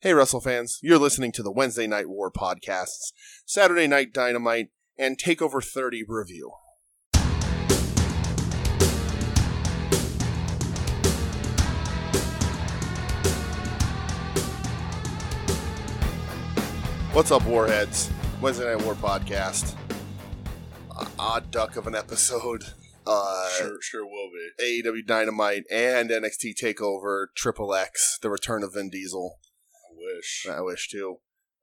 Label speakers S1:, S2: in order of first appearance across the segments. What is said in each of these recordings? S1: Hey, Russell fans, you're listening to the Wednesday Night War podcasts, Saturday Night Dynamite, and Takeover 30 review. What's up, Warheads? Wednesday Night War podcast. Uh, odd duck of an episode. Uh,
S2: sure, sure will be.
S1: AEW Dynamite and NXT Takeover, Triple X, the return of Vin Diesel.
S2: I wish.
S1: I wish too.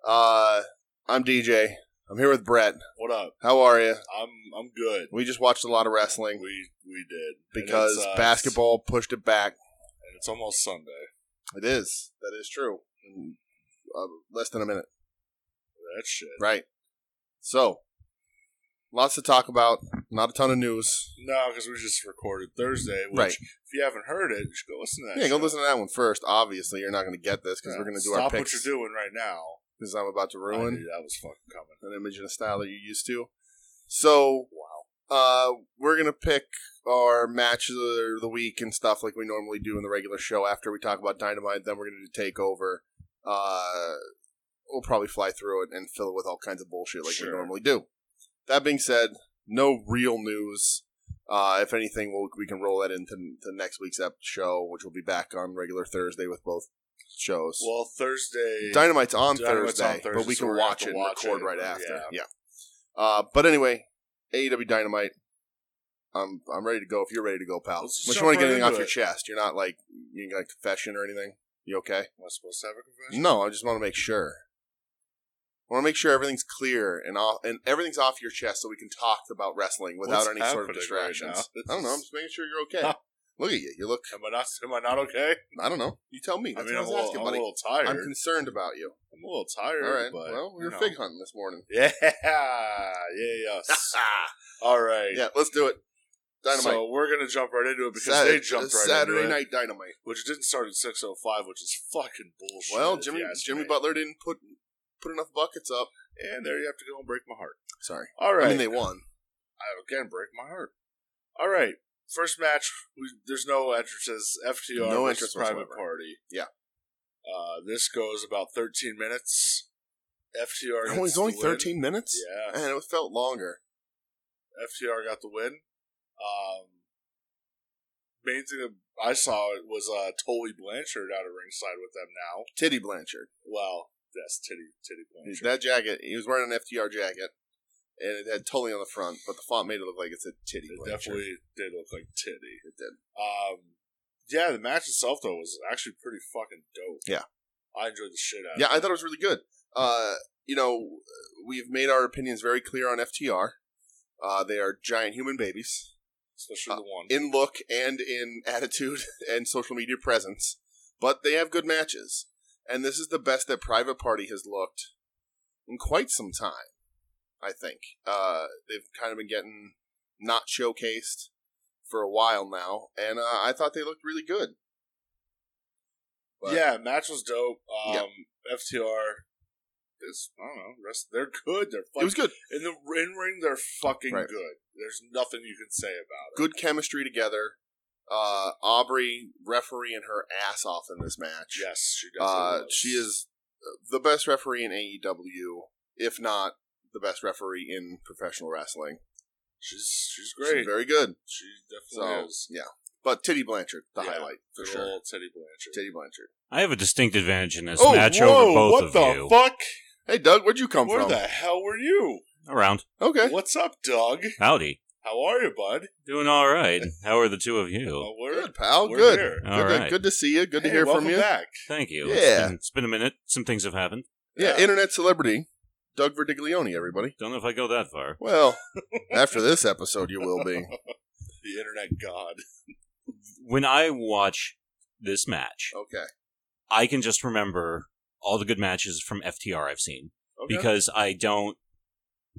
S1: Uh, I'm DJ. I'm here with Brett.
S2: What up?
S1: How are you?
S2: I'm I'm good.
S1: We just watched a lot of wrestling
S2: We we did And
S1: because
S2: it's, uh,
S1: basketball pushed it back.
S2: it's- And it's almost Sunday.
S1: It is. That is true. In, uh, less than a minute.
S2: That shit.
S1: Right. So, lots to talk about. Not a ton of news.
S2: No, because we just recorded Thursday. Which,
S1: Right.
S2: If you haven't heard it, you should go listen to that.
S1: Yeah, go
S2: shit.
S1: listen to that one first. Obviously, you're not going to get this because
S2: Yeah.
S1: we're going to do
S2: Stop
S1: our picks.
S2: what you're doing right now.
S1: Because I'm about to
S2: I
S1: ruin
S2: knew that was fucking coming.
S1: an image and a style that you're used to. So, uh, we're gonna pick our match of the- the week and stuff like we normally do in the regular show. After we talk about Dynamite, then we're gonna do Takeover. Uh, we'll probably fly through it and fill it with all kinds of bullshit like
S2: Sure.
S1: we normally do. That being said, no real news. Uh, if anything, we'll, we can roll that into the next week's ep- show, which will be back on regular Thursday with both shows.
S2: Well, Thursday.
S1: Dynamite's on,
S2: Dynamite's
S1: Thursday,
S2: on Thursday,
S1: but we
S2: so
S1: can
S2: we're gonna
S1: watch
S2: have
S1: it
S2: to
S1: and
S2: watch
S1: record
S2: it,
S1: right
S2: or-
S1: after.
S2: yeah.
S1: Yeah. Uh, but anyway, AEW Dynamite. I'm I'm ready to go. If you're ready to go, pal.
S2: Let's just
S1: Unless you
S2: jump
S1: want to get
S2: right
S1: anything off
S2: into
S1: your
S2: it.
S1: chest, you're not like you got a confession or anything. You okay?
S2: Am I supposed to have a confession?
S1: No, I just want to make sure. I want to make sure everything's clear and off, and everything's off your chest, so we can talk about wrestling without
S2: What's
S1: any sort of
S2: happening right
S1: distractions.
S2: now?
S1: I don't know. I'm just making sure you're okay. look at you. You look.
S2: Am I not? Am I not okay?
S1: I don't know. You tell me.
S2: I
S1: That's
S2: mean,
S1: what I
S2: I'm a
S1: was
S2: little,
S1: asking,
S2: I'm a
S1: buddy.
S2: little tired.
S1: I'm concerned about you.
S2: I'm a little tired.
S1: All right.
S2: But,
S1: well, we
S2: you
S1: were
S2: know.
S1: fig hunting this morning.
S2: Yeah. Yeah. Yes. All right.
S1: yeah, let's do it. Dynamite.
S2: So we're gonna jump right into it because
S1: Sat-
S2: they jumped right
S1: Saturday
S2: into it,
S1: night Dynamite.
S2: which didn't start at six oh five, which is fucking bullshit.
S1: Well,
S2: if
S1: Jimmy
S2: you ask
S1: Jimmy
S2: me.
S1: Butler didn't put put enough buckets up.
S2: and there you have to go and break my heart.
S1: Sorry.
S2: All right,
S1: I mean they won.
S2: I- again break my heart. All right, first match. We, there's no entrances. FTR
S1: No
S2: versus
S1: entrance
S2: Private
S1: whatsoever.
S2: Party.
S1: Yeah.
S2: Uh, this goes about thirteen minutes. FTR.
S1: Oh,
S2: gets
S1: it's only
S2: the win.
S1: thirteen minutes.
S2: Yeah.
S1: Man, it felt longer.
S2: FTR got the win. Um, main thing that I saw was uh, Tully Blanchard out of ringside with them now.
S1: Titty Blanchard.
S2: Well, that's titty titty Blanchard.
S1: That jacket. He was wearing an FTR jacket, and it had Tully on the front, but the font made it look like it's a titty.
S2: It
S1: Blanchard.
S2: definitely did look like titty.
S1: It did.
S2: Um, yeah, the match itself though was actually pretty fucking dope.
S1: Yeah.
S2: I enjoyed the shit out.
S1: Yeah, I
S2: of
S1: thought it was really good. Uh, you know, we've made our opinions very clear on FTR. Uh, they are giant human babies.
S2: it, especially the one.
S1: in look and in attitude and social media presence, but they have good matches. And this is the best that Private Party has looked in quite some time, I think. Uh, they've kind of been getting not showcased for a while now, and uh, I thought they looked really good. But-
S2: yeah, match was dope. Um,
S1: Yeah.
S2: FTR. It's, I don't know. Rest, they're good. They're
S1: It was
S2: fucking
S1: good.
S2: in the in ring. They're fucking
S1: Right.
S2: good. There's nothing you can say about it.
S1: Good chemistry together. Uh, Aubrey refereeing her ass off in this match.
S2: Yes, she does.
S1: Uh, she is the best referee in AEW, if not the best referee in professional wrestling.
S2: She's she's
S1: She's
S2: great.
S1: very good.
S2: She definitely
S1: So
S2: is.
S1: yeah, but Titty Blanchard, the
S2: Yeah,
S1: highlight for
S2: Good
S1: sure.
S2: old Teddy Blanchard.
S1: Titty Blanchard.
S3: I have a distinct advantage in this
S2: oh,
S3: match
S2: whoa,
S3: over both
S2: what
S3: of
S2: the
S3: you.
S2: fuck?
S1: Hey Doug, where'd you come
S2: Where
S1: from?
S2: the hell were you?
S3: Around.
S1: Okay,
S2: What's up, Doug?
S3: Howdy.
S2: How are you, bud?
S3: Doing all right. How are the two of you?
S1: Oh,
S2: Well, we're-
S1: good pal.
S2: we're
S1: Good.
S2: here.
S1: Good,
S3: Oh, All
S1: good.
S3: right.
S1: Good to see you. Good to
S2: Hey,
S1: hear
S2: welcome
S1: from you.
S2: Back.
S3: Thank you.
S1: Yeah.
S3: It's been, it's been a minute. Some things have happened.
S1: Yeah,
S2: Yeah.
S1: internet celebrity Doug Verdiglione, everybody.
S3: Don't know if I go that far.
S1: Well, after this episode, you will be.
S2: The internet god.
S3: When I watch this match,
S1: Okay.
S3: I can just remember all the good matches from FTR I've seen
S2: Okay.
S3: because I don't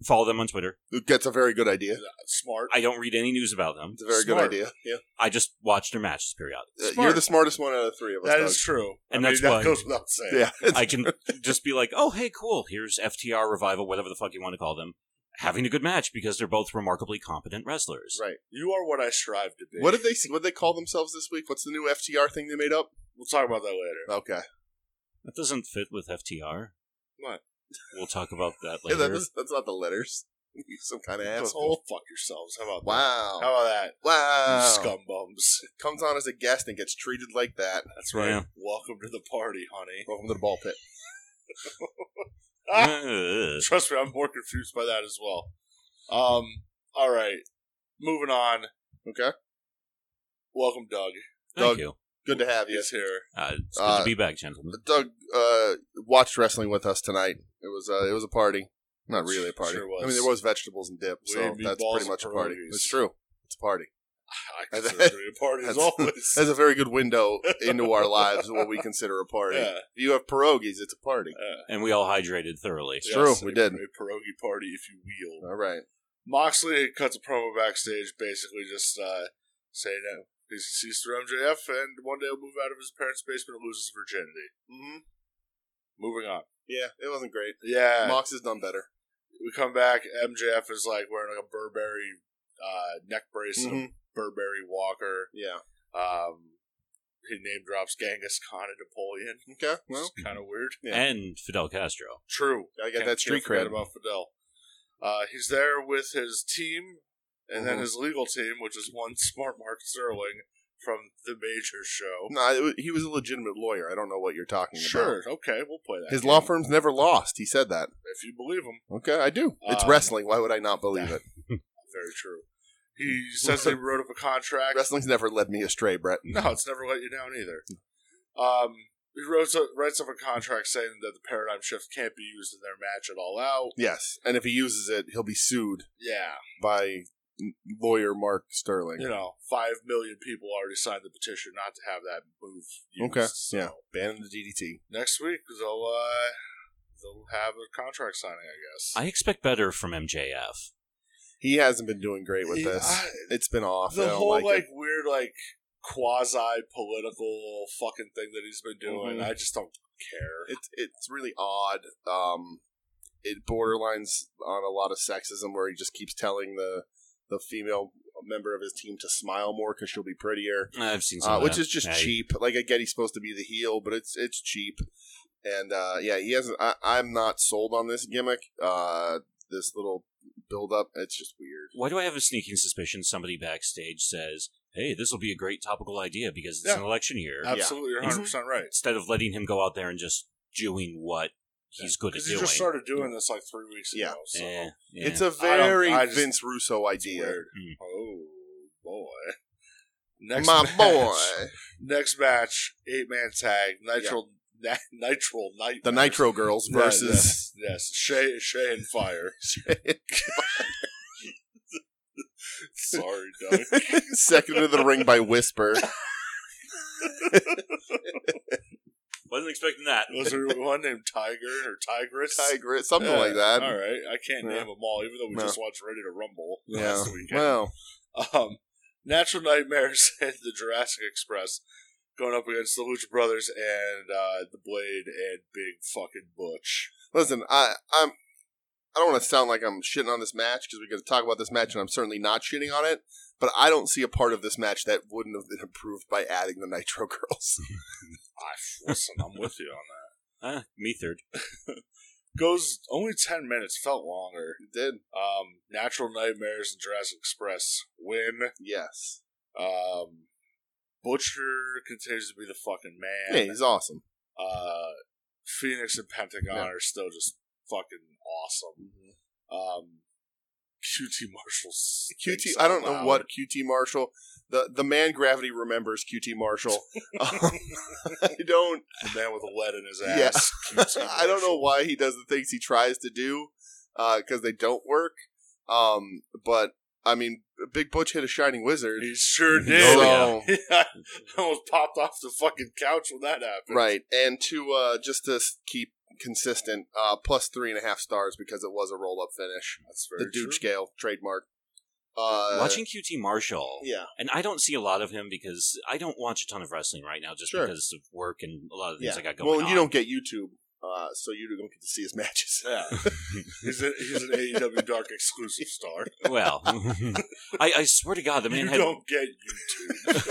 S3: follow them on Twitter.
S1: That's a very good idea.
S2: Smart.
S3: I don't read any news about them.
S1: It's a very
S2: Smart.
S1: good idea. Yeah.
S3: I just watch their matches periodically.
S1: Uh, You're
S2: Smart.
S1: the smartest one out of the three of us.
S2: That
S1: Doug.
S2: is true.
S3: And
S2: I
S3: that's
S2: mean,
S3: why-
S2: that goes without saying.
S1: Yeah.
S3: I can just be like, oh, hey, cool. Here's FTR Revival, whatever the fuck you want to call them, having a good match because they're both remarkably competent wrestlers.
S1: Right.
S2: You are what I strive to be.
S1: What did they what did they call themselves this week? What's the new FTR thing they made up?
S2: We'll talk about that later.
S1: Okay.
S3: That doesn't fit with FTR.
S2: What?
S3: We'll talk about that
S1: Yeah,
S3: later.
S1: that was, that's not the letters. You some kind of asshole.
S2: Go fuck yourselves. How about
S1: Wow.
S2: that? How about that?
S1: wow.
S2: You Oh, Scum bums.
S1: Comes on as a guest and gets treated like that.
S2: That's right.
S3: Yeah.
S2: Welcome to the party, honey.
S1: Welcome to the ball pit. Ah!
S3: Ugh.
S2: Trust me, I'm more confused by that as well. Um. All right. Moving on.
S1: Okay.
S2: Welcome, Doug.
S3: Thank
S1: Doug.
S3: you.
S1: Good to have you.
S2: He's here.
S3: Uh, it's good
S1: Uh,
S3: to be back, gentlemen.
S1: Doug uh, watched wrestling with us tonight. It was uh, it was a party. Not really a party.
S2: Sure was.
S1: I mean, there was vegetables and dip,
S2: We
S1: so
S2: had
S1: that's
S2: meatballs
S1: pretty
S2: and
S1: much a party.
S2: pierogies.
S1: It's true. It's a party.
S2: I consider it a party as
S1: That's-
S2: always.
S1: That's a very good window into our lives what we consider a party.
S2: Yeah.
S1: If you have pierogies, it's a party.
S3: And we all hydrated thoroughly.
S1: It's true, we
S2: a-
S1: did.
S2: A pierogi party, if you will.
S1: All right.
S2: Moxley cuts a promo backstage, basically just uh, saying that he sees through MJF and one day he'll move out of his parents' basement and lose his virginity.
S1: hmm
S2: Moving on.
S1: Yeah, it wasn't great.
S2: Yeah.
S1: Mox has done better.
S2: we come back. MJF is like wearing like a Burberry uh, neck brace
S1: Mm-hmm.
S2: and a Burberry walker.
S1: Yeah.
S2: Um, he name drops Genghis Khan and Napoleon.
S1: Okay.
S2: Which
S1: Well, mm-hmm.
S2: is kind of weird.
S1: Yeah.
S3: And Fidel Castro.
S2: True.
S1: I got
S2: Can't-
S1: that street
S2: can't forget
S1: cred.
S2: about Fidel. Uh, he's there with his team, and then
S1: Mhm.
S2: his legal team, which is one smart Mark Sterling from the major show.
S1: no, it, wa- he was a legitimate lawyer. I don't know what you're talking about.
S2: Sure. Okay, we'll play that.
S1: His
S2: game,
S1: law firm's never lost. He said that.
S2: if you believe him.
S1: Okay, I do. It's
S2: Um,
S1: wrestling. Why would I not believe it?
S2: Very true. He
S1: Mm-hmm.
S2: says they wrote up a contract.
S1: Wrestling's never led me astray, Brett.
S2: No, it's never let you down either. Um, he wrote a, writes up a contract saying that the paradigm shift can't be used in their match at all out.
S1: Yes, and if he uses it, he'll be sued
S2: Yeah,
S1: by lawyer Mark Sterling.
S2: you know, five million people already signed the petition not to have that move. Used,
S1: Okay,
S2: so
S1: yeah. Banning the DDT.
S2: Next week they'll uh, they'll have a contract signing, I guess.
S3: I expect better from MJF.
S1: He hasn't been doing great with
S2: Yeah,
S1: this.
S2: I-
S1: it's been off. I
S2: the
S1: don't
S2: whole
S1: like,
S2: like,
S1: it.
S2: weird like quasi political fucking thing that he's been doing,
S1: Mhm.
S2: I just don't care.
S1: It's it's really odd. Um, it borderlines on a lot of sexism where he just keeps telling the the female member of his team to smile more because she'll be prettier,
S3: I've seen some
S1: uh,
S3: of
S1: which
S3: that.
S1: is just
S3: Hey,
S1: cheap. Like I get he's supposed to be the heel, but it's it's cheap. And uh, yeah, he hasn't. I, I'm not sold on this gimmick. Uh, this little build up. It's just weird.
S3: Why do I have a sneaking suspicion somebody backstage says, hey, this will be a great topical idea because it's
S2: Yeah.
S3: an election year?
S2: Absolutely, you're 100 percent right.
S3: Instead of letting him go out there and just doing what he's good at
S2: Because he
S3: doing.
S2: just started doing this like three weeks ago.
S1: Mm. Yeah.
S2: So.
S3: Eh, yeah.
S1: It's a
S2: I don't-
S1: very
S2: I just-
S1: Vince Russo idea.
S2: Weird.
S3: Hmm.
S2: Oh boy. Next
S1: My
S2: match-
S1: boy,
S2: Next match, eight man tag, Nitro, na- Nitro Night.
S1: the Nitro Girls
S2: Yeah,
S1: versus
S2: yes, yes, Shay, Shay and Fire. Sorry, Doug.
S1: second to the ring by Whisper.
S3: Wasn't expecting that.
S2: Was there one named Tiger or Tigress?
S1: Tiger, something
S2: Yeah,
S1: like that.
S2: Uh, All right, I can't
S1: Yeah.
S2: name them all, even though we
S1: No.
S2: just watched Ready to Rumble
S1: Yeah.
S2: last weekend.
S1: Well,
S2: Um, Natural Nightmares and the Jurassic Express going up against the Lucha Brothers and uh, the Blade and Big fucking Butch.
S1: listen, I, I'm. I don't want to sound like I'm shitting on this match because we're going to talk about this match, and I'm certainly not shitting on it. But I don't see a part of this match that wouldn't have been improved by adding the Nitro Girls.
S2: I listen, I'm with you on
S3: Ah, me third.
S2: that. Goes only ten minutes, felt longer.
S1: It did
S2: Um, Natural Nightmares and Jurassic Express win.
S1: yes,
S2: Um, Butcher continues to be the fucking
S1: yeah,
S2: man.
S1: he's awesome.
S2: Uh, Phoenix and Pentagon
S1: Yeah. Mm-hmm.
S2: are still just fucking awesome. Um, QT Marshall.
S1: QT.
S2: stinks
S1: I don't
S2: out
S1: know
S2: loud.
S1: what QT Marshall. The the man gravity remembers QT Marshall. Um, I don't.
S2: the man with the lead in his
S1: Yeah.
S2: ass.
S1: I don't know why he does the things he tries to do because they don't work. Um, but I mean, Big Butch hit a shining wizard.
S2: He sure did.
S1: Oh,
S2: I almost popped off the fucking couch when that happened.
S1: Right, and to uh, just to s- keep consistent, uh, plus three and a half stars because it was a roll up finish.
S2: That's very
S1: the dude
S2: true.
S1: scale trademark. Uh,
S3: Watching QT Marshall,
S1: yeah,
S3: and I don't see a lot of him because I don't watch a ton of wrestling right now just
S1: Sure.
S3: because of work and a lot of things
S1: yeah.
S3: I got going
S1: Well,
S3: on.
S1: you don't get YouTube Uh, so you don't get to see his matches.
S2: Yeah, he's, a, he's an AEW Dark exclusive star.
S3: Well, I, I swear to God, the man
S2: you
S3: had.
S2: don't get YouTube.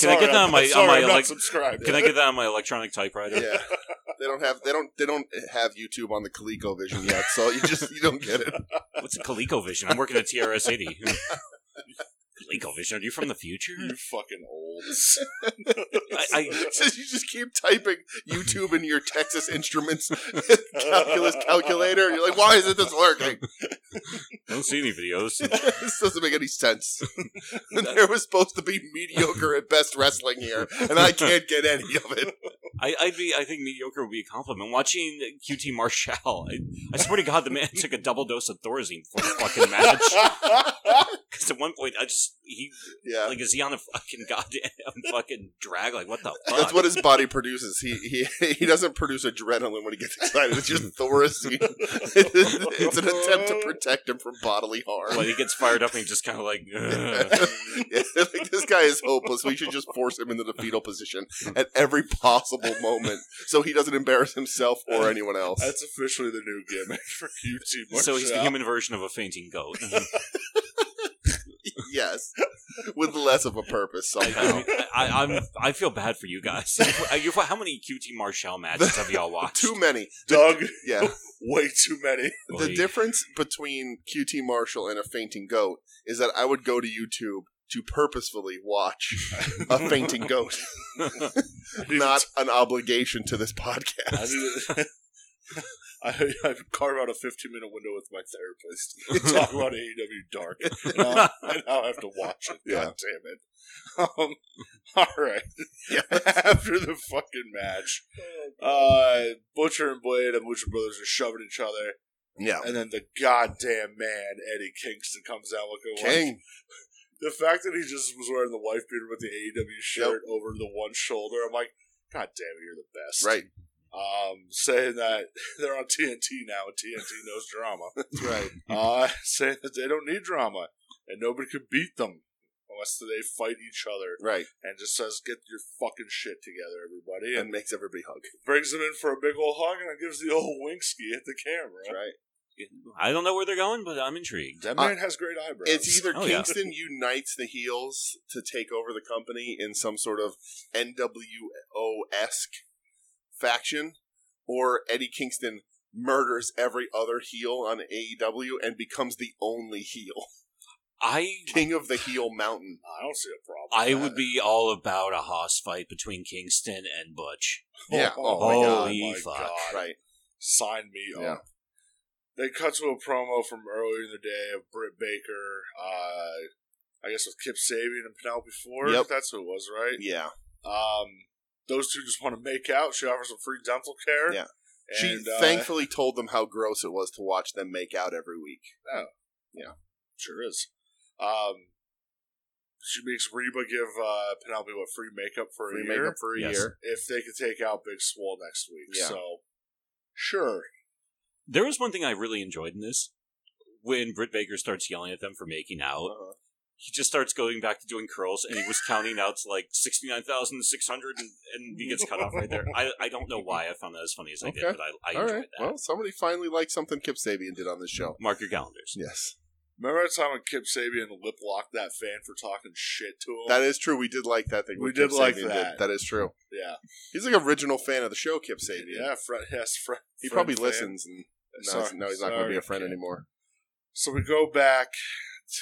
S3: Can I get that on my, on
S2: sorry,
S3: my
S2: I'm not
S3: like,
S2: subscribed.
S3: Can I get that on my electronic typewriter?
S1: yeah, they don't have they don't they don't have YouTube on the ColecoVision yet, so you just you don't get it.
S3: What's a ColecoVision? I'm working at TRS-80. ColecoVision, are you from the future?
S2: you fucking old.
S3: I, I,
S1: Since you just keep typing YouTube into your Texas Instruments calculus calculator, and you're like, why isn't this working?
S3: don't see any videos.
S1: this doesn't make any sense. there was supposed to be mediocre at best wrestling here, and I can't get any of it.
S3: I, I'd be, I think mediocre would be a compliment. Watching QT Marshall, I, I swear to God, the man took a double dose of Thorazine before the fucking match. Because at one point, I just, he,
S1: Yeah.
S3: like, is he on a fucking goddamn fucking drag? Like, what the fuck?
S1: That's what his body produces. He he he doesn't produce adrenaline when he gets excited. It's just thorazine. it's an attempt to protect him from bodily harm.
S3: Like, he gets fired up and he just kind of like, ugh.
S1: Yeah, like, this guy is hopeless. We should just force him into the fetal position at every possible moment, so he doesn't embarrass himself or anyone else.
S2: That's officially the new gimmick for YouTube.
S3: so he's the
S2: Marshall.
S3: human version of a fainting goat.
S1: Yes, with less of a purpose
S3: I,
S1: somehow.
S3: I, mean, I, I'm, I feel bad for you guys. You've, how many QT Marshall matches have y'all watched?
S1: Too many.
S2: Doug,
S1: Yeah.
S2: way too many.
S1: The
S3: Like-
S1: difference between QT Marshall and a fainting goat is that I would go to YouTube to purposefully watch a fainting goat, not an obligation to this podcast.
S2: I, need to- I, I carve out a 15 minute window with my therapist to talk about AEW Dark. And I'll, and I'll have to watch it.
S1: Yeah.
S2: God damn it. Um, all right.
S1: Yeah.
S2: After the fucking match, uh, Butcher and Blade and Butcher Brothers are shoving each other.
S1: Yeah.
S2: And then the goddamn man, Eddie Kingston, comes out looking like
S1: King.
S2: the fact that he just was wearing the wife beater with the AEW shirt over the one shoulder, I'm like, God damn it, you're the best.
S1: Right.
S2: Um, saying that they're on TNT now, and TNT knows drama.
S1: Right.
S2: Uh, saying that they don't need drama, and nobody could beat them unless they fight each other,
S1: Right.
S2: and just says, Get your fucking shit together, everybody,
S1: And
S2: and
S1: makes everybody hug.
S2: brings them in for a big old hug, and then gives the old winksy at the camera.
S1: Right.
S3: I don't know where they're going, but I'm intrigued.
S2: That man has great eyebrows.
S1: Uh, It's either
S3: Oh, yeah.
S1: Kingston unites the heels to take over the company in some sort of NWO esque faction, or Eddie Kingston murders every other heel on AEW and becomes the only heel,
S3: I
S1: king of the heel mountain.
S2: I don't see a problem.
S3: I
S1: Uh,
S2: with
S3: would
S2: that.
S3: be all about a hoss fight between Kingston and Butch.
S1: Yeah.
S2: Oh,
S1: Oh my
S2: holy
S3: God.
S2: fuck.
S3: God.
S1: Right.
S2: Sign me
S1: Yeah.
S2: up. They cut to a promo from earlier in the day of Britt Baker, uh, I guess with Kip Sabian and Penelope Ford.
S1: Yep.
S2: That's who it was, right?
S1: Yeah.
S2: Um, those two just want to make out. She offers them free dental care.
S1: Yeah.
S2: And,
S1: she
S2: uh,
S1: thankfully told them how gross it was to watch them make out every week.
S2: sure is. Um, she makes Reba give uh, Penelope what free makeup for
S1: Free
S2: a year
S1: makeup for a
S3: Yes.
S1: year.
S2: if they could take out Big Swole next week.
S1: Yeah.
S2: So, sure.
S3: There was one thing I really enjoyed in this. When Britt Baker starts yelling at them for making out,
S1: Uh-huh.
S3: he just starts going back to doing curls, and he was counting out to like 69,600, and, and he gets cut off right there. I, I don't know why I found that as funny as I did,
S1: Okay.
S3: but I, I
S1: All
S3: enjoyed
S1: right.
S3: that.
S1: Well, somebody finally liked something Kip Sabian did on this show.
S3: Mark your calendars.
S1: Yes.
S2: Remember that time when Kip Sabian lip locked that fan for talking shit to him?
S1: That is true. We did like that thing.
S2: We
S1: with Kip
S2: did like
S1: Sabian
S2: that.
S1: That is true.
S2: yeah,
S1: He's like original fan of the show, Kip Sabian.
S2: yeah, Fred. Yes, Fred.
S1: He
S2: Fred
S1: probably
S2: fan.
S1: listens, and now, he's-
S2: Sorry,
S1: now he's not going to be
S2: sorry,
S1: a friend
S2: Kip.
S1: anymore.
S2: So we go back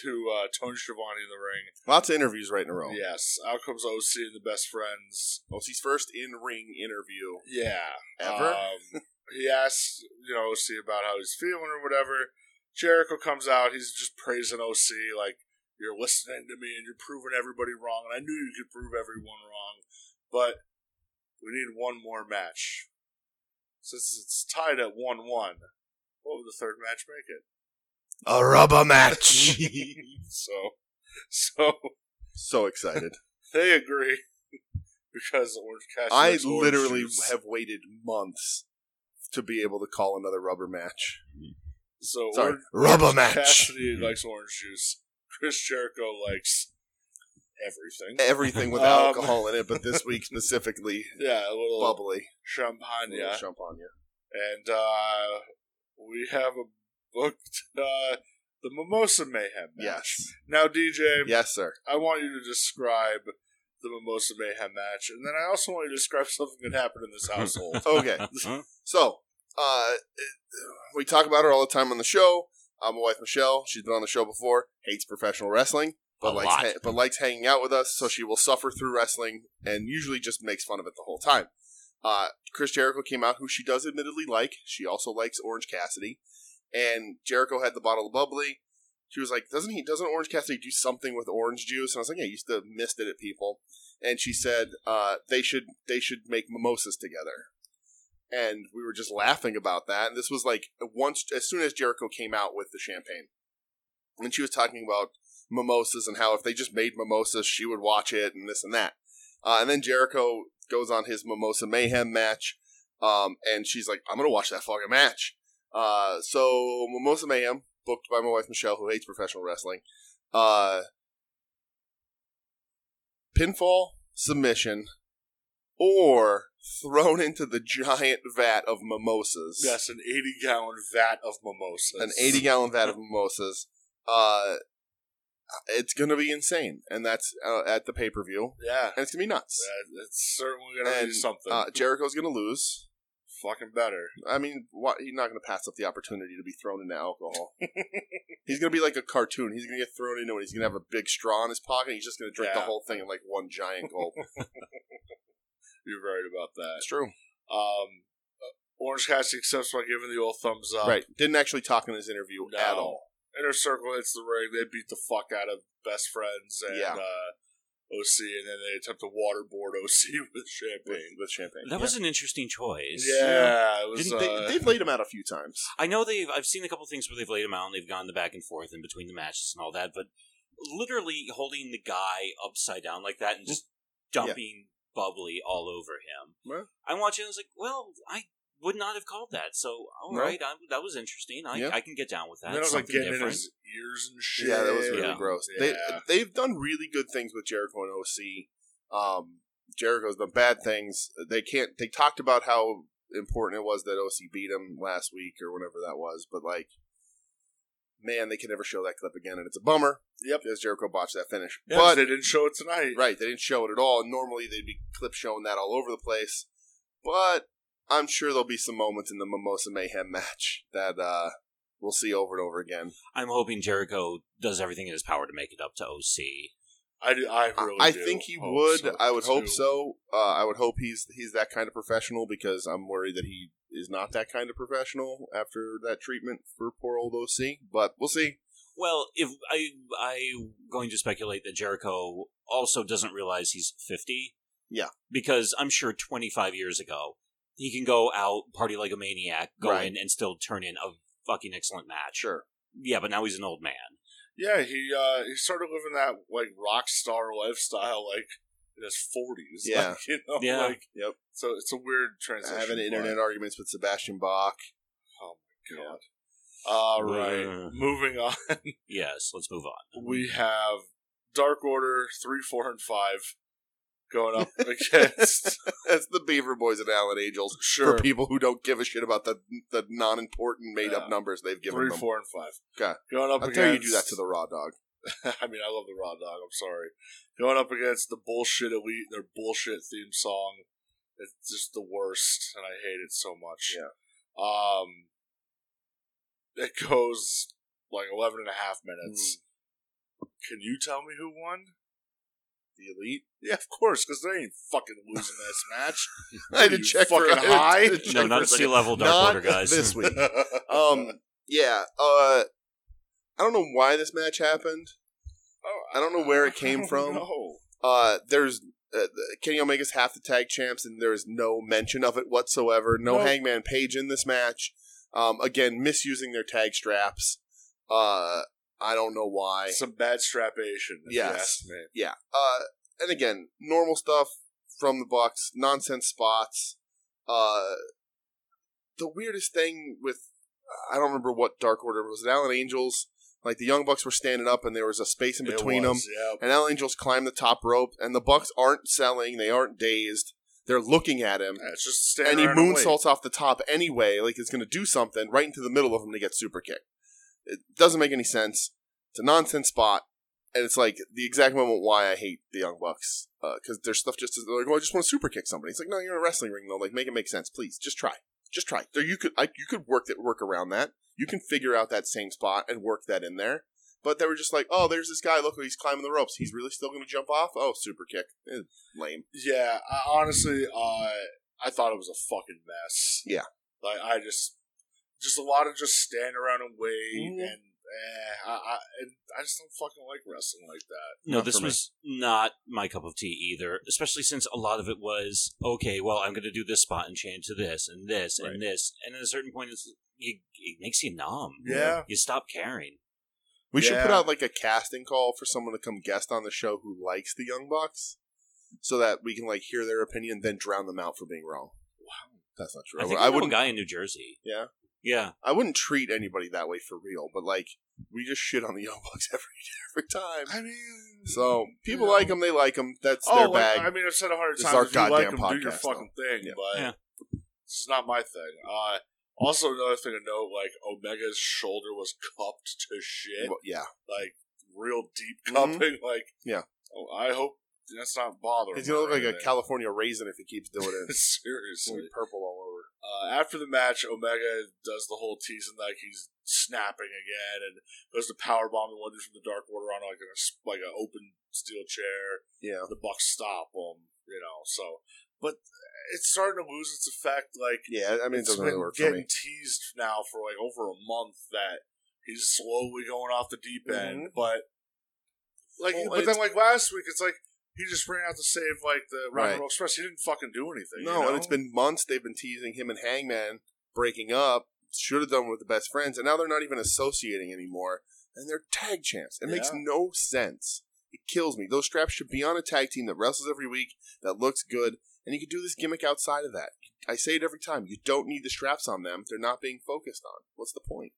S2: to uh, Tony Schiavone in the ring.
S1: Lots of interviews right in a row.
S2: Yes, out comes OC and the best friends.
S1: OC's first in-ring interview
S2: Yeah,
S1: ever.
S2: Um, he asks, you know, OC about how he's feeling or whatever. Jericho comes out. He's just praising OC like you're listening to me and you're proving everybody wrong. And I knew you could prove everyone wrong, but we need one more match. Since it's tied at one one, what would the third match make it?
S1: a rubber match.
S2: So, so
S1: so excited.
S2: they agree because Orange Cassidy.
S1: I
S2: likes orange
S1: literally
S2: juice.
S1: have waited months to be able to call another rubber match.
S2: so
S1: Sorry,
S2: Orange-
S1: rubber
S2: Orange
S1: match.
S2: Cassidy likes orange juice. Chris Jericho likes everything.
S1: Everything with
S2: Um,
S1: alcohol in it, but this week specifically
S2: Yeah, a little
S1: bubbly.
S2: champagne.
S1: Little Champagne.
S2: And uh, we have a booked uh, the Mimosa Mayhem match.
S1: Yes.
S2: Now, DJ,
S1: Yes, sir.
S2: I want you to describe the Mimosa Mayhem match, and then I also want you to describe something that happened in this household.
S1: Okay. So, uh, we talk about her all the time on the show. Uh, my wife Michelle, she's been on the show before, hates professional wrestling, but
S3: A
S1: likes
S3: lot.
S1: ha- but likes hanging out with us. So she will suffer through wrestling and usually just makes fun of it the whole time. Uh, Chris Jericho came out, who she does admittedly like. She also likes Orange Cassidy, and Jericho had the bottle of bubbly. She was like, "Doesn't he? Doesn't Orange Cassidy do something with orange juice?" And I was like, "Yeah, he used to mist it at people." And she said, uh, "They should they should make mimosas together." and we were just laughing about that. And this was like once as soon as Jericho came out with the champagne, and she was talking about mimosas and how if they just made mimosas, she would watch it and this and that. Uh, and then Jericho goes on his mimosa mayhem match, um, and she's like, "I'm gonna watch that fucking match." Uh, so mimosa mayhem booked by my wife Michelle, who hates professional wrestling. Uh, pinfall submission or thrown into the giant vat of mimosas.
S2: yes, an 80 gallon vat of mimosas.
S1: An 80 gallon vat of mimosas. Uh, it's going to be insane. And that's uh, at the pay per view.
S2: Yeah.
S1: And it's going to be nuts.
S2: Yeah, It's certainly going to be
S1: And,
S2: something.
S1: Uh, Jericho's going to lose.
S2: Fucking better.
S1: I mean, why, he's not going to pass up the opportunity to be thrown into alcohol. he's going to be like a cartoon. He's going to get thrown into it. He's going to have a big straw in his pocket. He's just going to drink
S2: Yeah.
S1: the whole thing in like one giant gulp.
S2: You're right about that.
S1: That's true.
S2: Um, Orange Cassidy accepts by giving the old thumbs up.
S1: right. Didn't actually talk in his interview
S2: Uh, No.
S1: at all.
S2: Inner Circle hits the ring. They beat the fuck out of Best Friends and
S1: Yeah.
S2: uh, OC, and then they attempt to waterboard OC with
S1: With,
S2: champagne.
S1: with champagne.
S3: That was an interesting choice.
S2: Yeah, it was.
S3: Didn't
S1: They,
S2: uh,
S1: they've laid him out a few times.
S3: I know they've. I've seen a couple things where they've laid him out and they've gone the back and forth in between the matches and all that, but literally holding the guy upside down like that
S2: Mm.
S3: and just dumping bubbly all over him.
S1: Well.
S3: I'm watching. I was like, well, I would not have called that. So, all
S1: No.
S3: right, I, that was interesting. I,
S1: Yeah.
S3: I can get down with that.
S2: then I was like
S3: Something
S2: getting in
S3: different.
S2: his ears and shit.
S1: Yeah, that was really
S3: Yeah.
S1: gross.
S2: Yeah.
S1: They they've done really good things with Jericho and OC. Um, Jericho's done bad things. They can't. They talked about how important it was that OC beat him last week or whenever that was, but like, man, they can never show that clip again, and it's a bummer.
S2: Yep.
S1: because Jericho botched that finish,
S2: Yeah,
S1: but
S2: they didn't show it tonight.
S1: right, they didn't show it at all. Normally, they'd be clip showing that all over the place, but I'm sure there'll be some moments in the Mimosa Mayhem match that uh, we'll see over and over again.
S3: I'm hoping Jericho does everything in his power to make it up to OC.
S2: I, do, I
S1: I-
S2: really.
S1: I
S2: do
S1: think he
S2: hope
S1: would.
S2: so,
S1: I would hope
S2: too.
S1: so. Uh, I would hope he's he's that kind of professional because I'm worried that he is not that kind of professional after that treatment for poor old OC. But we'll see.
S3: Well, if I I'm going to speculate that Jericho also doesn't realize he's fifty.
S1: Yeah.
S3: Because I'm sure twenty five years ago he can go out, party like a maniac, go
S1: Right.
S3: in and still turn in a fucking excellent match.
S1: Sure.
S3: Yeah, but now he's an old man.
S2: Yeah, he uh, he started living that like rock star lifestyle, like in his forties.
S1: Yeah.
S2: like, you know,
S3: Yeah.
S2: Like,
S1: Yep.
S2: So it's a weird transition.
S1: Having
S2: but-
S1: internet arguments with Sebastian Bach.
S2: God. All right.
S3: Yeah.
S2: Moving on.
S3: Yes, let's move on.
S2: We have Dark Order 3, 4, and 5 going up against.
S1: That's the Beaver Boys and Allen Angels
S2: sure.
S1: for people who don't give a shit about the the non important made
S2: Yeah.
S1: up numbers they've given
S2: 3,
S1: them.
S2: 4, and 5.
S1: Okay.
S2: Going up
S1: How
S2: against.
S1: dare you do that to the Raw Dog?
S2: I mean, I love the Raw Dog. I'm sorry. Going up against the bullshit elite, their bullshit theme song. It's just the worst, and I hate it so much.
S1: Yeah.
S2: Um, it goes like 11 and a half minutes.
S1: Hmm.
S2: Can you tell me who won?
S1: The Elite.
S2: Yeah, of course, because they ain't fucking losing this match.
S1: I had to
S2: You
S1: check for
S2: fucking
S1: I had to
S2: high?
S1: check
S3: No,
S1: for a
S3: not
S1: second.
S3: sea level dark
S1: Not
S3: order guys.
S1: this week. Um, yeah. Uh, I don't know why this match happened. Oh, I don't know where it came from.
S2: No.
S1: Uh, there's uh, Kenny Omega's half the tag champs, and there is no mention of it whatsoever. No
S2: Nope.
S1: Hangman Page in this match. Um, again, misusing their tag straps. Uh, I don't know why.
S2: Some bad strapation, if
S1: Yes.
S2: you ask me.
S1: yeah. Uh, and again, normal stuff from the Bucks, nonsense spots. Uh, the weirdest thing with I don't remember what Dark Order was. It Allen Angels. Like the Young Bucks were standing up, and there was a space in
S2: It
S1: between them.
S2: was, Yep.
S1: And El Angel's climbed the top rope, and the Bucks aren't selling. They aren't dazed. They're looking at him.
S2: Yeah, it's just
S1: And
S2: standing
S1: he
S2: around and wait.
S1: moonsaults off the top anyway, like it's going to do something right into the middle of him to get super kicked. It doesn't make any sense. It's a nonsense spot, and it's like the exact moment why I hate the Young Bucks because their stuff just is they're like, oh, I just want to super kick somebody. It's like, no, you're in a wrestling ring though. Like, make it make sense, please. Just try, just try. There, you could, I, you could work that work around that. You can figure out that same spot and work that in there. But they were just like, oh, there's this guy. Look, he's climbing the ropes. He's really still going to jump off. Oh, super kick. Eh, lame.
S2: Yeah, I, honestly, uh, I thought it was a fucking mess.
S1: Yeah.
S2: like I just, just a lot of just stand around and wait,
S1: Mhm.
S2: and eh, I, I, and I just don't fucking like wrestling like that.
S3: No,
S1: Not
S3: this
S1: for me.
S3: was not my cup of tea either, especially since a lot of it was okay. Well, I'm going to do this spot and change to this and this
S2: Right.
S3: and this, and at a certain point, it's, you, it makes you numb.
S2: Yeah.
S3: you stop caring.
S1: We should put
S2: Yeah.
S1: out like a casting call for someone to come guest on the show who likes the Young Bucks, so that we can like hear their opinion, then drown them out for being wrong. Wow, that's not true.
S3: I
S1: I, would-
S3: think I,
S1: I
S3: know a
S1: wouldn't.
S3: guy in New Jersey.
S1: Yeah,
S3: Yeah,
S1: I wouldn't treat anybody that way for real. But like, we just shit on the Young Bucks every every time.
S2: I mean,
S1: So people
S2: you
S1: like 'em, like
S2: know.
S1: them, they like them. That's
S2: oh,
S1: their
S2: like,
S1: bag.
S2: I mean, I've said a hundred
S1: This is
S2: times.
S1: our
S2: if you like
S1: goddamn
S2: them, do your
S1: podcast,
S2: fucking thing,
S1: Yeah.
S2: but
S3: Yeah.
S2: this is not my thing. Uh, also, another thing to note, like Omega's shoulder was cupped to shit.
S1: Well, yeah,
S2: like real deep
S1: Mhm.
S2: cupping. Like,
S1: Yeah.
S2: Oh, I hope that's not bothering.
S1: he's gonna look
S2: her or
S1: like a
S2: anything.
S1: California raisin if he keeps doing it. It's gonna
S2: Seriously.
S1: be purple all over.
S2: Uh, after the match, Omega does the whole teasing like he's snapping again, and goes to powerbomb the wonders from the Dark Order on like a s- like an open steel chair.
S1: Yeah,
S2: The Bucks stop him, you know. So, but it's starting to lose its effect. Like
S1: yeah. I mean, it
S2: it's
S1: doesn't
S2: been
S1: really work for
S2: getting
S1: me.
S2: teased now for like over a month that he's slowly going off the deep
S1: Mhm.
S2: end, but like,
S1: Well,
S2: but
S1: it's-
S2: then like last week, it's like he just ran out to save like the Rock
S1: Right.
S2: and Roll Express. He didn't fucking do anything.
S1: No,
S2: you know?
S1: and it's been months they've been teasing him and Hangman breaking up. Should have done with the best friends, and now they're not even associating anymore. And they're tag champs. It makes
S2: Yeah.
S1: no sense. It kills me. Those straps should be on a tag team that wrestles every week, that looks good, and you can do this gimmick outside of that. I say it every time. You don't need the straps on them. They're not being focused on. What's the point?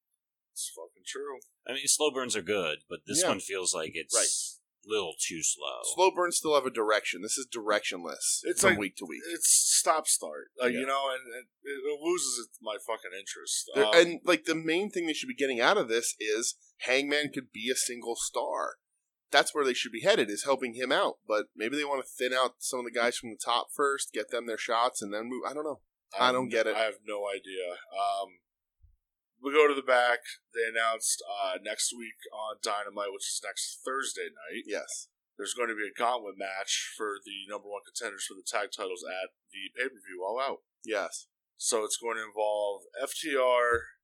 S2: It's fucking true.
S3: I mean, slow burns are good, but this
S1: Yeah.
S3: one feels like it's a little too slow.
S1: Slow burns still have a direction. This is directionless
S2: Oh. It's
S1: from
S2: like-
S1: week to week.
S2: It's stop start, like
S1: Yeah.
S2: you know, and, and it, it loses its, my fucking interest.
S1: There-
S2: Um,
S1: and like the main thing they should be getting out of this is Hangman could be a single star. That's where they should be headed is helping him out. But maybe they want to thin out some of the guys from the top first, get them their shots, and then move. I don't know. I don't
S2: I'm-
S1: get it.
S2: I have no idea. Um, we go to the back. They announced uh, next week on Dynamite, which is next Thursday night.
S1: Yes,
S2: There's going to be a gauntlet match for the number one contenders for the tag titles at the pay per view All Out.
S1: yes.
S2: So it's going to involve FTR,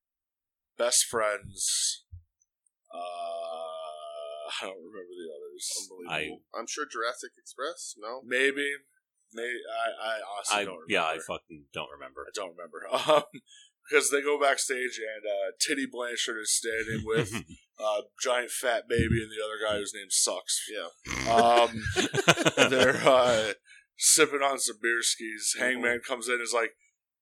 S2: Best Friends. Uh, I don't remember the others.
S1: Unbelievable. I, am sure Jurassic Express. No,
S2: Maybe, may I, I honestly
S3: I
S2: don't remember.
S3: yeah, I fucking don't remember.
S2: I don't remember. Um, because they go backstage and uh, Titty Blanchard is standing with uh, giant fat baby and the other guy whose name sucks.
S1: yeah.
S2: Um, they're uh, sipping on some beer skis. Hangman comes in and is like,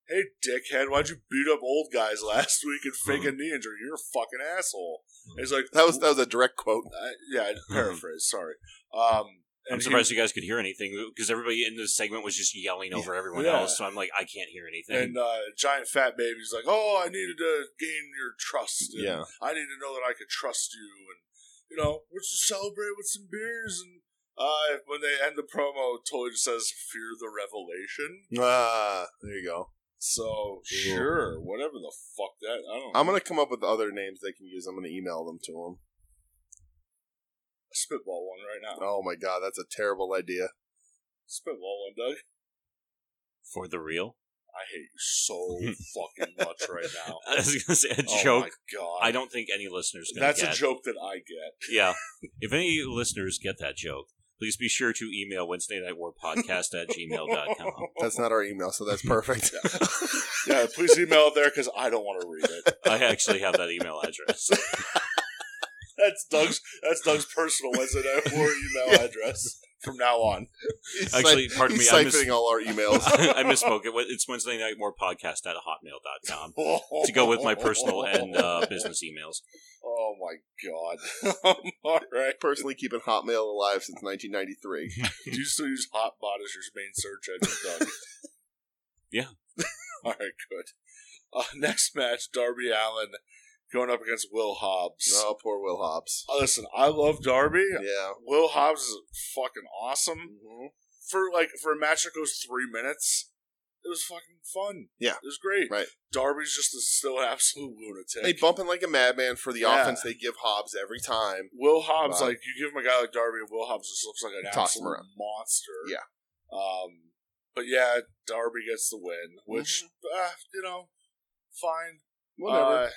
S2: "Hey, dickhead, why'd you beat up old guys last week and fake
S3: Uh-huh.
S2: a knee injury? You're a fucking asshole." And he's like,
S1: That was that was a direct quote.
S2: I, "Yeah, I paraphrase. sorry." Um, and
S3: I'm
S2: he-
S3: surprised you guys could hear anything because everybody in this segment was just yelling over everyone
S2: Yeah.
S3: else. So I'm like, I can't hear anything.
S2: and uh, giant fat baby's like, "Oh, I needed to gain your trust. and
S1: Yeah.
S2: I need to know that I could trust you, and you know, let's just celebrate with some beers." And uh, when they end the promo, Toy just says, "Fear the revelation."
S1: Ah, there you go.
S2: So sure, whatever the fuck that. I don't.
S1: I'm gonna come up with other names they can use. I'm gonna email them to them.
S2: spitball one right now.
S1: Oh my god, that's a terrible idea.
S2: Spitball one, Doug.
S3: For the real,
S2: I hate you so fucking much right now.
S3: I was gonna say a
S2: Oh
S3: joke.
S2: my god.
S3: I don't think any listeners gonna
S2: That's
S3: get.
S2: a joke that I get.
S3: Yeah, if any listeners get that joke, please be sure to email Wednesday Night War Podcast at gmail.com.
S1: That's not our email, so that's perfect.
S2: yeah, please email it there because I don't want to read it.
S3: I actually have that email address.
S2: That's Doug's. That's Doug's personal Wednesday night war email address from now on.
S1: He's
S3: Actually, pardon me,
S1: he's
S3: I
S1: siphoning
S3: mis-
S1: all our emails.
S3: I misspoke. It, wa- it's Wednesday Night War uh, Podcast at hotmail.com. to go with my personal and uh, business emails.
S2: Oh Oh my god. Um, All right.
S1: Personally, keeping Hotmail alive since 1993.
S2: Do you still use Hotbot as your main search engine, Doug?
S3: Yeah.
S2: All right, good. Uh, next match Darby Allen going up against Will Hobbs. Uh,
S1: oh, poor Will Hobbs.
S2: Listen, I love Darby.
S1: Yeah.
S2: Will Hobbs is fucking awesome.
S1: hmm
S2: For like for a match that goes three minutes, it was fucking fun.
S1: Yeah.
S2: It was great.
S1: Right.
S2: Darby's just a, still an absolute lunatic.
S1: They bumping like a madman for the
S2: Yeah.
S1: offense they give Hobbs every time.
S2: Will Hobbs,
S1: Wow.
S2: like you give him a guy like Darby, and Will Hobbs just looks like an
S1: Toss him
S2: absolute
S1: around.
S2: monster.
S1: Yeah.
S2: Um. But yeah, Darby gets the win, which uh, you know, fine.
S1: Mm-hmm. Whatever.
S2: Uh,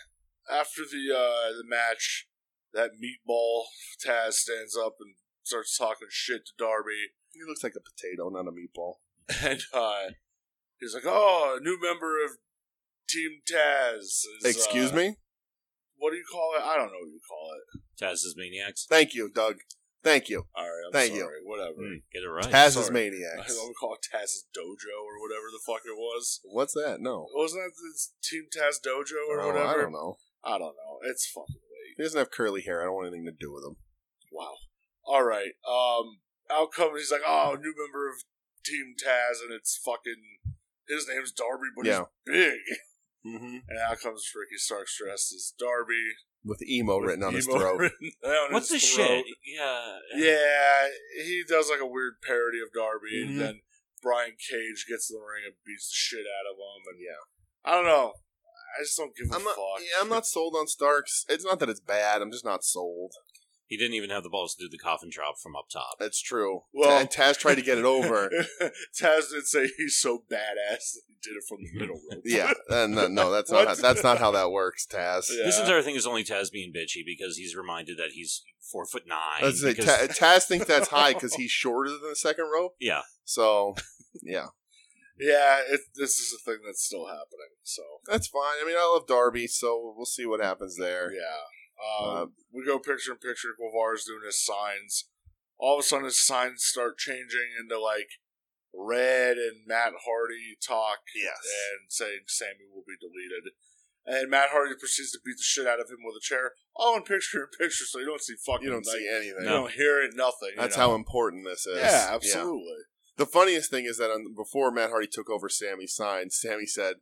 S2: after the uh, the match, that meatball Taz stands up and starts talking shit to Darby,
S1: he looks like a potato, not a meatball.
S2: and uh, he's like, "Oh, a new member of Team Taz." Is,
S1: Excuse
S2: uh,
S1: me?
S2: What do you call it? I don't know what you call it.
S3: Taz's Maniacs.
S1: Thank you, Doug. Thank you.
S2: All right, I'm
S1: Thank you. Mm.
S2: sorry. Whatever.
S3: Hmm, get it right.
S1: Taz's
S2: sorry. I
S1: Maniacs.
S2: don't call it Taz's Dojo or whatever the fuck it was.
S1: What's that? No.
S2: Wasn't that the Team Taz Dojo or
S1: Oh,
S2: whatever?
S1: I don't know.
S2: I don't know. It's fucking late.
S1: He doesn't have curly hair. I don't want anything to do with him.
S2: Wow. All right. Um, out comes he's like, oh, new member of Team Taz, and it's fucking his name's Darby, but
S1: Yeah.
S2: he's big.
S1: Mm-hmm.
S2: And out comes Ricky Starks dressed as Darby.
S1: With emo
S2: with
S1: written on his
S2: emo
S1: throat.
S2: written down
S3: What's
S2: his
S3: this
S2: throat.
S3: shit? Yeah.
S2: Yeah, he does like a weird parody of Darby,
S1: Mhm.
S3: Mm-hmm.
S2: and then Brian Cage gets in the ring and beats the shit out of him. And
S1: Yeah.
S2: I don't know. I just don't give a
S1: I'm not,
S2: fuck.
S1: yeah, I'm not sold on Starks. It's not that it's bad. I'm just not sold.
S3: He didn't even have the balls to do the coffin drop from up top.
S1: That's true.
S2: Well-
S1: and Taz tried to get it over.
S2: Taz did say he's so badass that he did it from the middle rope.
S1: yeah, uh, no, no, that's not how,
S2: What?
S1: that's not how that works, Taz.
S2: Yeah.
S3: This entire thing is only Taz being bitchy because he's reminded that he's four foot nine.
S1: Let's say
S3: because-
S1: Ta- Taz thinks that's high because he's shorter than the second rope.
S3: yeah,
S1: So, yeah,
S2: Yeah, it, this is a thing that's still happening. So
S1: that's fine. I mean, I love Darby, so we'll see what happens there. Uh,
S2: yeah, um, we go picture in picture. Guevara's doing his signs. All of a sudden, his signs start changing into like red and Matt Hardy talk.
S1: Yes.
S2: and saying Sammy will be deleted. And Matt Hardy proceeds to beat the shit out of him with a chair, all in picture in picture, so you don't see fucking
S1: You don't
S2: like,
S1: see anything.
S2: you don't hear it, nothing. you
S1: That's
S2: know?
S1: how important this is.
S2: Yeah, absolutely.
S1: The funniest thing is that on, before Matt Hardy took over Sammy's sign, Sammy said,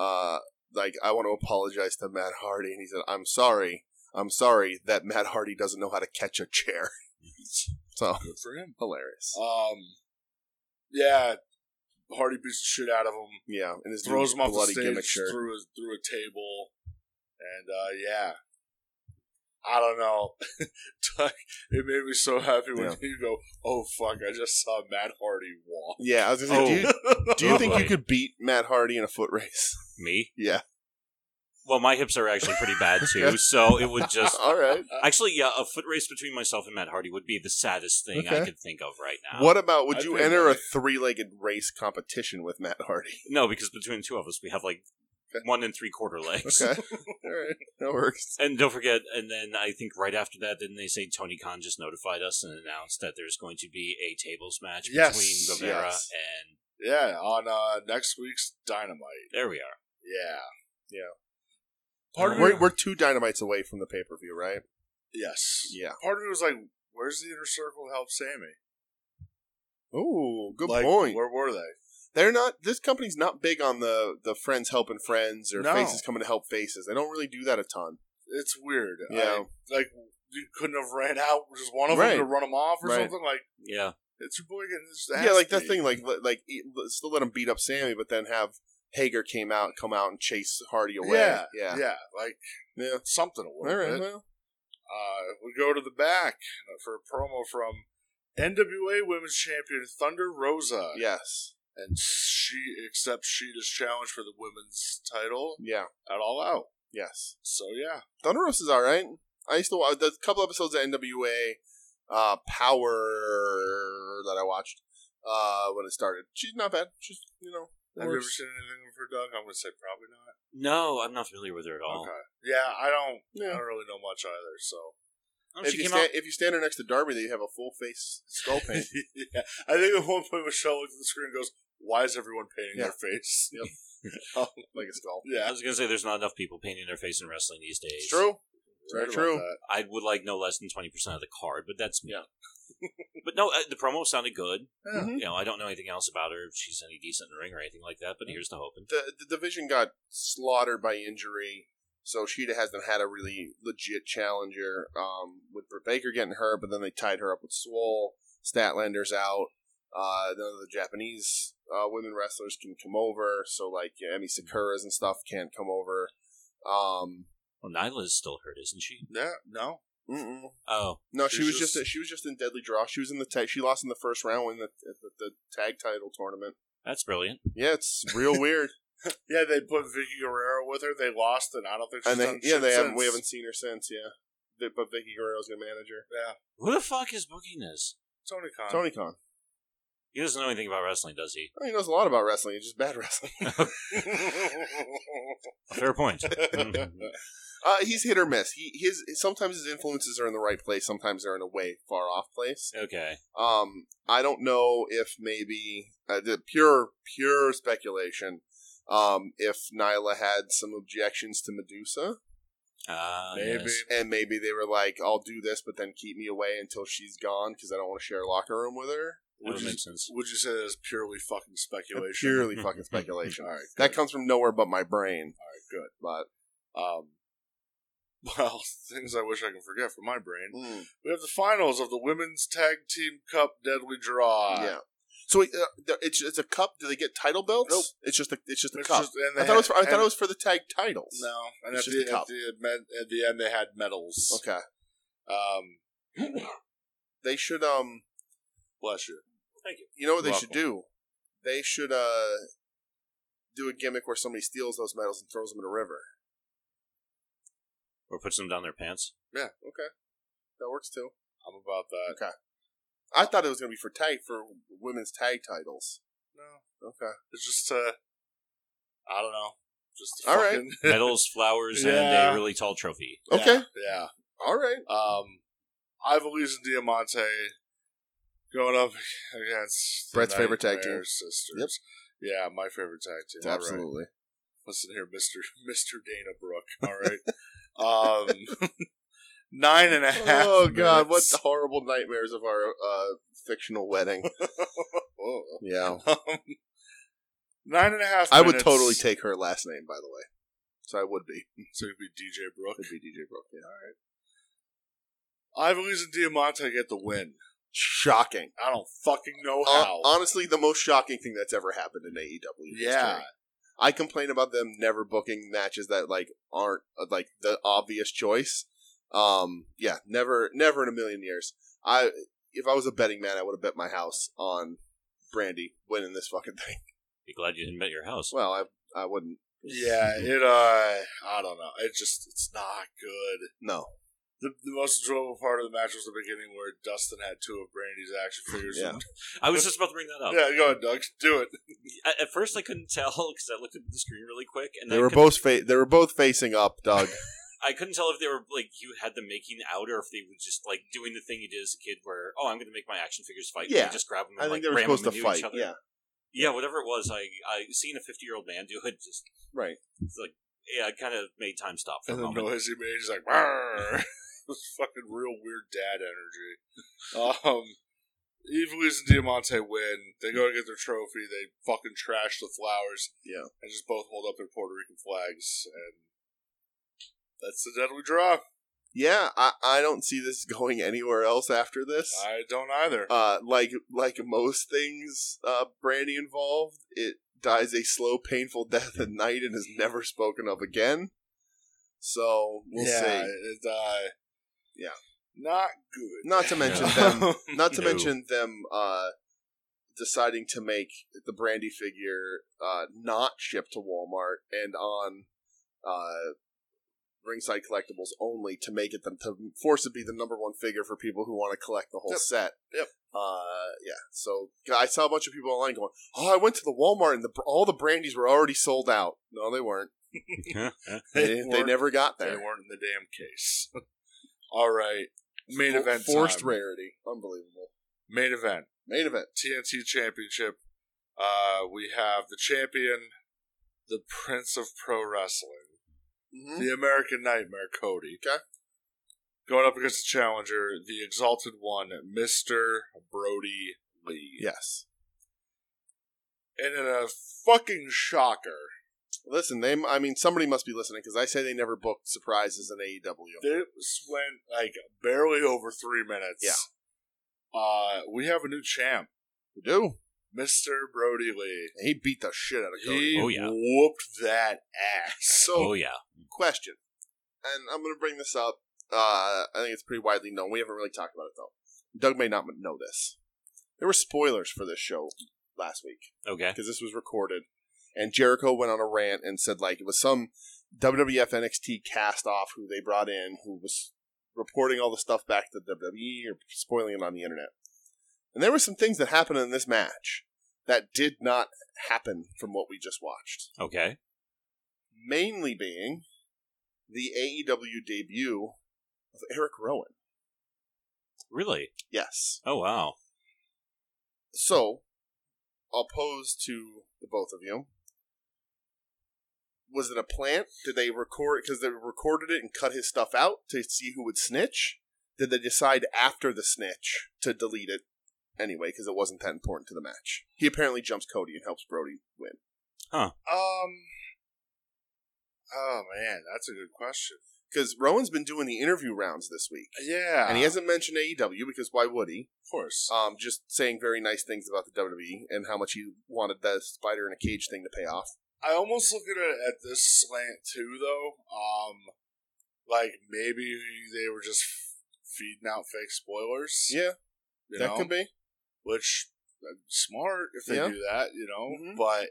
S1: uh, like, I want to apologize to Matt Hardy. And he said, I'm sorry. I'm sorry that Matt Hardy doesn't know how to catch a chair. So,
S2: Good for him.
S1: hilarious.
S2: Um, yeah, Hardy beats the shit out of him,
S1: yeah. And his new
S2: throws him off the
S1: bloody
S2: stage
S1: gimmick shirt.
S2: through a through a table, and uh, yeah. I don't know. it made me so happy when
S1: Yeah.
S2: you go, "Oh fuck! I just saw Matt Hardy walk."
S1: Yeah, I was going to say, do you, do you
S3: Oh,
S1: think you
S3: boy.
S1: could beat Matt Hardy in a foot race?
S3: me.
S1: Yeah.
S3: Well, my hips are actually pretty bad too, so it would just
S1: All right.
S3: actually, yeah, a foot race between myself and Matt Hardy would be the saddest thing
S1: Okay.
S3: I could think of right now.
S1: What about, would
S2: I
S1: you
S2: think-
S1: enter a three legged race competition with Matt Hardy?
S3: No, because between the two of us, we have like
S1: Okay.
S3: one and three quarter legs.
S1: Okay. All right. That works.
S3: And don't forget, and then I think right after that, didn't they say Tony Khan just notified us and announced that there's going to be a tables match
S2: Yes,
S3: between Guevara
S1: yes.
S3: and
S2: Yeah, on uh, next week's Dynamite.
S3: there we are.
S2: Yeah.
S1: Yeah.
S2: Part of
S1: We're,
S2: me-
S1: we're two dynamites away from the pay per view, right?
S2: yes.
S1: Yeah.
S2: Part of me was like, where's the inner circle to help Sammy?
S1: Oh, good
S2: Like,
S1: point.
S2: Where were they?
S1: They're not. This company's not big on the the friends helping friends or
S2: No.
S1: faces coming to help faces. They don't really do that a ton.
S2: It's weird.
S1: Yeah.
S2: I- like, you couldn't have ran out just one of
S1: Right.
S2: them to run them off or
S1: Right.
S2: something. Like,
S3: Yeah,
S2: it's your boy getting his ass
S1: yeah, like that
S2: beat.
S1: thing. Like let- like e- let- still let him beat up Sammy, but then have Hager came out come out and chase Hardy away. Yeah,
S2: Yeah,
S1: yeah.
S2: Yeah, like
S1: Yeah.
S2: something a
S1: All
S2: little
S1: right.
S2: bit.
S1: Well,
S2: Uh, we go to the back uh, for a promo from NWA Women's Champion Thunder Rosa.
S1: yes.
S2: And she accepts Sheeta's challenge for the women's title
S1: Yeah.
S2: at All Out.
S1: Yes.
S2: So yeah,
S1: Thunder Rosa is all right. I used to watch the couple episodes of NWA uh, Power that I watched uh, when it started. She's not bad. She's you know.
S2: have you ever
S1: works.
S2: seen anything of her, Doug? I'm gonna say probably not.
S3: no, I'm not familiar with her at all.
S2: Okay. Yeah, I don't.
S1: Yeah.
S2: I don't really know much either. So
S3: Oh,
S1: if,
S3: she
S1: you
S3: came
S1: stand,
S3: out.
S1: if you stand her next to Darby, they have a full face skull paint.
S2: yeah, I think at one point Michelle looked at the screen and goes, "Why is everyone painting
S1: Yeah.
S2: their face?"
S1: Yep.
S2: Um,
S1: like a skull.
S3: I
S2: yeah.
S3: was gonna say there's not enough people painting their face in wrestling these
S1: It's
S3: days.
S1: true. Very
S2: Right about
S1: true.
S2: that.
S3: I would like no less than twenty percent of the card, but that's me.
S2: Yeah.
S3: but no, uh, the promo sounded good.
S2: Yeah.
S1: Mhm.
S3: You know, I don't know anything else about her if she's any decent in the ring or anything like that. But here's the hoping.
S1: The, the division got slaughtered by injury, so Sheeta hasn't had a really legit challenger. Um, with Britt Baker getting hurt, but then they tied her up with Swole. Statlander's out. Uh, none of the Japanese uh, women wrestlers can come over, so like yeah, Emi Sakura's and stuff can't come over. Um,
S3: Well, Nyla is still hurt, isn't she?
S2: Yeah, no.
S1: mm-mm.
S3: Oh,
S1: No, she
S2: She's
S1: was just,
S2: just-
S1: she was just in deadly draw. She was in the tag. She lost in the first round in the, the the tag title tournament.
S3: that's brilliant.
S1: Yeah, it's real weird.
S2: Yeah, they put Vicky Guerrero with her. They lost, and I don't think she's
S1: and they,
S2: done
S1: yeah,
S2: shit
S1: they haven't
S2: since.
S1: we haven't seen her since. Yeah, They- but Vicky Guerrero's gonna manage her.
S2: Yeah,
S3: Who the fuck is booking this?
S2: Tony Khan.
S1: Tony Khan.
S3: He doesn't know anything about wrestling, does he?
S1: Oh, he knows a lot about wrestling. It's just bad wrestling.
S3: Fair point.
S1: uh, he's hit or miss. He his sometimes his influences are in the right place. Sometimes they're in a way far off place.
S3: okay.
S1: Um, I don't know if maybe uh, the pure pure speculation. Um, if Nyla had some objections to Medusa,
S3: Uh,
S2: Maybe.
S3: yes.
S1: and maybe they were like, "I'll do this, but then keep me away until she's gone because I don't want to share a locker room with her."
S3: That
S2: Would
S3: would
S2: you-
S3: make sense.
S2: Would you say that is purely fucking speculation?
S1: Purely fucking speculation.
S2: All right.
S1: That comes from nowhere but my brain.
S2: All right. Good.
S1: But
S2: Um, well, things I wish I can forget from my brain.
S1: Hmm.
S2: We have the finals of the Women's Tag Team Cup Deadly Draw.
S1: yeah. So uh, th- it's it's a cup. Do they get title belts?
S2: Nope.
S1: It's just a it's just a
S2: It's
S1: cup.
S2: just- and they
S1: I thought it was for, I
S2: had-
S1: thought it was for the tag titles.
S2: No, and at
S1: It's
S2: the,
S1: just a
S2: at,
S1: cup.
S2: the, med- at the end they had medals.
S1: Okay.
S2: Um,
S1: They should um.
S2: bless you.
S1: You know what they
S2: You're
S1: should do? They should uh do a gimmick where somebody steals those medals and throws them in a river.
S3: Or puts them down their pants.
S1: Yeah. Okay. That works too.
S2: I'm about that.
S1: I thought it was gonna be for tag for women's tag titles.
S2: No,
S1: Okay.
S2: it's just uh, I don't know. Just
S1: All right.
S2: fucking,
S3: Medals, flowers, and
S2: Yeah.
S3: a really tall trophy.
S1: Okay.
S2: Yeah.
S1: All right.
S2: Um, I believe in Diamante going up against the
S1: Brett's favorite tag
S2: Nightmare
S1: team.
S2: Sisters. Yeah, my favorite tag team. All right. Listen here, Mister Mister Dana Brooke. All right. um, nine and a half.
S1: Oh god, what
S2: minutes.
S1: horrible nightmares of our uh, fictional wedding. Oh.
S2: Whoa.
S1: yeah.
S2: Um, nine and a half.
S1: I would
S2: minutes.
S1: totally take her last name, by the way. So I would be.
S2: So it'd be DJ Brooke.
S1: Could be DJ Brooke. Yeah.
S2: I believe in Diamante get the win.
S1: Shocking.
S2: I don't fucking know
S1: Hon-
S2: how.
S1: honestly, the most shocking thing that's ever happened in AEW. history.
S2: yeah,
S1: I complain about them never booking matches that like aren't uh, like the obvious choice. Um, yeah, never, never in a million years. I if I was a betting man, I would have bet my house on Brandy winning this fucking thing.
S3: Be glad you didn't bet your house.
S1: Well, I I wouldn't.
S2: yeah. It. Uh, I don't know. It just. It's not good.
S1: No,
S2: The, the most enjoyable part of the match was the beginning where Dustin had two of Brandy's action figures.
S1: Yeah.
S2: and-
S3: I was just about to bring that up.
S2: yeah. Go ahead, Doug. Do it.
S3: At, at first, I couldn't tell because I looked at the screen really quick, and
S1: they
S3: I
S1: were
S3: couldn't-
S1: both fa- they were both facing up, Doug.
S3: I couldn't tell if they were like you had them making out or if they were just like doing the thing you did as a kid, where oh, I'm going to make my action figures fight. and
S1: Yeah.
S3: you just grab them. And,
S1: I think
S3: like,
S1: they were
S3: ram 'em
S1: supposed to
S3: into
S1: fight.
S3: Each other.
S1: Yeah,
S3: yeah, whatever it was. I I seen a 50 year old man do it. Just
S1: right.
S3: it's like yeah, it kind of made time stop for
S2: And
S3: a
S2: the
S3: moment.
S2: noise he made, he's like, "Brrr." it was fucking real weird dad energy. Um, Evilise and Diamante win. They go to get their trophy. They fucking trash the flowers.
S1: Yeah.
S2: And just both hold up their Puerto Rican flags. And that's the deadly draw.
S1: Yeah, I, I don't see this going anywhere else after this.
S2: I don't either.
S1: Uh, like like most things, uh, Brandy involved, it dies a slow, painful death at night and is never spoken of again. So we'll see.
S2: It, uh,
S1: Yeah.
S2: Not good.
S1: Not to mention
S3: Yeah.
S1: them. Not to
S3: No.
S1: mention them. Uh, deciding to make the Brandy figure uh, not shipped to Walmart and on uh, Ringside Collectibles only to make it them to force it be the number one figure for people who want to collect the whole
S2: Yep.
S1: set.
S2: Yep.
S1: Uh, yeah. So I saw a bunch of people online going, "Oh, I went to the Walmart and the all the Brandies were already sold out." No, they weren't. They, they
S2: weren't-
S1: never got
S2: They
S1: there.
S2: weren't in the damn case. All right. Main
S1: Fo-
S2: event.
S1: forced
S2: time.
S1: rarity. Unbelievable.
S2: Main event.
S1: Main event.
S2: TNT Championship, uh, we have the champion, the Prince of Pro Wrestling,
S1: Mhm.
S2: Mm-hmm. the American Nightmare, Cody.
S1: Okay.
S2: Going up against the challenger, the exalted one, Mr. Brody Lee.
S1: Yes.
S2: And in a fucking shocker,
S1: Listen, they. I mean, somebody must be listening because I say they never booked surprises in E AEW.
S2: this went like barely over three minutes. Yeah. Uh, we have a new champ,
S1: We do.
S2: Mr. Brody Lee.
S1: And he beat the shit out of Cody.
S2: He
S3: Oh, yeah.
S2: whooped that ass.
S1: So
S3: Oh yeah.
S1: question, and I'm going to bring this up. Uh, I think it's pretty widely known. We haven't really talked about it though. Doug may not know this. There were spoilers for this show last week
S3: Okay.
S1: because this was recorded, and Jericho went on a rant and said like it was some WWF NXT cast off who they brought in who was reporting all the stuff back to WWE or spoiling it on the internet. And there were some things that happened in this match that did not happen from what we just watched
S3: Okay.
S1: mainly being the AEW debut of Eric Rowan.
S3: Really?
S1: Yes.
S3: Oh wow.
S1: So, I'll pose to the both of you. Was it a plant? Did they record because they recorded it and cut his stuff out to see who would snitch? Did they decide after the snitch to delete it anyway because it wasn't that important to the match? He apparently jumps Cody and helps Brody win.
S2: Um. Oh man, that's a good question.
S1: Because Rowan's been doing the interview rounds this week,
S2: Yeah,
S1: and he hasn't mentioned AEW because why would he?
S2: of course. Uh,
S1: um, just saying very nice things about the WWE and how much he wanted that spider in a cage thing to pay off.
S2: I almost look at it at this slant too, though. Um, like maybe they were just feeding out fake spoilers.
S1: Yeah,
S2: you
S1: that
S2: know?
S1: could be.
S2: which uh, smart if they
S1: Yeah.
S2: do that, you know.
S1: Mhm.
S2: But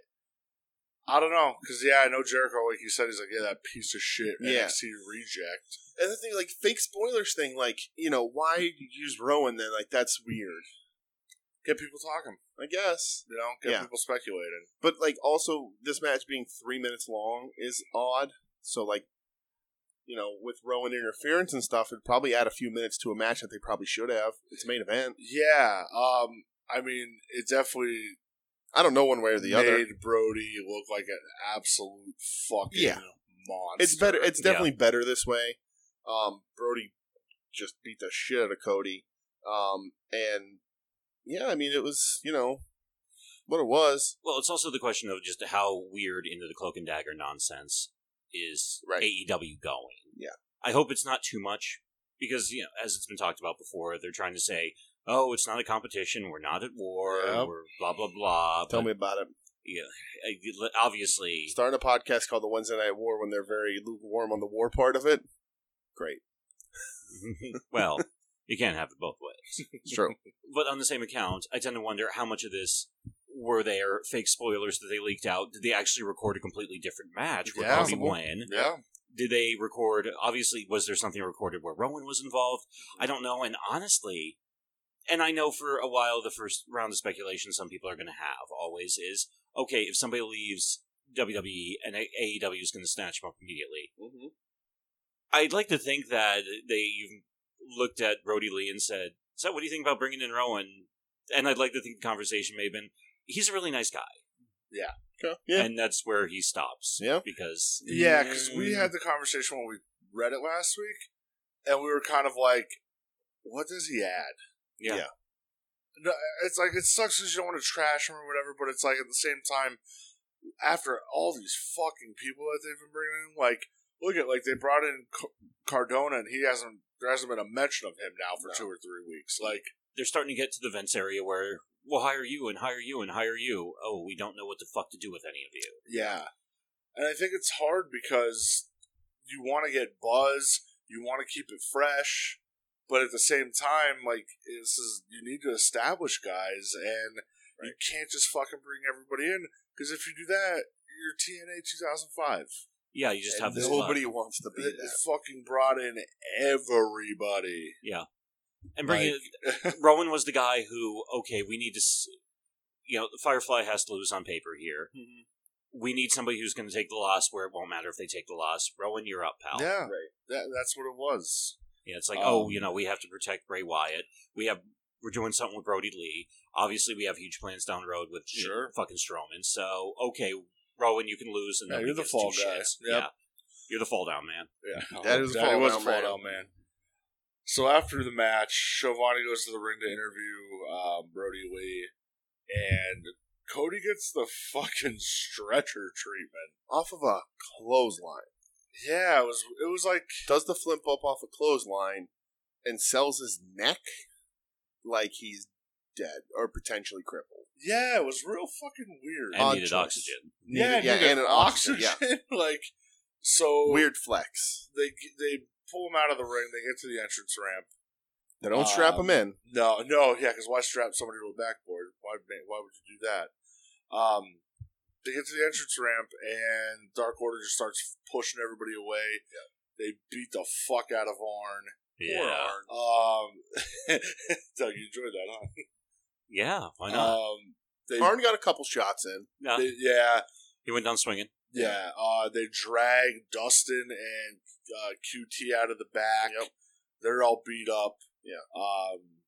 S2: I don't know, because yeah, I know Jericho, like you said, he's like, yeah, that piece of shit
S1: Yeah.
S2: NXT reject.
S1: And the thing, like fake spoilers thing, like you know, why use Rowan? Then like that's weird,
S2: Get people talking,
S1: I guess.
S2: you know. Get
S1: Yeah.
S2: people speculating.
S1: But like also this match being three minutes long is odd. So like, you know, with Rowan interference and stuff, it'd probably add a few minutes to a match that they probably should have. It's main event.
S2: Yeah. Um. I mean, it definitely
S1: I don't know one way or the
S2: made
S1: other.
S2: Brody look like an absolute fucking
S1: Yeah.
S2: monster.
S1: It's better. It's
S3: Yeah.
S1: definitely better this way. Um, Brody just beat the shit out of Cody. Um, and yeah, I mean, it was you know what it was.
S3: Well, it's also the question of just how weird into the cloak and dagger nonsense is
S1: Right.
S3: AEW going.
S1: Yeah.
S3: I hope it's not too much because you know, as it's been talked about before, they're trying to say, "Oh, it's not a competition. We're not at war.
S1: Yep.
S3: We're blah blah blah."
S1: Tell
S3: But,
S1: me about it.
S3: uh, you- obviously,
S1: Starting a podcast called the Wednesday Night War when they're very lukewarm on the war part of it. Great,
S3: well, you can't have it both ways.
S1: it's true.
S3: But on the same account, I tend to wonder how much of this were there fake spoilers that they leaked out. Did they actually record a completely different match where
S2: Yeah.
S3: Cody won?
S2: Yeah.
S3: did they record obviously was there something recorded where rowan was involved i don't know and honestly and i know for a while the first round of speculation some people are going to have always is okay if somebody leaves wwe and A- aew is going to snatch them up immediately
S2: Mm-hmm.
S1: Mhm.
S3: i'd like to think that they looked at Brody lee and said so what do you think about bringing in rowan and i'd like to think the conversation may have been he's a really nice guy
S1: Okay. Yeah,
S3: and that's where he stops
S1: Yeah.
S3: because Mm,
S2: Yeah, because we had the conversation when we read it last week, and we were kind of like, "What does he add?"
S3: yeah,
S1: yeah.
S2: No, It's like it sucks because you don't want to trash him or whatever, but it's like at the same time, after all these fucking people that they've been bringing in, like look at like they brought in C- Cardona, and he hasn't there hasn't been a mention of him now for
S1: No.
S2: two or three weeks. Like
S3: they're starting to get to the vents area where we'll hire you and hire you and hire you. Oh, we don't know what the fuck to do with any of you.
S2: Yeah. And I think it's hard because you want to get buzz, you want to keep it fresh, but at the same time, like, this is, you need to establish guys, and you can't just fucking bring everybody in, because if you do that, you're TNA 2005.
S3: Yeah, you just
S1: And
S3: have this. luck.
S1: nobody wants to be
S2: It
S1: that.
S2: fucking brought in everybody.
S3: And bring it, Rowan was the guy who okay, we need to. s- You know, Firefly has to lose on paper here. We need somebody who's going to take the loss where it won't matter if they take the loss. Rowan, you're up, pal.
S2: Yeah.
S1: Right.
S2: That, that's what it was.
S3: Yeah, it's like,
S2: Um,
S3: oh, you know, we have to protect Bray Wyatt. We have we're doing something with Brody Lee. Obviously, we have huge plans down the road with you know,
S2: Sure.
S3: fucking Strowman. So, okay, Rowan, you can lose, and
S2: Yeah,
S3: nobody
S2: you're the
S3: gives two
S2: fall guy.
S3: shits.
S2: Yep.
S3: Yeah, you're the fall down man.
S2: Yeah.
S1: That is a fall down, man.
S2: down, man. So after the match, Shovani goes to the ring to interview um, Brody Lee, and Cody gets the fucking stretcher treatment.
S1: Off of a clothesline.
S2: Yeah, it was it was like
S1: Does the flip up off a clothesline and sells his neck like he's dead or potentially crippled.
S2: yeah, it was real fucking weird.
S3: And
S1: Odd
S3: needed
S1: choice.
S3: oxygen.
S2: yeah,
S1: yeah,
S2: dude,
S1: and an oxygen,
S2: like so
S1: Weird flex.
S2: They they pull him out of the ring. They get to the entrance ramp.
S1: They don't strap
S2: Um,
S1: him in.
S2: No, no, yeah, because why strap somebody to a backboard? Why ma- why would you do that? Um, they get to the entrance ramp, and Dark Order just starts pushing everybody away. They beat the fuck out of Arn.
S3: Yeah.
S2: Um, Doug, you enjoyed that, huh?
S3: Yeah. Why not?
S2: Um, they,
S1: Arn got a couple shots in.
S3: yeah.
S2: they- yeah,
S3: He went down swinging.
S2: yeah. Uh, they drag Dustin and uh, QT out of the back.
S1: Yep.
S2: They're all beat up.
S1: Yeah.
S2: Um,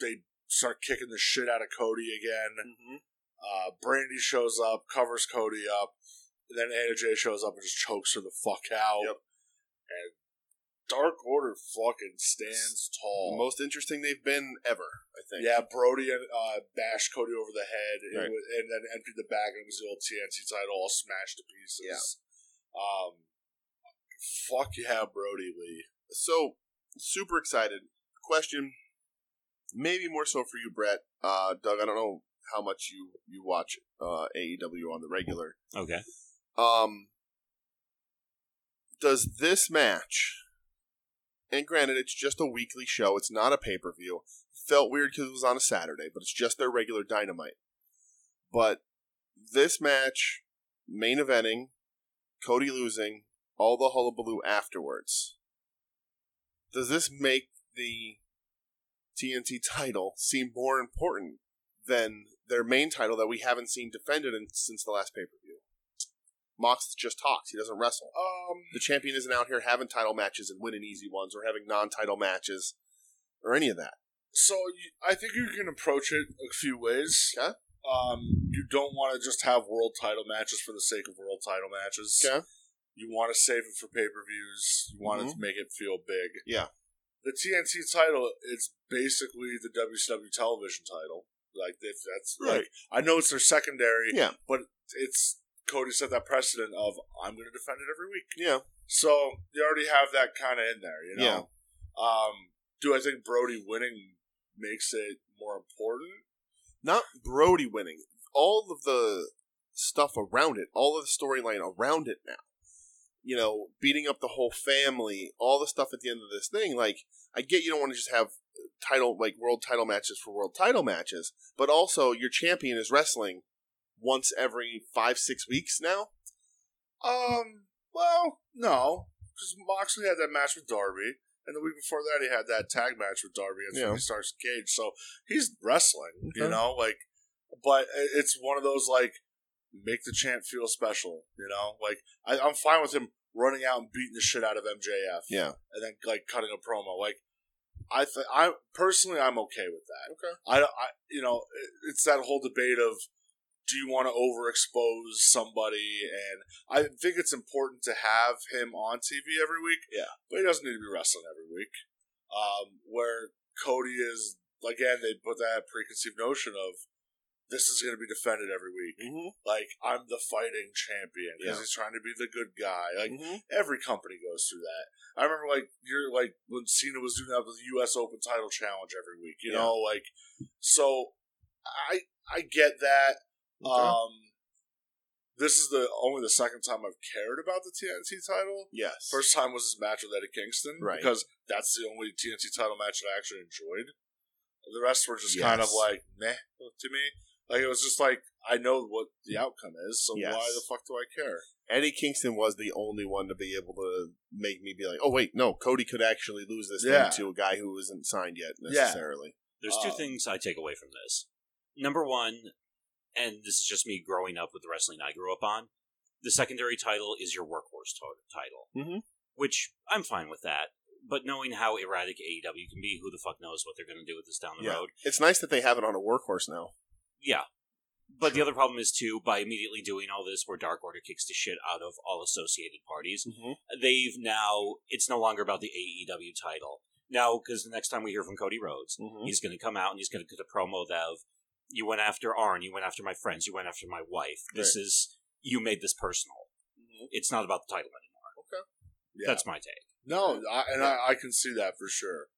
S2: they start kicking the shit out of Cody again.
S1: Mm-hmm.
S2: Uh, Brandy shows up, covers Cody up. And then Anna J shows up and just chokes her the fuck out.
S1: Yep.
S2: And Dark Order fucking stands
S1: The
S2: tall.
S1: most interesting they've been ever, I think.
S2: Yeah, Brody and uh, bashed Cody over the head, It
S1: Right.
S2: was- and then emptied the bag, and it was the old TNT title all smashed to pieces.
S1: Yeah.
S2: Um, fuck yeah, Brody Lee.
S1: So super excited. Question, maybe more so for you, Brett. Uh, Doug, I don't know how much you you watch uh, AEW on the regular.
S3: Okay.
S1: Um, does this match, and granted, it's just a weekly show, it's not a pay per view. Felt weird because it was on a Saturday, but it's just their regular dynamite. But this match, main eventing, Cody losing, all the hullabaloo afterwards. Does this make the TNT title seem more important than their main title that we haven't seen defended in, since the last pay per view? Mox just talks. He doesn't wrestle.
S2: Um,
S1: The champion isn't out here having title matches and winning easy ones or having non title matches or any of that.
S2: so you, I think you can approach it a few ways.
S1: Okay.
S2: Um, you don't want to just have world title matches for the sake of world title matches.
S1: Okay.
S2: You want to save it for pay per views. You want to make it feel big.
S1: Mm-hmm. Yeah.
S2: The TNT title, it's basically the WCW television title. Like if that's like,
S1: Right.
S2: I know it's their secondary.
S1: Yeah.
S2: But it's Cody set that precedent of I'm going to defend it every week.
S1: Yeah.
S2: So you already have that kind of in there. You know.
S1: Yeah.
S2: Um, do I think Brody winning makes it more important?
S1: Not Brody winning. All of the stuff around it, all of the storyline around it now. You know, beating up the whole family, all the stuff at the end of this thing. Like, I get you don't want to just have title, like world title matches for world title matches, but also your champion is wrestling once every five, six weeks now.
S2: Um, well, no, because Moxley had that match with Darby, and the week before that he had that tag match with Darby and
S1: Yeah. Uh-huh.
S2: he starts Cage. So he's wrestling, you
S1: Okay.
S2: know, like, but i- it's one of those like make the champ feel special, you know. Like I, I'm fine with him running out and beating the shit out of MJF,
S1: Yeah.
S2: and then like cutting a promo. Like I, th- I personally, I'm okay with that. Okay, I, I you know, it- it's that whole debate of do you want to overexpose somebody, and I think it's important to have him on TV every week.
S1: Yeah.
S2: but he doesn't need to be wrestling every week. Um, where Cody is again, they put that preconceived notion of this is going to be defended every week.
S1: Mm-hmm.
S2: Like I'm the fighting champion because
S1: Yeah.
S2: he's trying to be the good guy. Like
S1: mm-hmm.
S2: every company goes through that. I remember like you're like when Cena was doing that with the U.S. Open title challenge every week. You
S1: Yeah.
S2: know, like so I I get that.
S1: Okay.
S2: Um, this is the only the second time I've cared about the TNT title.
S1: Yes.
S2: First time was his match with Eddie Kingston,
S1: Right.
S2: Because that's the only TNT title match that I actually enjoyed. The rest were just kind of
S1: Yes.
S2: like meh to me. Like it was just like I know what the outcome is, so
S1: Yes.
S2: why the fuck do I care?
S1: Eddie Kingston was the only one to be able to make me be like, oh wait, no, Cody could actually lose this
S2: Yeah.
S1: thing to a guy who isn't signed yet
S2: Yeah.
S1: necessarily.
S3: There's two
S2: Um,
S3: things I take away from this. Number one, and this is just me growing up with the wrestling I grew up on, the secondary title is your workhorse to- title,
S1: Mhm.
S3: which I'm fine with that. But knowing how erratic AEW can be, who the fuck knows what they're going to do with this down the
S1: Yeah.
S3: road?
S1: It's nice that they have it on a workhorse now.
S3: Yeah. But the other problem is too, by immediately doing all this, where Dark Order kicks the shit out of all associated parties,
S1: Mm-hmm.
S3: they've now it's no longer about the AEW E title. Now, because the next time we hear from Cody Rhodes,
S1: Mm-hmm.
S3: he's going to come out and he's going to get a promo of, "You went after Arn. You went after my friends. You went after my wife. This is you made this personal. It's not about the title anymore."
S1: Okay.
S2: Yeah.
S3: That's my take.
S2: No, I, and I, I can see that for sure.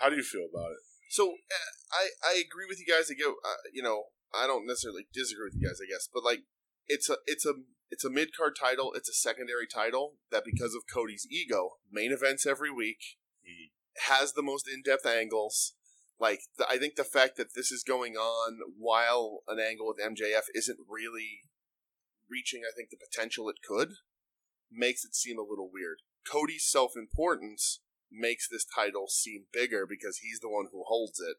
S2: How do you feel about it?
S1: So uh, I I agree with you guys. I go, uh, you know, I don't necessarily disagree with you guys. I guess, but like, it's a it's a it's a mid card title. It's a secondary title that because of Cody's ego, main events every week,
S3: Mhm.
S2: Mm-hmm.
S1: has the most in depth angles. Like, the, I think the fact that this is going on while an angle with MJF isn't really reaching, I think, the potential it could, makes it seem a little weird. Cody's self importance makes this title seem bigger because he's the one who holds it.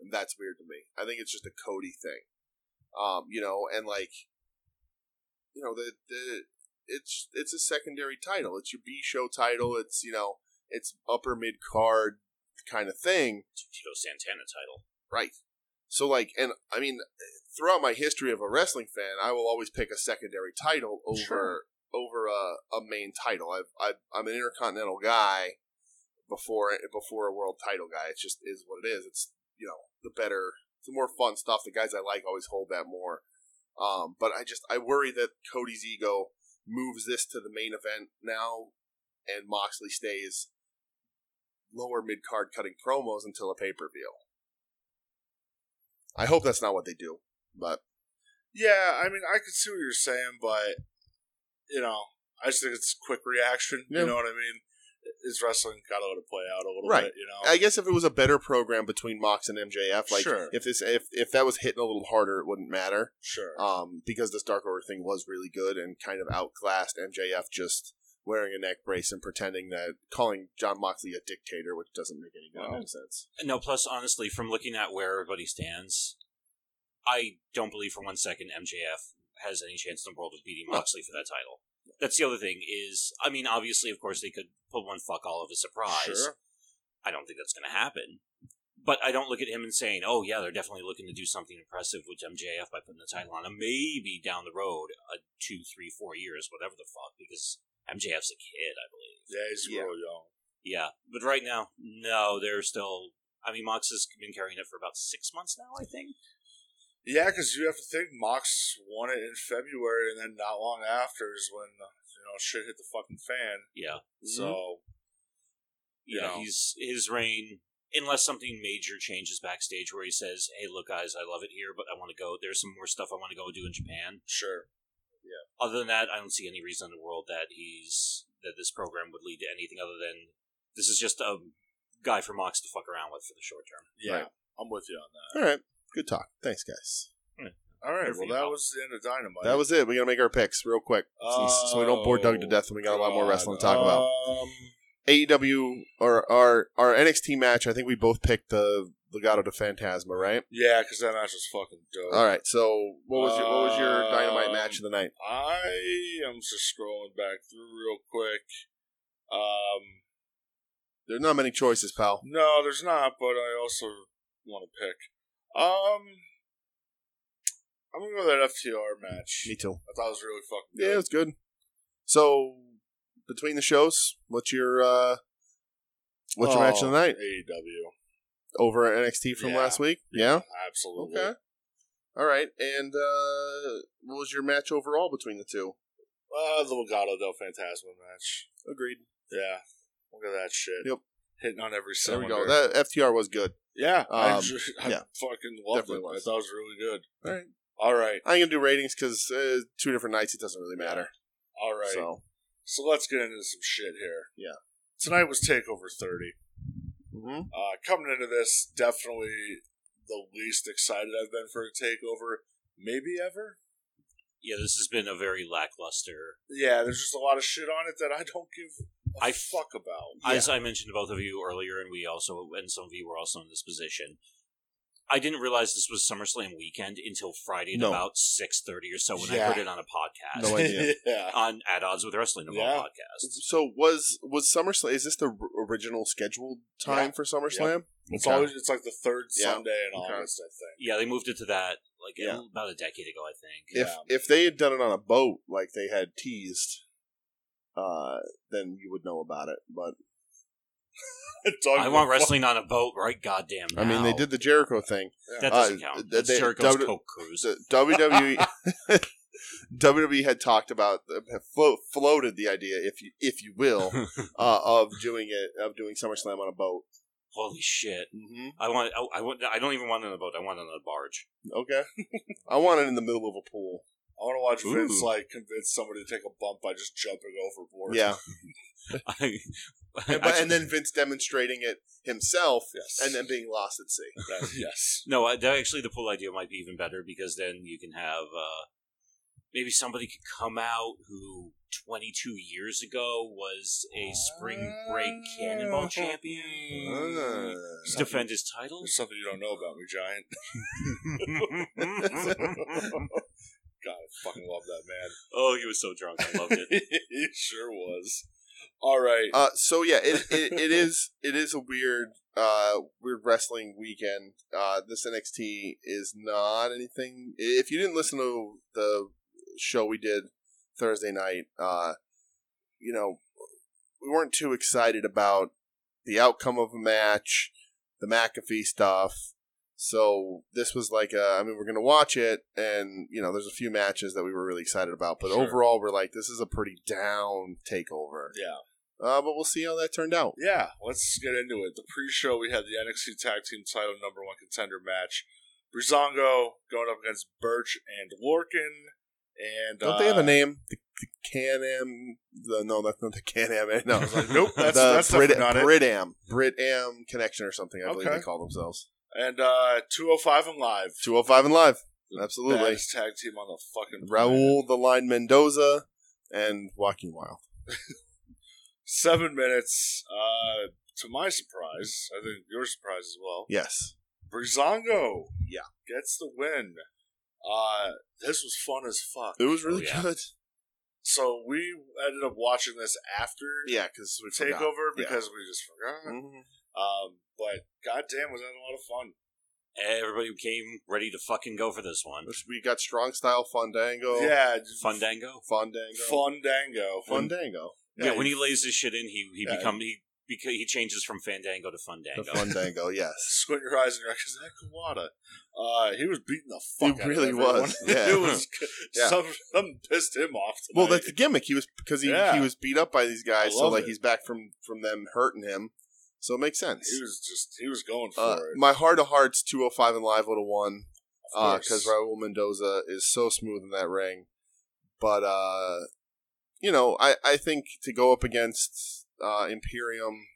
S1: And that's weird to me. I think it's just a Cody thing. Um, you know, and like you know, the the it's it's a secondary title. It's your B show title. It's, you know, it's upper mid card kind of thing.
S3: Tito Santana title.
S1: Right. So like, and I mean, throughout my history of a wrestling fan, I will always pick a secondary title over
S2: Sure.
S1: over a, a main title. I've, I've I'm an intercontinental guy before before a world title guy. It just is what it is. It's you know the better, the more fun stuff. The guys I like always hold that more. Um, but I just I worry that Cody's ego moves this to the main event now, and Moxley stays lower mid card cutting promos until a pay per view. I hope that's not what they do, but
S2: Yeah, I mean, I can see what you're saying, but you know, I just think it's quick reaction.
S1: Yeah.
S2: You know what I mean? It's wrestling got to let it play out a little
S1: Right.
S2: bit. You know,
S1: I guess if it was a better program between Mox and MJF, like
S2: Sure.
S1: if this if if that was hitting a little harder, it wouldn't matter.
S2: sure.
S1: Um, because this Dark Order thing was really good and kind of outclassed MJF just wearing a neck brace and pretending that calling John Moxley a dictator, which doesn't make any goddamn
S2: Well.
S1: sense.
S3: No, plus honestly, from looking at where everybody stands, I don't believe for one second MJF has any chance in the world of beating Moxley for that title. That's the other thing is, I mean, obviously, of course, they could pull one fuck all of a surprise.
S2: Sure.
S3: I don't think that's going to happen. But I don't look at him and saying, "Oh yeah, they're definitely looking to do something impressive with MJF by putting the title on him." Maybe down the road, uh, two, three, four years, whatever the fuck, because MJF's a kid, I believe.
S2: Yeah, he's
S1: Yeah.
S2: real young.
S3: Yeah, but right now, no, they're still. I mean, Mox has been carrying it for about six months now, I think.
S2: Yeah, because you have to think Mox won it in February, and then not long after is when you know shit hit the fucking fan.
S3: Yeah,
S1: Mm-hmm.
S2: So Yeah.
S3: yeah. He's his reign, unless something major changes backstage, where he says, "Hey, look, guys, I love it here, but I want to go. There's some more stuff I want to go do in Japan."
S2: sure,
S3: Other than that, I don't see any reason in the world that he's that this program would lead to anything other than this is just a guy for Mox to fuck around with for the short term.
S2: yeah,
S1: Right.
S2: I'm with you on that.
S1: All right, good talk. Thanks, guys.
S2: All right,
S3: Good for
S2: Hmm. well
S3: you,
S2: that
S3: pal.
S2: was the end of Dynamite.
S1: That was it. We gotta make our picks real quick, since- so we don't bore Doug to death, and we got a lot more wrestling to talk about.
S2: Um,
S1: AEW or our our NXT match. I think we both picked the Legado de Fantasma, right?
S2: yeah, because that match was fucking dope.
S1: All right. So what was your what was your dynamite
S2: Um,
S1: match of the night?
S2: I am just scrolling back through real quick. Um,
S1: There's not many choices, pal.
S2: no, there's not, but I also want to pick. Um, I'm gonna go with that FTR match.
S1: Me too.
S2: I thought it was really fucking
S1: Yeah, it
S2: good.
S1: was good. So between the shows, what's your uh what's your match of the
S2: Oh,
S1: night
S2: AEW.
S1: over at NXT from
S2: Yeah.
S1: last week? Yeah.
S2: Absolutely.
S1: Okay. All right. And uh what was your match overall between the two?
S2: Uh, the Legado del Fantasma match.
S1: Agreed.
S2: Yeah. Look at that shit.
S1: Yep.
S2: Hitting on every
S1: There
S2: cylinder.
S1: we go. That FTR was good.
S2: yeah. I,
S1: Um,
S2: ju- I
S1: yeah.
S2: fucking loved
S1: Definitely
S2: it.
S1: was.
S2: I thought it was really good.
S1: All right.
S2: All right.
S1: I'm gonna do ratings because uh, two different nights. It doesn't really matter.
S2: All right. So,
S1: So
S2: let's get into some shit here.
S1: Yeah.
S2: Tonight was Takeover 30.
S1: mhm.
S2: Uh, coming into this, definitely the least excited I've been for a Takeover, maybe ever.
S3: Yeah, this has been a very lackluster.
S2: Yeah, there's just a lot of shit on it that I don't give a
S3: I-
S2: fuck about.
S3: As I mentioned to both of you earlier, and we also, and some of you were also in this position. I didn't realize this was SummerSlam weekend until Friday at
S1: No.
S3: about six thirty or so when I
S2: Yeah.
S3: heard it on a podcast.
S1: No idea.
S2: yeah.
S3: on at odds with wrestling of
S2: Yeah.
S3: all podcasts.
S1: So was was SummerSlam? Is this the r- original scheduled time
S2: Yeah.
S1: for SummerSlam?
S2: It's
S1: Okay.
S2: always it's like the third
S1: Yeah.
S2: Sunday in
S1: Okay.
S2: August, I think.
S3: Yeah, they moved it to that like
S1: Yeah.
S3: about a decade ago, I think.
S1: if if they had done it on a boat like they had teased uh then you would know about it but
S3: I want wrestling on a boat right goddamn now.
S1: I mean, they did the Jericho thing.
S3: That doesn't
S1: uh,
S3: count.
S1: they-
S3: That's
S1: they-
S3: Jericho's
S1: W- E
S3: Coke Cruise.
S1: So WWE WWE E had talked about uh, had flo- floated the idea, if you if you will, uh, of doing it of doing SummerSlam on a boat.
S3: Holy shit.
S1: Mm-hmm.
S3: I want, I, I want, I don't even want it on a boat. I want it on a barge.
S1: Okay, I want it in the middle of a pool.
S2: I want to watch
S3: Ooh.
S2: Vince like convince somebody to take a bump by just jumping overboard.
S1: Yeah,
S3: I,
S1: and, but, and then Vince demonstrating it himself,
S2: Yes.
S1: and then being lost at sea.
S2: That- yes.
S3: no, I- that- actually, the pool idea might be even better because then you can have uh, maybe somebody could come out who 22 years ago was a spring break cannonball champion,
S1: Ah. Mm-hmm.
S2: Mm.
S3: just defend his title.
S2: There's something you don't know about me, Giant. God, I fucking love that man.
S3: oh, he was so drunk. I loved it.
S2: he sure was. All right.
S1: Uh, so yeah, it, it, it is it is a weird uh, weird wrestling weekend. Uh, this NXT is not anything. If you didn't listen to the show we did Thursday night, uh, you know we weren't too excited about the outcome of a match, the McAfee stuff. So this was like, a, I mean, we're gonna watch it, and you know, there's a few matches that we were really excited about, but
S2: Sure.
S1: overall, we're like, this is a pretty down takeover.
S2: yeah.
S1: Uh, but we'll see how that turned out.
S2: Yeah, let's get into it. The pre-show, we had the NXT Tag Team Title Number One Contender match. Brizongo going up against Birch and Lorkin. And
S1: Don't they have
S2: uh,
S1: a name? The, the Can Am. The, no, that's not the Can Am. No,
S2: I was like, nope, that's,
S1: the
S2: that's
S1: Brit,
S2: definitely not it.
S1: Brit Am. Brit Am Connection or something, I believe
S2: Okay.
S1: they call themselves.
S2: And uh, 205 and live.
S1: 205 and Live. Absolutely.
S2: Baddest tag team on the fucking planet.
S1: Raul, the Line Mendoza, and Walking Wild.
S2: Seven minutes. Uh, to my surprise, I think your surprise as well.
S1: Yes.
S2: Brizongo,
S1: Yeah.
S2: gets the win. Uh, this was fun as fuck.
S1: It was really
S2: Oh,
S3: yeah.
S1: good.
S2: So we ended up watching this after
S1: Yeah, because we
S2: takeover
S1: forgot. Yeah.
S2: because we just forgot.
S1: Mhm.
S2: Um, but goddamn, was that a lot of fun?
S3: Everybody came ready to fucking go for this one.
S1: We got Strong Style Fandango.
S2: yeah,
S3: Fundango.
S1: Fandango.
S2: Fundango.
S1: Fandango.
S3: Yeah, when he lays his shit in, he he
S2: Yeah.
S3: become he beca- he changes from Fandango to Fundango.
S1: The Fandango, yes.
S2: Squint your eyes and you're like, is that Kawada? Uh, he was beating the fuck.
S1: He
S2: out
S1: really
S2: of everyone.
S1: was, yeah.
S2: it was.
S1: Yeah.
S2: Some, some pissed him off. Tonight.
S1: Well, that's the gimmick. He was because he,
S2: Yeah.
S1: he was beat up by these
S2: I
S1: guys, so
S2: love
S1: like
S2: it.
S1: he's back from from them hurting him. So it makes sense.
S2: he was just he was going for
S1: Uh,
S2: it.
S1: my heart of hearts, two hundred five and live oh would have won
S2: Of
S1: because
S2: course.
S1: uh, Raul Mendoza is so smooth in that ring. But uh, you know, I I think to go up against uh, Imperium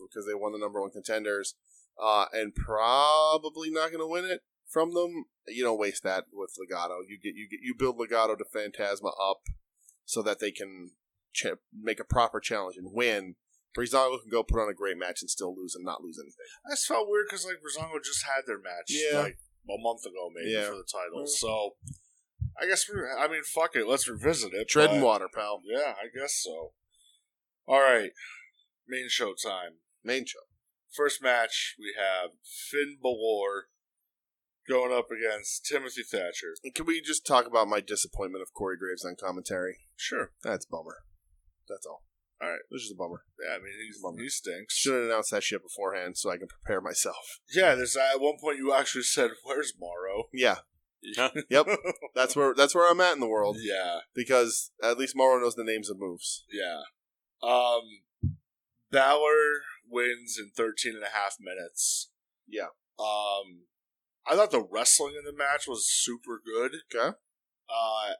S1: because they won the number one contenders uh, and probably not going to win it from them. You don't waste that with Legato. You get you get you build Legato to Phantasma up so that they can ch- make a proper challenge and win. Breezango can go put on a great match and still lose and not lose anything.
S2: I just felt weird because like Brazongo just had their match
S1: Yeah.
S2: like a month ago maybe
S1: Yeah.
S2: for the title.
S1: Well.
S2: So I guess we're I mean fuck it, let's revisit it.
S1: Tread
S2: but-
S1: and water, pal.
S2: Yeah, I guess so. All right, main show time.
S1: Main show.
S2: First match we have Finn Balor going up against Timothy Thatcher.
S1: And Can we just talk about my disappointment of Corey Graves on commentary?
S2: Sure.
S1: That's a bummer. That's all.
S2: All right.
S1: It was just a bummer.
S2: Yeah, I mean he's,
S1: Bummer.
S2: he stinks.
S1: Should have announced that shit beforehand so I can prepare myself.
S2: Yeah, there's at one point you actually said, "Where's Morrow?"
S1: Yeah,
S3: Yeah.
S1: yep. That's where that's where I'm at in the world
S2: Yeah,
S1: because at least Morrow knows the names of moves.
S2: yeah. Um, Balor wins in 13 and a half minutes.
S1: Yeah.
S2: Um, I thought the wrestling in the match was super good.
S1: Okay.
S2: Uh,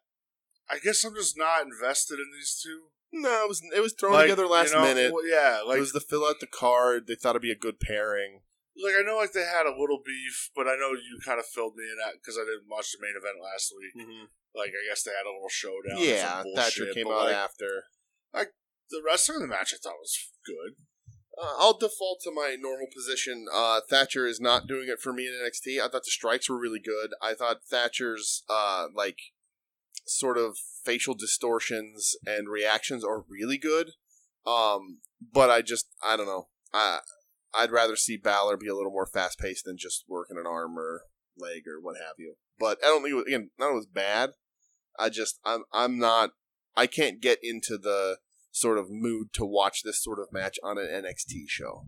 S2: I guess I'm just not invested in these two.
S1: No, it was it was thrown
S2: Like,
S1: together last
S2: you know,
S1: minute.
S2: well, yeah, like
S1: it was to fill out the card. They thought it'd be a good pairing.
S2: like I know like they had a little beef, but I know you kind of filled me in because I didn't watch the main event last week. Like I guess they had a little showdown. or
S1: Mm-hmm. Yeah,
S2: some
S1: Thatcher
S2: bullshit,
S1: came
S2: but,
S1: out
S2: like,
S1: after.
S2: the wrestling in the match. I thought was good.
S1: Uh, I'll default to my normal position. Uh, Thatcher is not doing it for me in NXT. I thought the strikes were really good. I thought Thatcher's uh, like sort of facial distortions and reactions are really good. Um, but I just I don't know. I I'd rather see Balor be a little more fast paced than just working an arm or leg or what have you. But I don't think it was, again not it was bad. I just I'm I'm not I can't get into the sort of mood to watch this sort of match on an NXT show.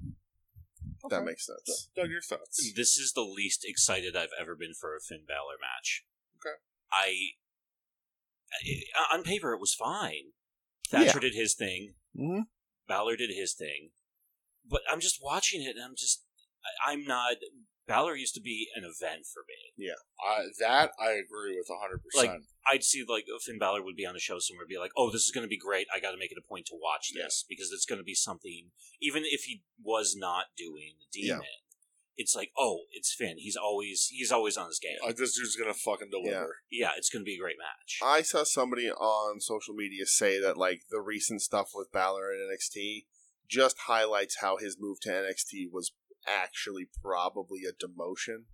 S1: That makes sense.
S2: Doug, your thoughts?
S3: This is the least excited I've ever been for a Finn Balor match.
S2: Okay.
S3: I, I on paper it was fine. Thatcher did his thing.
S1: Mm-hmm.
S3: Balor did his thing. But I'm just watching it, and I'm just I- I'm not. Balor used to be an event for me.
S2: I, that I agree with 100%.
S3: Like, I'd see like Finn Balor would be on a show somewhere, be like, "Oh, this is going to be great. I got to make it a point to watch this because it's going to be something." Even if he was not doing the
S1: Yeah.
S3: demon, it's like, "Oh, it's Finn. He's always he's always on his game."
S2: like, this dude's going to fucking deliver.
S3: yeah, it's going to be a great match.
S1: I saw somebody on social media say that like the recent stuff with Balor and NXT just highlights how his move to NXT was actually probably a demotion.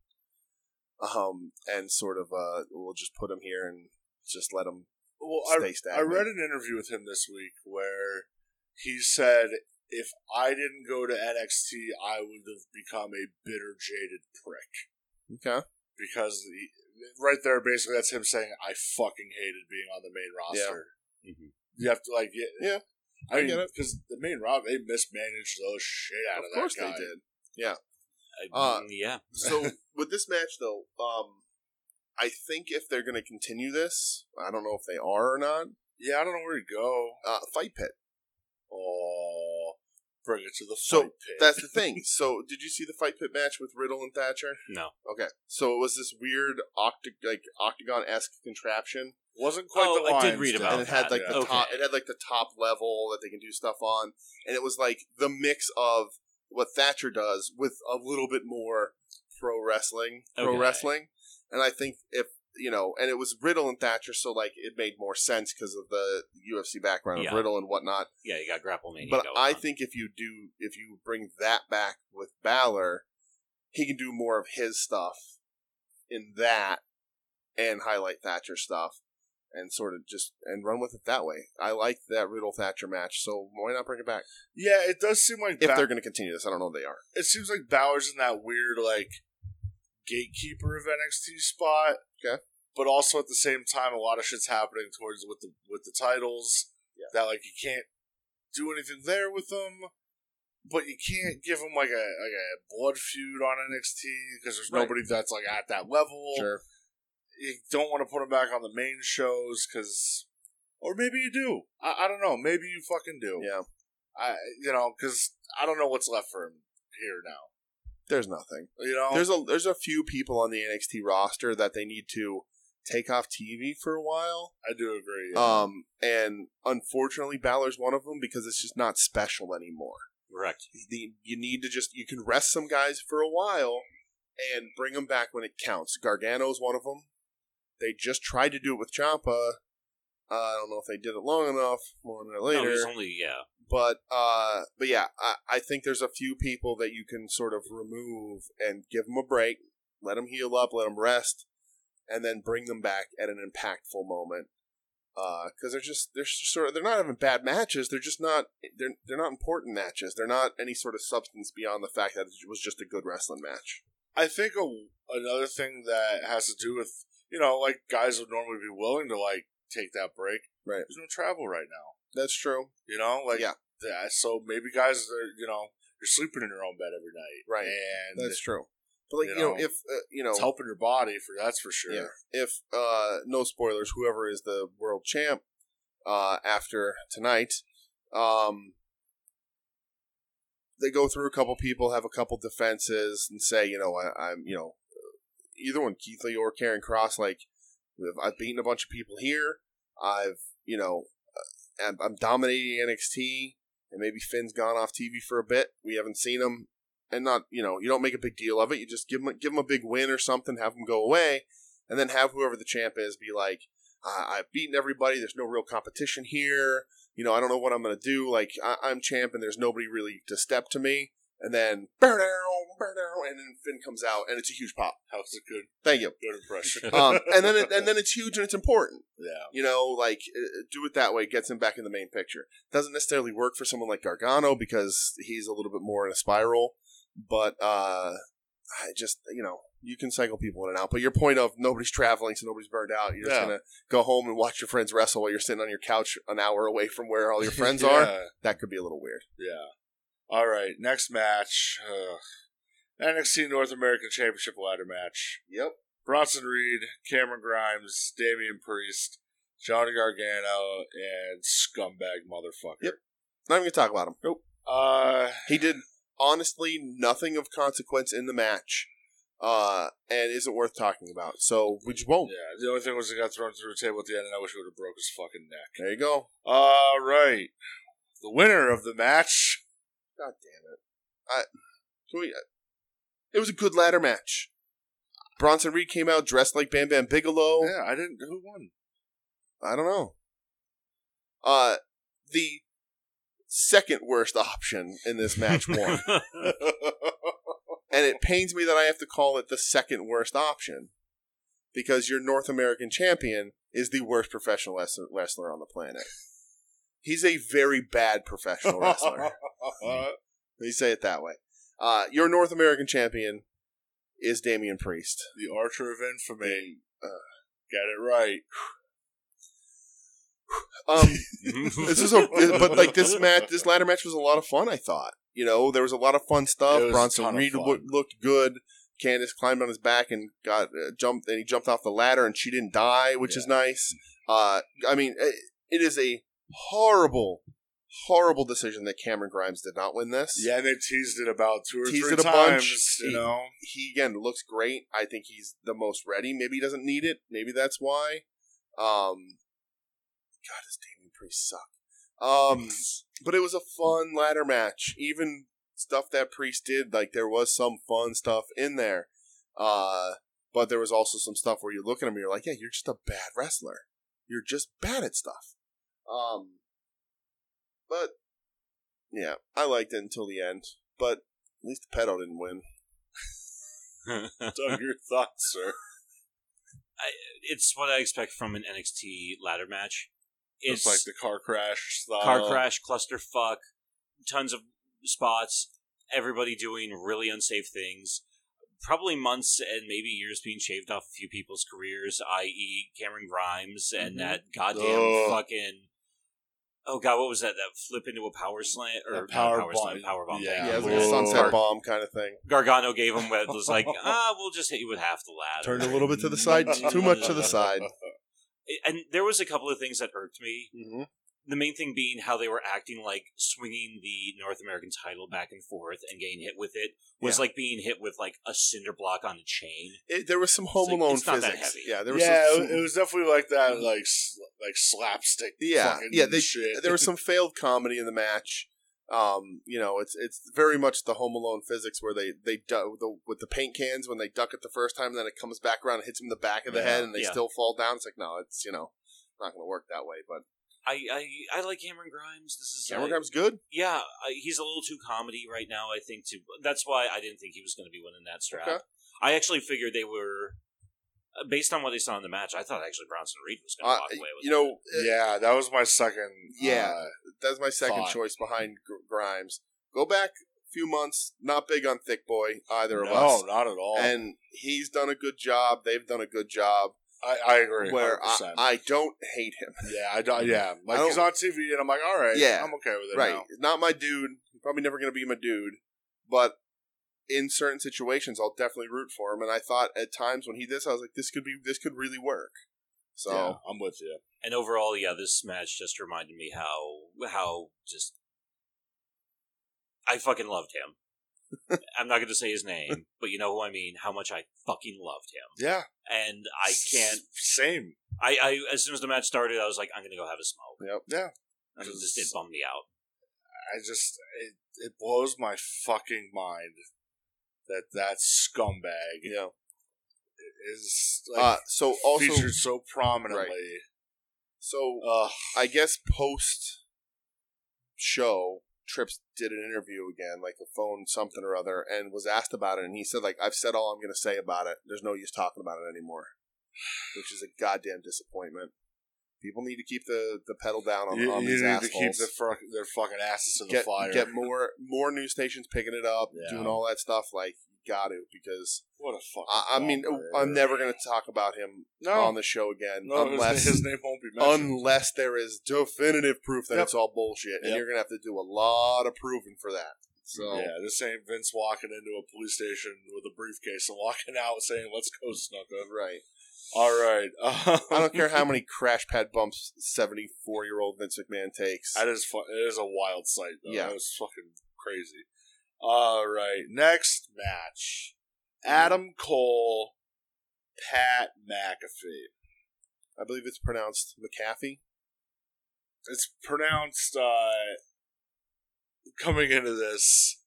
S1: Um, and sort of uh, we'll just put him here and just let him
S2: Well, I,
S1: stay
S2: I
S1: stagnant.
S2: read an interview with him this week where he said, if I didn't go to NXT, I would have become a bitter, jaded prick.
S1: Okay,
S2: Because he, right there, basically, that's him saying, I fucking hated being on the main roster.
S3: Mhm.
S2: You have to, like, y-
S1: Yeah, Mm-hmm.
S2: I,
S1: I
S2: mean,
S1: get it.
S2: because the main roster, they mismanaged the shit out
S1: of
S2: of, that
S1: course
S2: guy.
S1: they did.
S3: I-
S1: uh,
S3: yeah,
S1: So with this match though, um, I think if they're going to continue this, I don't know if they are or not.
S2: Yeah, I don't know where to go.
S1: Uh, fight pit.
S2: Oh, bring it to the
S1: So,
S2: fight pit.
S1: That's the thing. So, did you see the fight pit match with Riddle and Thatcher?
S3: no.
S1: Okay, so it was this weird octa- like octagon esque contraption,
S2: wasn't quite
S3: Oh,
S2: the
S3: I
S2: line.
S3: did read about
S1: and it had
S3: that,
S1: like the
S3: yeah.
S1: top.
S3: Okay.
S1: It had like the top level that they can do stuff on, and it was like the mix of what Thatcher does with a little bit more pro wrestling, pro
S3: Okay.
S1: wrestling. And I think if you know, and it was Riddle and Thatcher, so like it made more sense because of the UFC background
S3: Yeah.
S1: of Riddle and whatnot.
S3: Yeah, you um, got grapple mania.
S1: But
S3: going
S1: I
S3: on.
S1: think if you do, if you bring that back with Balor, he can do more of his stuff in that, and highlight Thatcher stuff, and sort of just and run with it that way. I like that Riddle Thatcher match, so why not bring it back
S2: yeah, it does seem like
S1: if
S2: Ba-
S1: they're going to continue this? I don't know if they are.
S2: it seems like Bowers in that weird like gatekeeper of NXT spot.
S1: Okay.
S2: But also at the same time, a lot of shit's happening towards with the with the titles
S1: Yeah.
S2: that like you can't do anything there with them, but you can't give them like a like a blood feud on NXT because there's
S1: Right.
S2: nobody that's like at that level.
S1: Sure,
S2: you don't want to put them back on the main shows because, or maybe you do. I, I don't know. Maybe you fucking do.
S1: yeah.
S2: I you know because I don't know what's left for him here now.
S1: There's nothing.
S2: You know,
S1: There's a there's a few people on the NXT roster that they need to take off TV for a while.
S2: I do agree.
S1: Um, and unfortunately, Balor's one of them because it's just not special anymore.
S3: correct.
S1: the, you need to just you can rest some guys for a while and bring them back when it counts. Gargano's one of them. They just tried to do it with Ciampa. Uh, I don't know if they did it long enough. More on that
S3: No,
S1: later,
S3: he's only yeah.
S1: but uh, but yeah, I, I think there's a few people that you can sort of remove and give them a break, let them heal up, let them rest, and then bring them back at an impactful moment. Because they're just they're just sort of they're not having bad matches. They're just not they're they're not important matches. They're not any sort of substance beyond the fact that it was just a good wrestling match.
S2: I think a, another thing that has to do with you know like guys would normally be willing to like take that break.
S1: Right.
S2: There's no travel right now.
S1: That's true.
S2: You know, like
S1: Yeah.
S2: that- So maybe guys are you know you're sleeping in your own bed every night.
S1: Right.
S2: And
S1: That's true. But like
S2: You
S1: you know,
S2: know,
S1: if uh, you know
S2: it's helping your body for that's for sure.
S1: Yeah. If uh, no spoilers, whoever is the world champ uh, after tonight, um, they go through a couple people, have a couple defenses, and say, you know, I, I'm, you know, either one, Keith Lee or Karen Cross, like I've- I've beaten a bunch of people here. I've, you know, I'm, I'm dominating NXT, and maybe Finn's gone off TV for a bit. We haven't seen him. And not, you know, you don't make a big deal of it. You just give him, give him a big win or something, have him go away, and then have whoever the champ is be like, I- I've beaten everybody. There's no real competition here. You know, I don't know what I'm going to do. Like, I- I'm champ and there's nobody really to step to me. And then, burn arrow, burn arrow, and then Finn comes out and it's a huge pop.
S2: That was a good
S1: Thank you.
S2: good impression.
S1: Um, and then it, and then it's huge and it's important.
S2: yeah,
S1: You know, like, uh, do it that way. Gets him back in the main picture. Doesn't necessarily work for someone like Gargano because he's a little bit more in a spiral. But, uh, I just, you know, you can cycle people in and out. But your point of nobody's traveling, so nobody's burned out. You're
S2: Yeah.
S1: just going to go home and watch your friends wrestle while you're sitting on your couch an hour away from where all your friends are.
S2: Yeah,
S1: That could be a little weird.
S2: yeah. All right, next match. uh, Ugh. NXT North American Championship ladder match.
S1: Yep.
S2: Bronson Reed, Cameron Grimes, Damian Priest, Johnny Gargano, and scumbag motherfucker.
S1: Yep. Not even gonna talk about him. Nope.
S2: Uh,
S1: He did honestly nothing of consequence in the match, uh, and isn't worth talking about. So we just won't.
S2: yeah, the only thing was he got thrown through a table at the end, and I wish it would have broke his fucking neck.
S1: There you go.
S2: All right. The winner of the match.
S1: God damn it! I, can we, it was a good ladder match. Bronson Reed came out dressed like Bam Bam Bigelow.
S2: Yeah, I didn't. Who won?
S1: I don't know. Uh, the second worst option in this match won. and it pains me that I have to call it the second worst option because your North American champion is the worst professional wrestler- wrestler on the planet. He's a very bad professional wrestler. Let me say it that way. Uh, your North American champion is Damian Priest.
S2: the Archer of Infamy. Uh, got it right.
S1: Um,
S3: Mhm.
S1: this is a but like this match this ladder match was a lot of fun i thought you know there was a lot of fun
S2: It was
S1: stuff
S2: a
S1: bronson
S2: ton of
S1: reed
S2: fun.
S1: loo- looked good candace climbed on his back and got uh, jumped and he jumped off the ladder and she didn't die which is nice uh i mean it, it is a horrible horrible decision that cameron grimes did not win this
S2: Yeah, and they teased it about two or
S1: Teased
S2: three
S1: it a bunch.
S2: times. You
S1: He-
S2: know,
S1: he again looks great i think he's the most ready maybe he doesn't need it maybe that's why um god does damien priest suck um But it was a fun ladder match. Even stuff that Priest did, like there was some fun stuff in there. Uh, but there was also some stuff where you look at him and you're like, yeah, you're just a bad wrestler. You're just bad at stuff. Um, but yeah, I liked it until the end. But at least the pedo didn't win.
S2: Doug, your thoughts, sir.
S3: it's what I expect from an NXT ladder match.
S2: It's
S3: It's,
S2: like the car crash style.
S3: car
S1: Oh.
S3: crash, clusterfuck, tons of spots, everybody doing really unsafe things. Probably months and maybe years being shaved off a few people's careers, i.e., Cameron Grimes and
S2: Mhm.
S3: that goddamn
S2: Ugh.
S3: fucking. Oh god, what was that? That flip into a power slam or
S2: That
S3: not a
S2: power
S3: power, slam,
S2: bomb.
S3: power bomb.
S2: Yeah.
S3: thing.
S1: Yeah, it was like
S2: Whoa.
S1: a sunset bomb kind of thing.
S3: Gargano gave him what was like, ah, we'll just hit you with half the ladder.
S1: Turned a little bit to the side, too much to the side.
S3: And there was a couple of things that irked me.
S1: Mm-hmm.
S3: the main thing being how they were acting like swinging the North American title back and forth and getting hit with it was
S1: Yeah.
S3: like being hit with like a cinder block on a chain.
S1: It, there was some Home
S3: It's like-
S1: Alone
S3: it's not that
S1: physics.
S3: heavy.
S1: Yeah, there was
S2: yeah,
S1: some, Mm-hmm.
S2: it it was definitely like that, like s- like slapstick.
S1: Yeah,
S2: fucking
S1: yeah, they-
S2: shit.
S1: there was some failed comedy in the match. Um, you know, it's it's very much the Home Alone physics where they they du- the, with the paint cans when they duck it the first time, then it comes back around and hits them in the back of the
S2: Yeah,
S1: head, and they
S3: yeah.
S1: still fall down. It's like no, it's you know not going to work that way. But
S3: I, I I like Cameron Grimes. This is
S1: Cameron
S3: like-
S1: Grimes good.
S3: yeah, I, he's a little too comedy right now. I think to that's why I didn't think he was going to be winning that strap.
S1: Okay.
S3: I actually figured they were uh, based on what they saw in the match. I thought actually Bronson Reed was going to
S1: Uh,
S3: walk away with
S1: you know, yeah.
S2: yeah, that was my second.
S1: Yeah.
S2: uh,
S1: that's my second
S2: Fine.
S1: choice behind Gr- Grimes. Go back a few months. Not big on Thick Boy either of
S2: no,
S1: us.
S2: not at all.
S1: And he's done a good job. They've done a good job.
S2: I, I agree.
S1: Where I,
S2: 100%.
S1: I don't hate him.
S2: yeah, I don't, yeah, like
S1: I
S2: he's on TV, and I'm like, all right,
S1: Yeah.
S2: I'm okay with it.
S1: right.
S2: now.
S1: Not my dude. Probably never going to be my dude. But in certain situations, I'll definitely root for him. And I thought at times when he did this, I was like, this could be, this could really work. So
S2: Yeah, I'm with you.
S3: it. And overall, yeah, this match just reminded me how how just I fucking loved him. I'm not going to say his name, but you know who I mean. How much I fucking loved him,
S2: Yeah,
S3: and I can't.
S2: Same.
S3: I, I as soon as the match started, I was like, I'm going to go have a smoke.
S1: yep.
S2: Yeah.
S3: I mean, just it bummed me out.
S2: I just it, it blows my fucking mind that that scumbag
S1: Yeah.
S2: is like,
S1: Uh, so also,
S2: featured so prominently.
S1: so
S2: Ugh,
S1: I guess post show, Trips did an interview again, like a phone something or other, and was asked about it, and he said, like, I've said all I'm going to say about it. There's no use talking about it anymore, which is a goddamn disappointment. People need to keep the, the pedal down on,
S2: you,
S1: on
S2: you
S1: these
S2: need
S1: assholes.
S2: to keep the fuck their fucking asses in the
S1: get,
S2: fire.
S1: get more more news stations picking it up,
S2: Yeah.
S1: doing all that stuff. Like, Got to because
S2: What a fuck.
S1: I, I mean I'm never going to talk about him
S2: No.
S1: on the show again
S2: No,
S1: unless
S2: his, his name won't be mentioned.
S1: unless there is definitive proof that
S2: Yep.
S1: it's all bullshit, and
S2: Yep.
S1: you're going to have to do a lot of proving for that. So
S2: Yeah, this ain't Vince walking into a police station with a briefcase and walking out saying, "Let's go, Snuka."
S1: right.
S2: All right.
S1: I don't care how many crash pad bumps 74 year old Vince McMahon takes.
S2: That is fu- it is a wild sight though.
S1: Yeah.
S2: That was fucking crazy. All right, next match:
S1: Mm-hmm.
S2: Adam Cole, Pat McAfee.
S1: I believe it's pronounced McAfee.
S2: It's pronounced. Uh, coming into this,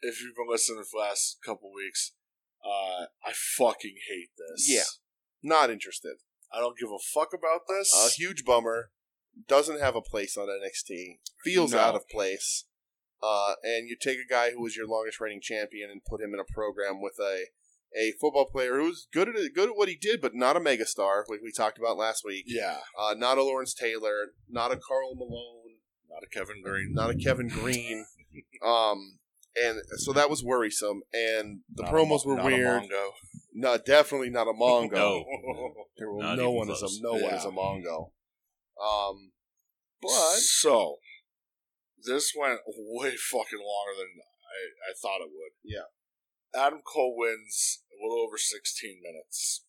S2: if you've been listening for the last couple weeks, uh, I fucking hate this.
S1: Yeah. Not interested.
S2: I don't give a fuck about this.
S1: A huge bummer. Doesn't have a place on NXT. Feels
S2: No.
S1: out of place. Uh, and you take a guy who was your longest reigning champion and put him in a program with a a football player who's good at good at what he did, but not a megastar, like we talked about last week.
S2: yeah,
S1: Uh, not a Lawrence Taylor, not a Carl Malone,
S2: not a Kevin Green.
S1: not a Kevin Green. um, and so that was worrisome. And the
S2: Not a
S1: promos
S2: Mo-
S1: were
S2: not a
S1: weird.
S2: Mongo.
S1: No, definitely not a Mongo.
S3: No.
S1: There will,
S3: Not
S1: no
S3: even
S1: one
S3: close.
S1: is a no one is a
S2: Yeah.
S1: Mongo. Um, but
S2: so this went way fucking longer than I, I thought it would.
S1: Yeah.
S2: Adam Cole wins a little over sixteen minutes.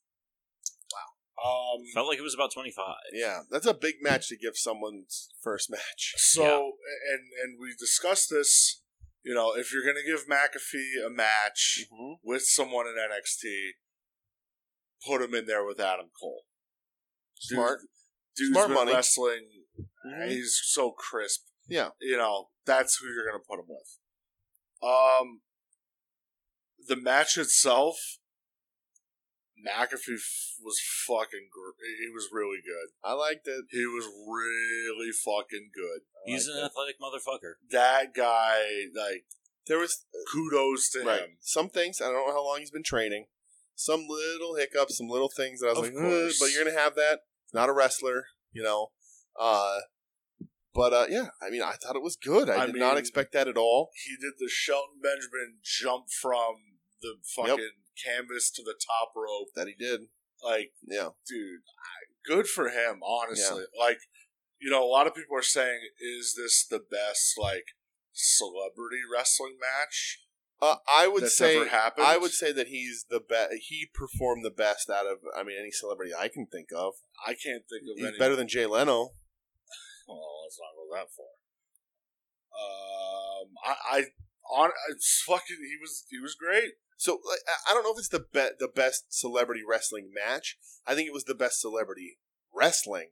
S2: Wow. Um
S3: Felt like it was about 25.
S1: yeah, that's a big match to give someone's first match.
S2: so and and we discussed this, you know, if you're gonna give McAfee a match
S1: Mm-hmm.
S2: with someone in NXT, put him in there with Adam Cole. Dude's-
S1: Smart.
S2: Dude's
S1: Smart
S2: been
S1: money.
S2: wrestling
S1: Mhm.
S2: He's so crisp.
S1: Yeah.
S2: You know, that's who you're going to put him with. Um, the match itself, McAfee f- was fucking gr- He was really good.
S1: I liked it.
S2: He was really fucking good. I
S3: He's
S2: liked
S3: an athletic motherfucker.
S2: it. that guy, like,
S1: There was
S2: kudos to
S1: right,
S2: him.
S1: Um, some things. I don't know how long he's been training. Some little hiccups, some little things that I was
S2: Of
S1: like, "Ugh,"
S2: course.
S1: but you're gonna have that. Not a wrestler, you know. Uh, but uh, yeah, I mean, I thought it was good. I,
S2: I
S1: did not
S2: mean-
S1: expect that at all.
S2: He did the Shelton Benjamin jump from the fucking canvas to the top rope.
S1: That he did.
S2: Like,
S1: Yeah,
S2: dude, I- good for him, honestly. Like, you know, a lot of people are saying, is this the best, like, celebrity wrestling match
S1: uh, I would
S2: that's
S1: say
S2: ever happened?
S1: I would say that he's the best. He performed the best out of, I mean, any celebrity I can think of.
S2: I can't think of
S1: He's
S2: any.
S1: better than Jay Leno.
S2: Oh, let's not go that far. Um, I, I on, it's fucking, he was, he was great.
S1: So like, I- I don't know if it's the be- the best celebrity wrestling match. I think it was the best celebrity wrestling,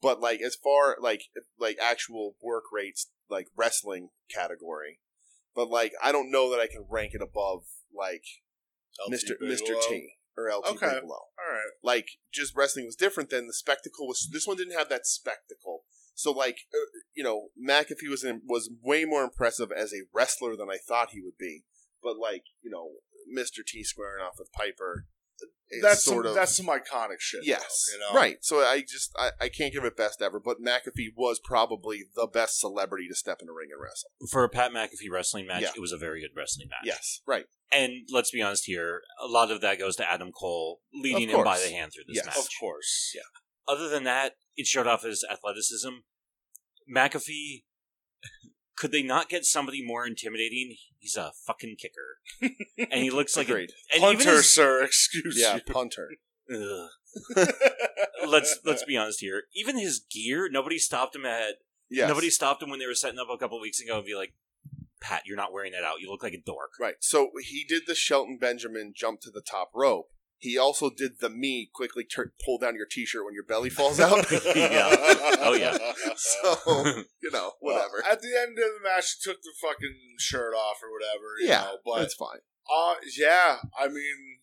S1: but like as far like like actual work rates like wrestling category, but like I don't know that I can rank it above like Mister
S2: LT
S1: Mister
S2: Bigelow.
S1: T or LT
S2: Okay.
S1: Bigelow.
S2: All right.
S1: like just wrestling was different than the spectacle was this one didn't have that spectacle so like uh, you know mcafee was in, was way more impressive as a wrestler than i thought he would be but like you know mr t squaring off with piper uh, is
S2: That's
S1: sort
S2: some,
S1: of
S2: that's some iconic shit. though,
S1: yes
S2: you know?
S1: right so i just I, I can't give it best ever but mcafee was probably the best celebrity to step in a ring and wrestle
S3: For a Pat McAfee wrestling match,
S1: Yeah.
S3: it was a very good wrestling match.
S1: yes right
S3: And let's be honest here, a lot of that goes to Adam Cole leading
S1: Of
S3: him by
S1: course.
S3: the hand through this
S1: Yes.
S3: match.
S2: Of course.
S1: Yeah.
S3: Other than that, it showed off his athleticism. McAfee, could they not get somebody more intimidating? He's a fucking kicker. and he looks like a.
S1: agreed
S3: And even
S2: Punter,
S3: his-
S2: sir, excuse
S1: yeah punter
S3: Ugh.
S2: you.
S3: let's let's be honest here. Even his gear, nobody stopped him at
S1: yes
S3: Nobody stopped him when they were setting up a couple weeks ago and be like, Pat, you're not wearing that out. You look like a dork.
S1: Right. So he did the Shelton Benjamin jump to the top rope. He also did the me quickly tur pull down your t-shirt when your belly falls out.
S3: Yeah. Oh, yeah.
S1: so you know, whatever.
S2: Well, at the end of the match, he took the fucking shirt off or whatever. You
S1: Yeah,
S2: know, but
S1: it's fine.
S2: uh, yeah, I mean,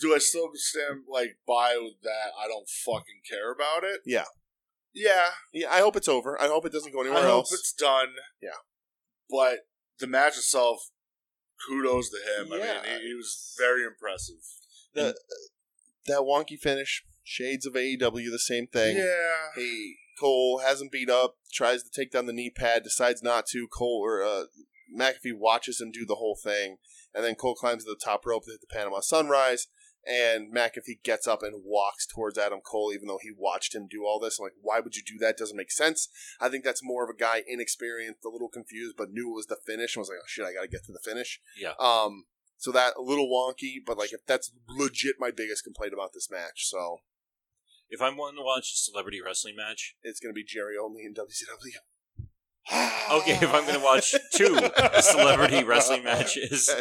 S2: do I still stand like by with that? I don't fucking care about it.
S1: Yeah.
S2: yeah.
S1: Yeah, I hope it's over. I hope it doesn't go
S2: I
S1: anywhere
S2: hope
S1: else.
S2: it's done.
S1: Yeah.
S2: but the match itself, kudos to him.
S1: Yeah.
S2: I mean, he, he was very impressive.
S1: The- that wonky finish, shades of AEW, the same thing.
S2: Yeah,
S1: Hey, Cole has him beat up, tries to take down the knee pad, decides not to. Cole or uh, McAfee watches him do the whole thing, and then Cole climbs to the top rope to hit the Panama Sunrise, and McAfee gets up and walks towards Adam Cole, even though he watched him do all this. I'm like, why would you do that? Doesn't make sense. I think that's more of a guy inexperienced, a little confused, but knew it was the finish and was like, oh shit, I got to get to the finish.
S3: Yeah.
S1: Um, so that a little wonky, but like if that's legit my biggest complaint about this match. So
S3: If I'm wanting to watch a celebrity wrestling match,
S1: it's gonna be Jerry only in WCW.
S2: Oh,
S3: okay, if I'm going to watch two celebrity wrestling matches,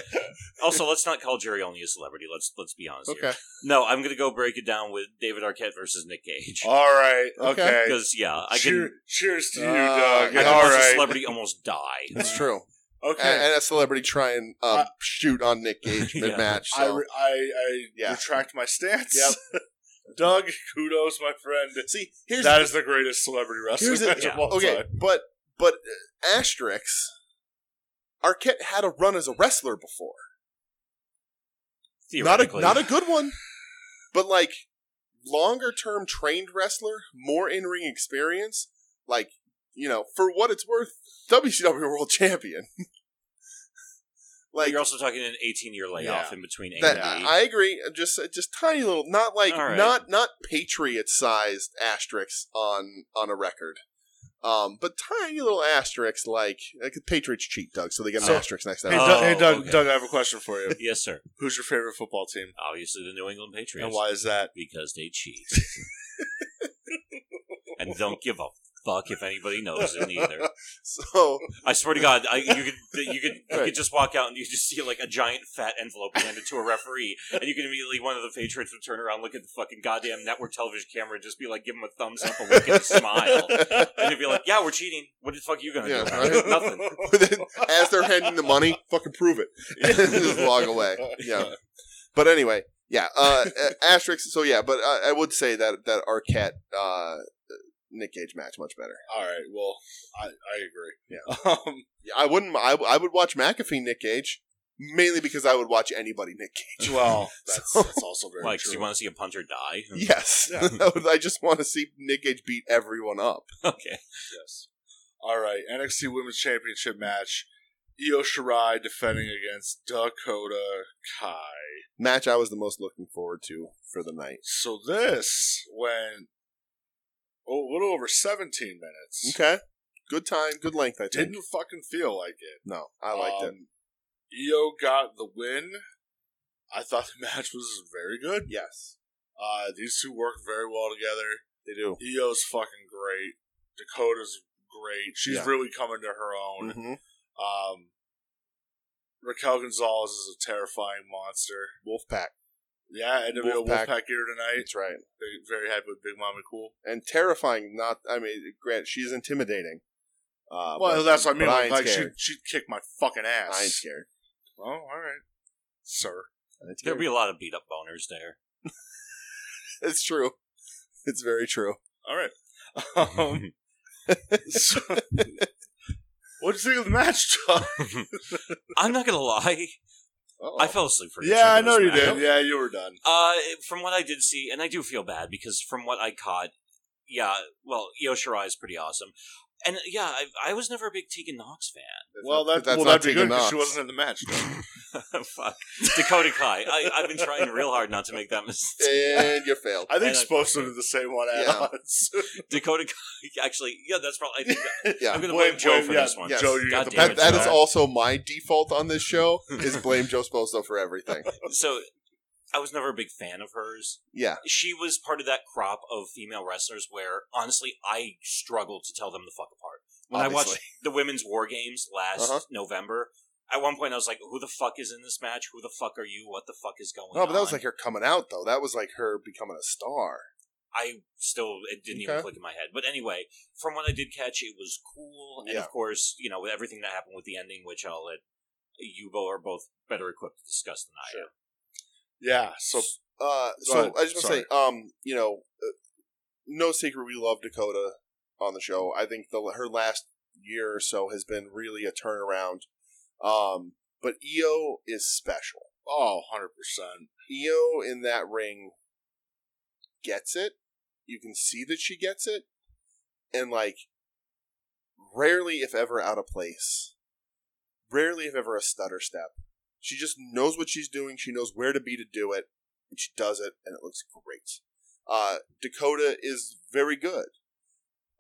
S3: also let's not call Jerry only a celebrity. Let's let's be honest here.
S1: Okay.
S3: No, I'm going to go break it down with David Arquette versus Nick Cage.
S2: All right.
S1: Okay.
S2: Okay.
S3: Because yeah, I
S2: Cheer-
S3: can
S2: cheers to you,
S1: Uh,
S2: Doug.
S1: yeah.
S3: I can
S2: All
S3: watch a
S2: right.
S3: celebrity almost die.
S1: It's true.
S2: Okay.
S1: And, and a celebrity try and um,
S2: Uh,
S1: shoot on Nick Gage
S3: Yeah.
S1: mid match.
S2: I,
S1: So.
S2: re- I, I
S1: Yeah.
S2: retract my stance. Doug, kudos, my friend.
S1: See, here's
S2: That is the greatest celebrity wrestling
S1: here's the,
S2: match of all
S1: okay,
S2: time.
S1: but but uh, asterisks. Arquette had a run as a wrestler before. Not a
S3: Theoretically,
S1: not a good one, but like longer term trained wrestler, more in ring experience. Like you know, for what it's worth, WCW World Champion.
S3: But
S1: like
S3: you're also talking an 18 year layoff
S2: Yeah.
S3: in between.
S1: That,
S3: A and B.
S1: I agree. uh, Just just tiny little, not like
S3: All right.
S1: not not patriot sized asterisks on on a record, um, but tiny little asterisks like like patriots cheat, Doug, so they get an
S3: So-
S1: asterisk next
S2: Hey,
S1: time.
S3: Oh,
S2: Doug, hey Doug,
S3: okay.
S2: Doug, I have a question for you.
S3: yes, sir.
S2: Who's your favorite football team,
S3: Obviously, the New England
S1: Oh,
S3: Patriots.
S2: and why is that?
S3: Because they cheat. and don't give a fuck if anybody knows it either.
S1: So
S3: I swear to God, I, you could you could you
S1: Right.
S3: could just walk out and you just see like a giant fat envelope handed to a referee, and you can immediately one of the patrons would turn around, look at the fucking goddamn network television camera, and just be like, give him a thumbs up, a look, and a smile, and he'd be like, yeah, we're cheating. What the fuck are you gonna
S1: Yeah,
S3: do?
S1: right.
S3: Nothing.
S1: as they're handing the money, fucking prove it, just log away. Yeah, but anyway, yeah, uh, a- asterisks. So yeah, but I, I would say that that Arquette uh, Nick Cage match much better.
S2: All right. Well, I, I agree. Yeah. Um,
S1: Yeah, I wouldn't. I, I would watch McAfee Nick Cage mainly because I would watch anybody Nick Cage.
S2: well, that's, that's also very
S3: Like, so
S2: true.
S3: you want to see a punter die?
S2: Mm.
S1: Yes,
S2: Yeah.
S1: I would- I just want to see Nick Cage beat everyone up.
S3: okay.
S2: yes. All right. NXT Women's Championship match. Io Shirai defending against Dakota Kai.
S1: Match I was the most looking forward to for the night.
S2: So this went oh, a little over 17 minutes.
S1: Okay, good time, good length. I think.
S2: Didn't fucking feel like it.
S1: No, I liked it.
S2: Um, Io got the win. I thought the match was very good.
S1: Yes,
S2: Uh, these two work very well together.
S1: they do.
S2: Io's fucking great. Dakota's great. She's
S1: Yeah.
S2: really coming to her own.
S1: Mhm.
S2: Um, Raquel Gonzalez is a terrifying monster.
S1: Wolfpack.
S2: Yeah, NWO Wolfpack,
S1: Wolfpack.
S2: Wolfpack here tonight.
S1: That's right.
S2: They- Very happy with Big Mama Cool.
S1: And terrifying. Not. I mean, Grant. She's intimidating. Uh,
S2: Well,
S1: but-
S2: that's what I mean.
S1: but
S2: Like,
S1: ain't
S2: like, she'd,
S1: scared.
S2: she'd kick my fucking ass.
S1: I ain't scared.
S2: Well, all right, sir.
S1: I ain't
S3: There'd
S1: scared.
S3: be a lot of beat up boners there.
S1: it's true. It's very true.
S2: All right. Um, so- what'd you think of the match, Todd?
S3: I'm not gonna lie.
S1: Uh-oh.
S3: I fell asleep for the
S2: Yeah, I
S3: end of
S2: know
S3: this
S2: you
S3: match.
S2: did. Yeah, you were done.
S3: Uh, from what I did see, and I do feel bad because from what I caught, yeah, well, Io Shirai is pretty awesome, and yeah, I, I was never a big Tegan Knox fan.
S2: Well, that,
S1: But that's
S2: well
S1: not
S2: that'd be
S1: Tegan
S2: good
S1: Knox.
S2: because she wasn't in the match.
S3: Fuck Dakota Kai. I, I've been trying real hard not to make that mistake.
S1: and you failed.
S2: I think
S3: I know.
S2: supposed to do the same one at
S1: Yeah.
S2: odds.
S3: Dakota Kai, actually, yeah, that's probably. I think that,
S1: Yeah.
S3: I'm gonna blame,
S2: Blame-
S3: Joe
S2: blame-
S3: for
S2: yeah,
S3: this one.
S1: yes.
S2: Joe, you
S3: God
S2: got the
S3: damn
S1: That,
S3: it,
S1: that
S2: point.
S3: Joe.
S1: is also my default on this show is blame Joe Sposo for everything.
S3: So, I was never a big fan of hers.
S1: Yeah,
S3: She was part of that crop of female wrestlers where, honestly, I struggled to tell them the fuck apart. when I
S1: obviously.
S3: watched the women's war games last
S1: Uh-huh.
S3: November, at one point I was like, "Who the fuck is in this match? Who the fuck are you? What the fuck is going?"
S1: No, but that was
S3: on?"
S1: like her coming out though. That was like her becoming a star.
S3: I still it didn't even
S1: Okay.
S3: click in my head. But anyway, from what I did catch, it was cool, and
S1: Yeah.
S3: of course, you know, with everything that happened with the ending, which I'll let you bo- are both better equipped to discuss than I am.
S2: yeah, so
S1: Uh, so
S2: ahead.
S1: I just want to say, um, you know, uh, no secret we love Dakota on the show. I think the her last year or so has been really a turnaround. Um, but Io is special.
S2: oh, 100%.
S1: Io in that ring gets it. You can see that she gets it. And like rarely if ever out of place. rarely, if ever, a stutter step. She just knows what she's doing. She knows where to be to do it, and she does it, and it looks great. Uh, Dakota is very good.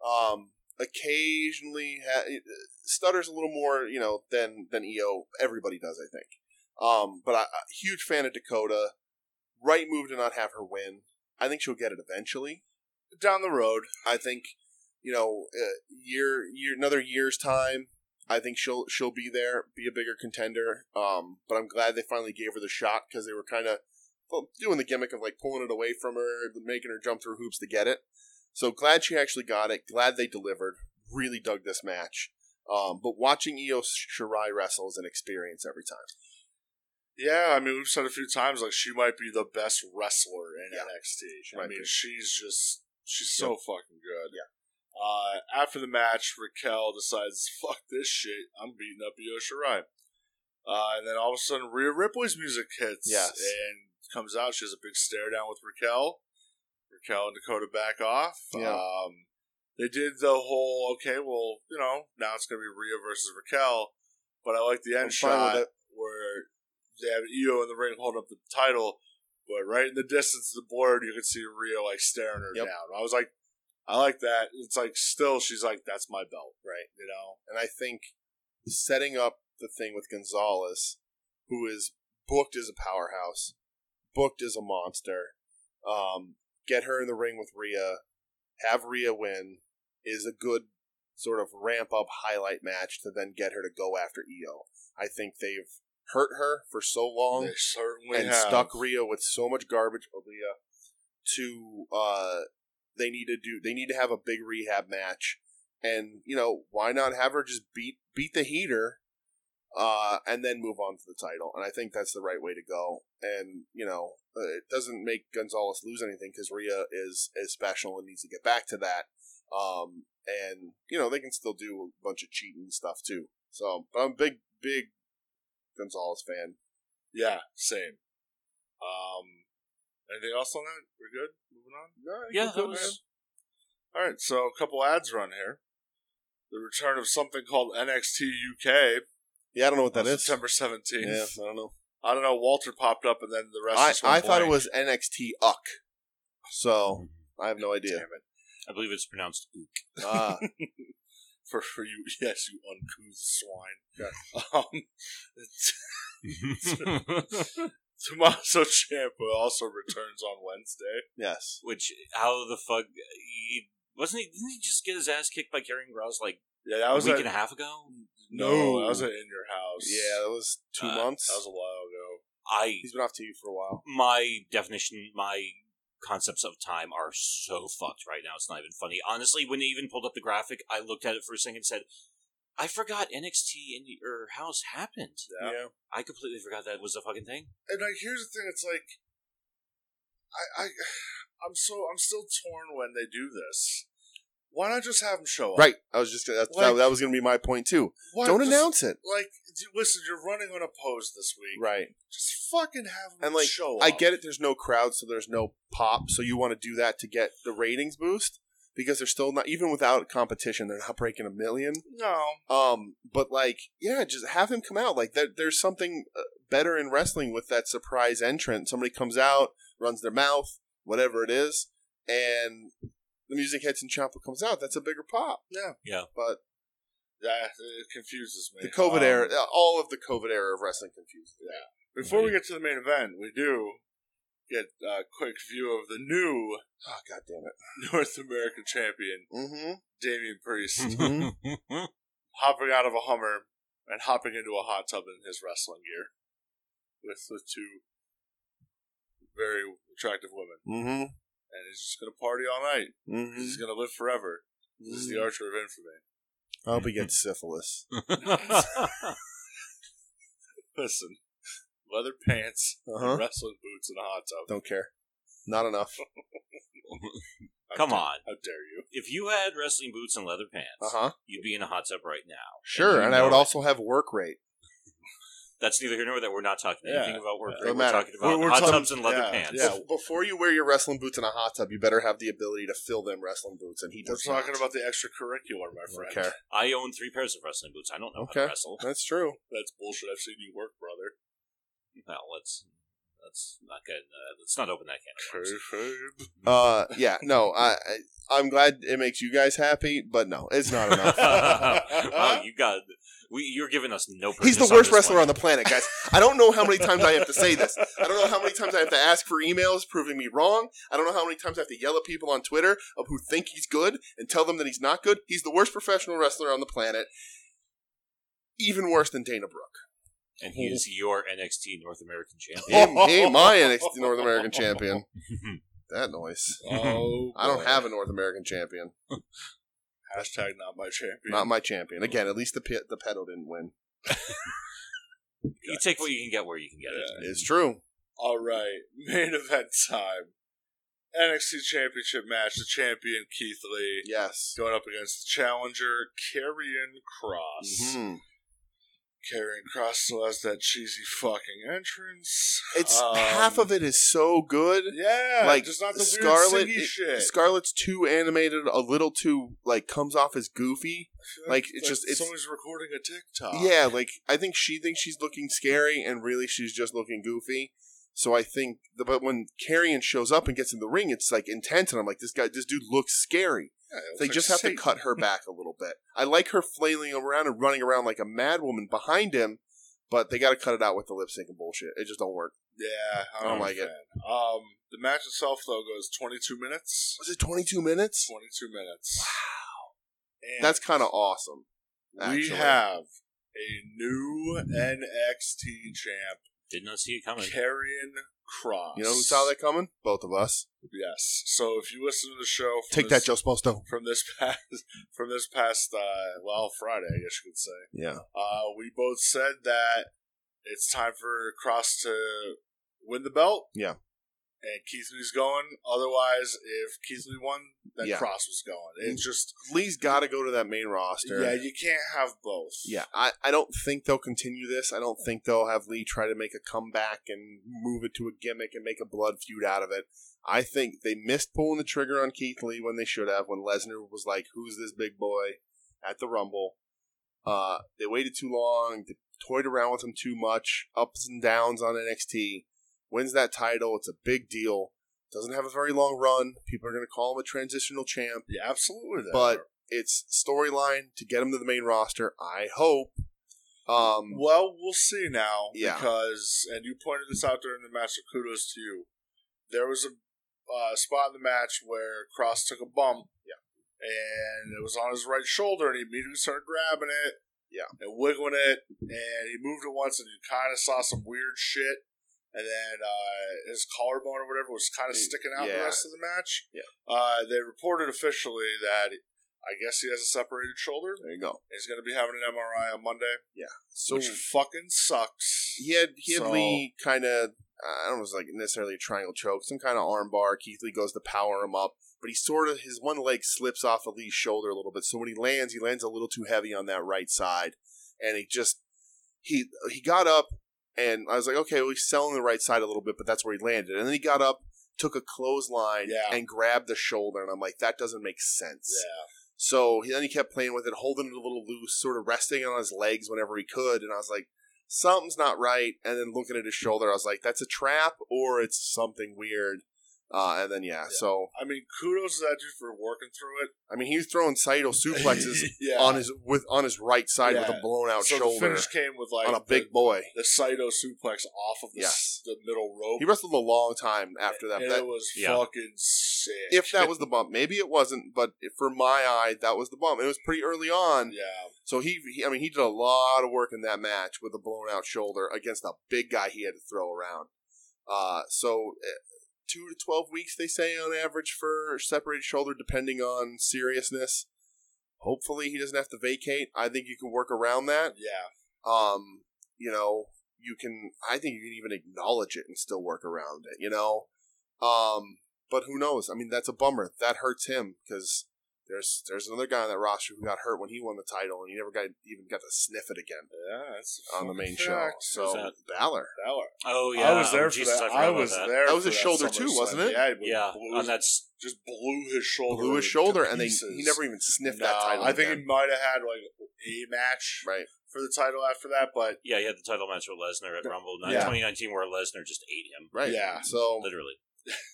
S1: Um, occasionally ha- uh, stutters a little more, you know, than than EO. Everybody does, I think. Um, but I, I huge fan of Dakota. Right move to not have her win. I think she'll get it eventually down the road. I think you know, uh, year year another year's time. I think she'll she'll be there, be a bigger contender. Um, but I'm glad they finally gave her the shot because they were kind of doing the gimmick of like pulling it away from her, making her jump through hoops to get it. So glad she actually got it. Glad they delivered. Really dug this match. Um, but watching Io Shirai wrestle is an experience every time.
S2: Yeah, I mean, we've said a few times like she might be the best wrestler in
S1: Yeah.
S2: NXT.
S1: She
S2: I
S1: might
S2: mean,
S1: be.
S2: she's just she's so
S1: Yeah.
S2: fucking good. Yeah. Uh, after the match, Raquel decides, "Fuck this shit, I'm beating up Io Shirai." Uh, and then all of a sudden, Rhea Ripley's music hits
S1: Yes.
S2: and comes out. She has a big stare down with Raquel. Raquel and Dakota back off.
S1: Yeah.
S2: Um, they did the whole okay, well, you know, now it's gonna be Rhea versus Raquel. But I like the
S1: I'm
S2: end
S1: fine with
S2: shot
S1: it.
S2: where they have Io in the ring holding up the title, but right in the distance of the board, you can see Rio like staring her
S1: Yep.
S2: down. I was like, I like that. It's like still, she's like, that's my belt, right? You know,
S1: and I think setting up the thing with Gonzalez, who is booked as a powerhouse, booked as a monster, um, get her in the ring with Rhea, have Rhea win, is a good sort of ramp up highlight match to then get her to go after Io. I think they've hurt her for so long
S2: they certainly
S1: Um, and
S2: have.
S1: stuck Rhea with so much garbage. Aaliyah to uh, they need to do. They need to have a big rehab match, and you know why not have her just beat beat the heater, uh, and then move on to the title. And I think that's the right way to go. And you know uh, it doesn't make Gonzalez lose anything because Rhea is is special and needs to get back to that. Um, and you know they can still do a bunch of cheating stuff too. So but I'm a big big Gonzalez fan.
S2: Yeah, same. Um, anything else on that? We're good. Moving on.
S3: Yeah, that was,
S2: All right, so a couple ads run here. The return of something called NXT UK
S1: Yeah, I don't know what
S2: on
S1: that is.
S2: September seventeenth.
S1: Yeah, I don't know.
S2: I don't know. Walter popped up, and then the rest.
S1: I,
S2: just went
S1: I thought it
S2: blank. Mm-hmm.
S1: was NXT Uck, so I have no idea.
S2: Damn it.
S3: I believe it's pronounced ook.
S1: Ah,
S2: for for you. Yes, you uncouth swine. Um, Tommaso Ciampa also returns on Wednesday.
S1: yes.
S3: Which how the fuck he, wasn't he? Didn't he just get his ass kicked by Karen Gross like
S2: Yeah, that
S3: a
S2: was
S3: week
S2: at-
S3: and a half ago?
S2: no, that was at in your house.
S1: Yeah, that was two
S3: Uh,
S1: months.
S2: that was a while ago.
S3: I
S1: He's been off TV for a while.
S3: my definition, my concepts of time are so fucked right now. It's not even funny. Honestly, when they even pulled up the graphic, I looked at it for a second and said, "I forgot NXT in your house happened.
S2: Yeah.
S3: I completely forgot that was a fucking thing."
S2: And like, here's the thing: it's like, I, I, I'm so I'm still torn when they do this. Why not just have them show up?
S1: Right. I was just gonna, that, that,
S2: Like-
S1: that was going to be my point too.
S2: Why
S1: Don't
S2: just-
S1: announce it.
S2: Like, d- listen, you're running unopposed this week.
S1: Right.
S2: Just fucking have them
S1: And, like,
S2: show up.
S1: I get it. There's no crowd, so there's no pop. So you want to do that to get the ratings boost because they're still not even without competition. They're not breaking a million.
S2: No,
S1: Um, but like, yeah, just have him come out. Like, there, there's something uh, better in wrestling with that surprise entrant. Somebody comes out, runs their mouth, whatever it is, and the music hits and Champa comes out. That's a bigger pop.
S2: Yeah.
S3: Yeah.
S1: But
S2: Yeah, it confuses me.
S1: the COVID
S2: Um,
S1: era, uh, all of the COVID era of wrestling confused. me.
S2: Before we get to the main event, we do get a quick view of the new
S1: Oh God damn it.
S2: North American champion,
S1: Mm-hmm.
S2: Damian Priest,
S1: Mhm.
S2: hopping out of a Hummer and hopping into a hot tub in his wrestling gear with the two very attractive women.
S1: Mm-hmm.
S2: And he's just going to party all night.
S1: Mm-hmm.
S2: He's going to live forever. This is the Archer of Infamy.
S1: I hope he gets syphilis.
S2: Listen, leather pants,
S1: Uh-huh.
S2: and wrestling boots, and a hot tub.
S1: Don't care. Not enough.
S2: How
S3: Come
S2: dare-
S3: on.
S2: How dare you?
S3: If you had wrestling boots and
S2: Uh-huh.
S3: leather pants,
S1: Uh huh.
S3: you'd be in a hot tub right now.
S1: Sure,
S3: you
S1: and I would
S3: know it.
S1: also have work rate.
S3: That's neither here nor there. We're not talking
S2: Yeah.
S3: anything about work.
S1: Don't
S3: We're
S1: matter.
S3: talking about
S2: We're- we're
S3: hot
S2: talking-
S3: tubs and leather
S2: yeah,
S3: pants.
S2: yeah.
S1: Before you wear your wrestling boots in a hot tub, you better have the ability to fill them wrestling boots, and he
S2: We're
S1: does
S2: talking
S1: not.
S2: about the extracurricular, my
S1: I
S2: friend.
S1: don't care.
S3: I own three pairs of wrestling boots. I don't know how
S1: Okay.
S3: to wrestle.
S1: That's true.
S2: That's bullshit. I've seen you work, brother.
S3: Well, let's let's not get uh, let's not open that can of worms.
S1: Uh, yeah, no, I, I I'm glad it makes you guys happy, but no, it's not enough.
S3: wow, you got we you're giving us no.
S1: He's
S3: purchase
S1: the
S3: on
S1: worst
S3: this
S1: wrestler
S3: one.
S1: on the planet, guys. I don't know how many times I have to say this. I don't know how many times I have to ask for emails proving me wrong. I don't know how many times I have to yell at people on Twitter of who think he's good and tell them that he's not good. He's the worst professional wrestler on the planet. Even worse than Dana Brooke.
S3: and he is your NXT North American champion.
S1: Him, he, my NXT North American champion. That noise.
S2: oh,
S1: I don't
S2: boy.
S1: have a North American champion.
S2: hashtag not my champion.
S1: Not my champion. Again, at least the pe- the pedo didn't win.
S3: you take what you can get where you can get it.
S1: It's true.
S2: All right, main event time. NXT Championship match: the champion Keith Lee
S1: Yes.
S2: going up against the challenger Karrion Cross.
S1: Mhm.
S2: Karrion Cross still has that cheesy fucking entrance.
S1: It's
S2: Um,
S1: half of it is so good.
S2: Yeah,
S1: like,
S2: like just not the
S1: Scarlet-
S2: weird singy
S1: it-
S2: shit.
S1: Scarlett's too animated, a little too like comes off as goofy. like, it's just- it's-
S2: someone's recording a TikTok.
S1: Yeah, like I think she thinks she's looking scary, and really she's just looking goofy. So I think, the, but when Carrion shows up and gets in the ring, it's like intense, and I'm like, this guy, this dude looks scary.
S2: Yeah, it looks
S1: They
S2: like
S1: just have to
S2: Satan.
S1: cut her back a little bit. I like her flailing around and running around like a mad woman behind him, but they got to cut it out with the lip sync and bullshit. It just don't work.
S2: Yeah,
S1: I don't like it.
S2: Um, the match itself though goes 22 minutes.
S1: Was it 22 minutes?
S2: 22 minutes. Wow,
S1: That's kind of awesome.
S2: We
S1: actually.
S2: have a new NXT champ,
S3: Did not see it coming.
S2: Karrion Cross.
S1: You know who saw that coming? Both of us.
S2: Yes. So if you listen to the show, from
S1: Take
S2: this,
S1: that, Joe Sposto.
S2: From this past, from this past, uh, well, Friday, I guess you could say.
S1: Yeah.
S2: Uh, we both said that it's time for Cross to win the belt.
S1: Yeah.
S2: And Keith Lee's going. Otherwise, if Keith Lee won, then
S1: Yeah. Mm.
S2: Cross was going. It's just
S1: Lee's got to go to that main roster.
S2: yeah, you can't have both.
S1: Yeah, I, I don't think they'll continue this. I don't think they'll have Lee try to make a comeback and move it to a gimmick and make a blood feud out of it. I think they missed pulling the trigger on Keith Lee when they should have, when Lesnar was like, Who's this big boy at the Rumble? Uh, they waited too long, they toyed around with him too much, ups and downs on NXT. Wins that title, it's a big deal. Doesn't have a very long run. People are going to call him a transitional champ
S2: Yeah, absolutely. they
S1: but
S2: are.
S1: it's storyline to get him to the main roster. I hope. Um,
S2: well, we'll see now
S1: Yeah.
S2: because and you pointed this out during the match. So kudos to you. There was a uh, spot in the match where Cross took a bump. Yeah. And it was on his right shoulder, and he immediately started grabbing it.
S1: Yeah.
S2: And wiggling it, and he moved it once, and you kind of saw some weird shit. And then uh, his collarbone or whatever was kind of sticking out
S1: Yeah.
S2: the rest of the match.
S1: Yeah.
S2: Uh, they reported officially that I guess he has a separated shoulder.
S1: there you go.
S2: He's going to be having an MRI on Monday,
S1: So
S2: which fucking sucks.
S1: he had he had
S2: So-
S1: Lee kind of I don't know, it was like necessarily a triangle choke, some kind of armbar. Keith Lee goes to power him up, but he sort of his one leg slips off of Lee's shoulder a little bit. So when he lands, he lands a little too heavy on that right side, and he just he he got up, and I was like, okay, well he's selling the right side a little bit, but that's where he landed, and then he got up. Took a clothesline
S2: Yeah.
S1: and grabbed the shoulder, and I'm like, that doesn't make sense.
S2: Yeah.
S1: So he, then he kept playing with it, holding it a little loose, sort of resting on his legs whenever he could. And I was like, something's not right. And then looking at his shoulder, I was like, that's a trap or it's something weird. Uh, and then, yeah,
S2: Yeah.
S1: So,
S2: I mean, kudos to that dude for working through it.
S1: I mean, he was throwing Saito suplexes
S2: yeah.
S1: on his with on his right side with
S2: Yeah.
S1: a blown out
S2: so the
S1: shoulder
S2: finish came with like
S1: on a big boy.
S2: the, the Saito suplex off of the,
S1: Yes.
S2: s- the middle rope.
S1: He wrestled a long time after that.
S2: and
S1: That-
S2: it was
S3: Yeah.
S2: fucking sick.
S1: if that was the bump, maybe it wasn't, but for my eye, that was the bump. It was pretty early on.
S2: yeah,
S1: So he, he, I mean, he did a lot of work in that match with a blown out shoulder against a big guy he had to throw around. Uh, so eh, two to 12 weeks, they say on average for separated shoulder, depending on seriousness. Hopefully he doesn't have to vacate. I think you can work around that.
S2: yeah,
S1: Um, you know, you can, I think you can even acknowledge it and still work around it, you know? Um, but who knows? I mean, that's a bummer. That hurts him because There's there's another guy on that roster who got hurt when he won the title, and he never got even got to sniff it again
S2: Yeah, that's a
S1: on the
S2: fun
S1: main show.
S2: fact.
S3: Who's
S1: So
S3: that?
S1: Balor,
S2: That one.
S3: Oh yeah,
S2: I was there
S3: oh, Jesus,
S2: for that.
S3: forgot
S2: I,
S3: about
S2: was
S3: that.
S2: there.
S1: That was
S2: for
S1: his shoulder too,
S2: SummerSlam.
S1: wasn't it?
S2: Yeah, he
S3: Yeah,
S2: blew
S3: on
S2: his,
S3: that s-
S2: just blew his shoulder.
S1: blew his
S2: to
S1: shoulder, and they he
S2: pieces.
S1: never even sniffed that
S2: No,
S1: title.
S2: I think
S1: again.
S2: he might have had like a match
S1: right.
S2: for the title after that, but
S3: yeah, he had the title match with Lesnar at Rumble
S2: Yeah.
S3: 2019, where Lesnar just ate him,
S1: Right.
S2: Yeah.
S1: So
S3: literally.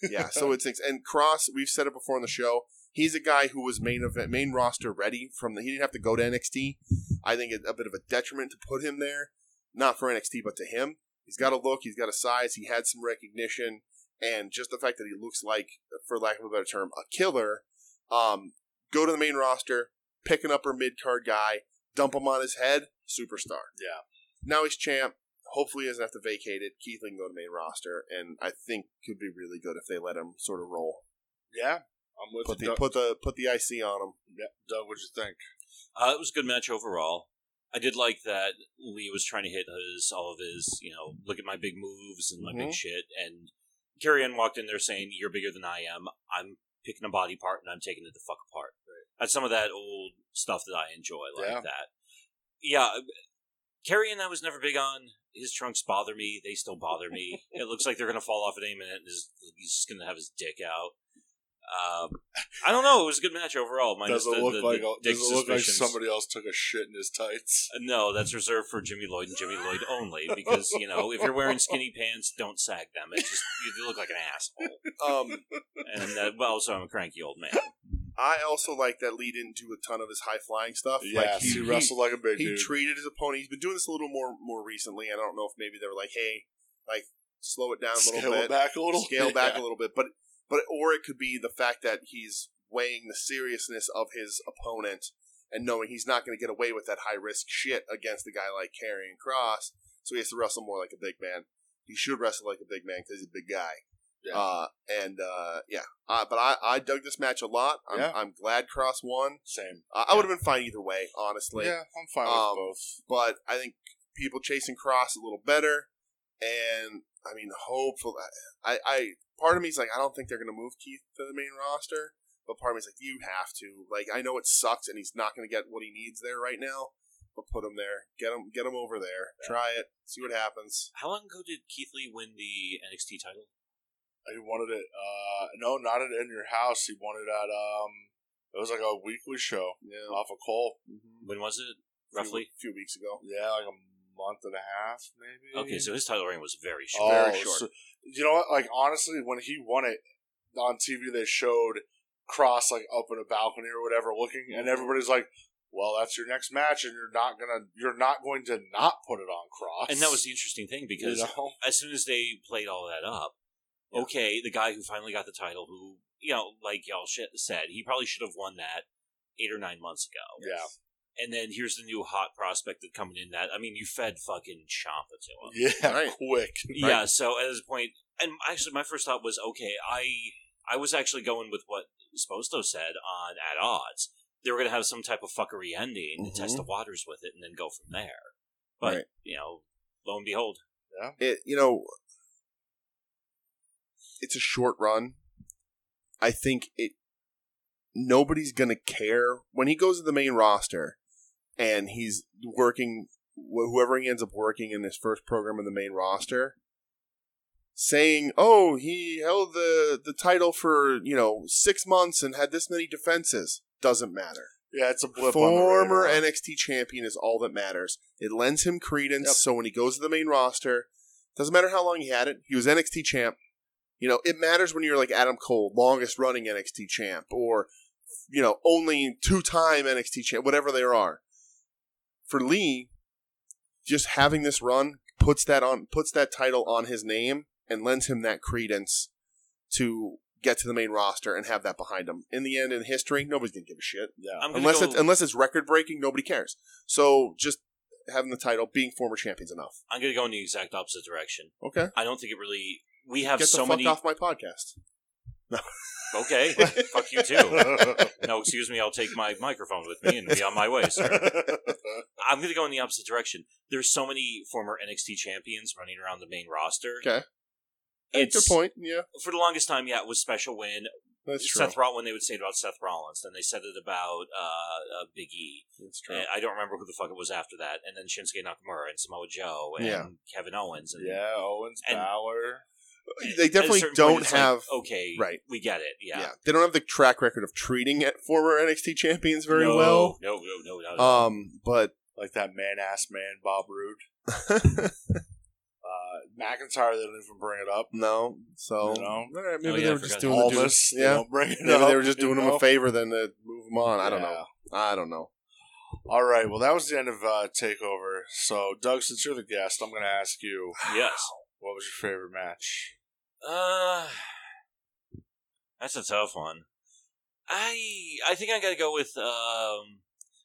S1: yeah. So it's and Cross. We've said it before on the show. He's a guy who was main event, main roster ready from the. He didn't have to go to NXT. I think it's a bit of a detriment to put him there, not for NXT, but to him. He's got a look. He's got a size. He had some recognition, and just the fact that he looks like, for lack of a better term, a killer. Um, go to the main roster, pick an upper mid card guy, dump him on his head, superstar.
S2: Yeah.
S1: Now he's champ. Hopefully, he doesn't have to vacate it. Keith can go to main roster, and I think could be really good if they let him sort of roll.
S2: yeah, I'm with
S1: Put
S2: you.
S1: the
S2: Doug.
S1: put the put the IC on him.
S2: yeah, Doug, what'd you think?
S3: Uh, it was a good match overall. I did like that Lee was trying to hit his all of his, you know, look at my big moves and my big
S1: Mhm.
S2: Mm-hmm.
S3: shit. And Carrie Ann walked in there saying, "You're bigger than I am. I'm picking a body part and I'm taking it the fuck apart." That's some of that old stuff that I enjoy, like
S2: Yeah.
S3: that. Yeah, uh, Carrie Ann, I was never big on. His trunks bother me. They still bother me. it looks like they're gonna fall off at any minute. And his, he's just gonna have his dick out. Um, I don't know. It was a good match overall. minus
S2: Does it
S3: the-
S2: look
S3: the- the
S2: like a-
S3: dick
S2: does it look like
S3: suspicions.
S2: somebody else took a shit in his tights?
S3: No, that's reserved for Jimmy Lloyd and Jimmy Lloyd only because, you know, if you're wearing skinny pants, don't sag them. It just, you look like an asshole.
S1: Um,
S3: And uh, well, also, I'm a cranky old man.
S1: I also like that Lee didn't do a ton of his high flying stuff. like
S2: Yes, he, wrestled like a big
S1: He,
S2: dude.
S1: treated his opponent. He's been doing this a little more more recently. I don't know if maybe they were like, hey, like slow it down a little
S2: Scale
S1: bit.
S2: it back a little.
S1: scale back a
S2: Yeah.
S1: little bit, but but or it could be the fact that he's weighing the seriousness of his opponent and knowing he's not going to get away with that high risk shit against a guy like Karrion Cross, so he has to wrestle more like a big man. He should wrestle like a big man because he's a big guy.
S2: Yeah.
S1: Uh, and uh, yeah, uh, but I, I dug this match a lot. I'm,
S2: Yeah.
S1: I'm glad Cross won.
S2: Same.
S1: Uh, I would have been fine either way, honestly
S2: yeah, I'm fine
S1: um,
S2: with both.
S1: but I think people chasing Cross a little better. And I mean, hopefully, I, I part of me is like, I don't think they're going to move Keith to the main roster, but part of me is like, you have to. Like, I know it sucks, and he's not going to get what he needs there right now, but put him there, get him, get him over there, try it, see what happens.
S3: How long ago did Keith Lee win the NXT title?
S2: He wanted it. Uh, no, not at in your house. He wanted it at um. It was like a weekly show
S1: Yeah,
S2: off of Cole.
S3: When was it,
S1: A few-
S3: roughly?
S1: few, weeks ago.
S2: Yeah, like a month and a half, maybe.
S3: Okay, so his title reign was very
S2: oh,
S3: short.
S1: very short.
S2: so- you know what? Like honestly, when he won it on TV, they showed Cross like up in a balcony or whatever, looking, and everybody's like, "Well, that's your next match, and you're not gonna, you're not going to not put it on Cross."
S3: And that was the interesting thing
S2: you
S3: because
S2: know?
S3: as soon as they played all that up,
S2: Yeah.
S3: okay, the guy who finally got the title, who, you know, like y'all shit said, he probably should have won that eight or nine months ago.
S2: yeah,
S3: and then here's the new hot prospect that coming in that I mean you fed fucking Champa to him.
S2: yeah,
S1: Right.
S2: quick.
S3: Yeah, so at this point and actually my first thought was okay, I I was actually going with what Sposto said on at odds. They were gonna have some type of fuckery ending
S1: Mhm.
S3: to test the waters with it and then go from there. But
S1: Right.
S3: you know, lo and behold.
S1: It, you know, it's a short run. I think it nobody's gonna care when he goes to the main roster and he's working wh- whoever he ends up working in his first program in the main roster saying oh he held the the title for you know six months and had this many defenses doesn't matter
S2: Yeah, it's a blip. on the
S1: former
S2: radar.
S1: NXT champion is all that matters. It lends him credence.
S2: Yep.
S1: So when he goes to the main roster, doesn't matter how long he had it. He was NXT champ. You know, it matters when you're like Adam Cole, longest running NXT champ, or you know, only two time NXT champ, whatever there are. For Lee, just having this run puts that on puts that title on his name and lends him that credence to get to the main roster and have that behind him. In the end, in history, nobody's gonna give a shit
S2: yeah,
S3: I'm gonna
S1: unless
S3: go-
S1: it's unless it's record breaking, nobody cares. So just having the title, being former champions, enough.
S3: I'm gonna go in the exact opposite direction.
S1: Okay,
S3: I don't think it really we have
S1: get the
S3: so
S1: fuck
S3: many
S1: off my podcast.
S3: Okay. fuck you too. No, excuse me, I'll take my microphone with me and be on my way, sir. I'm going to go in the opposite direction. There's so many former NXT champions running around the main roster.
S1: Okay.
S3: It's,
S1: Good point. Yeah,
S3: For the longest time, yeah, it was special when
S1: That's true.
S3: Seth Rollins, when they would say it about Seth Rollins, then they said it about uh, uh, Big E.
S1: That's true.
S3: Uh, I don't remember who the fuck it was after that, and then Shinsuke Nakamura and Samoa Joe and
S1: Yeah.
S3: Kevin Owens. And
S2: Yeah, Owens,
S3: And-
S2: Balor.
S1: They
S3: at a
S1: definitely
S3: certain point,
S1: don't
S3: it's like,
S1: have.
S3: okay,
S1: Right.
S3: We get it. Yeah,
S1: yeah. they don't have the track record of treating at former NXT champions very
S3: No,
S1: well.
S3: No, no, no, no.
S1: Um, but
S2: Like that man ass man, Bob Roode. Uh, McIntyre, they don't even bring it up.
S1: no, so
S2: You know?
S1: all right, maybe
S3: Oh, yeah,
S1: they
S3: I
S1: were just
S3: forgot
S1: doing the dude-
S2: Almas, they
S1: yeah.
S2: don't bring it
S1: Maybe
S2: up.
S1: they were just
S2: you
S1: doing him
S2: know?
S1: a favor then to move him on. I don't
S2: Yeah.
S1: know. I don't know.
S2: All right. Well, that was the end of uh, Takeover. So, Doug, since you're the guest, I'm going to ask you
S3: yes.
S2: what was your favorite match?
S3: Uh, that's a tough one. I I think I gotta go with um.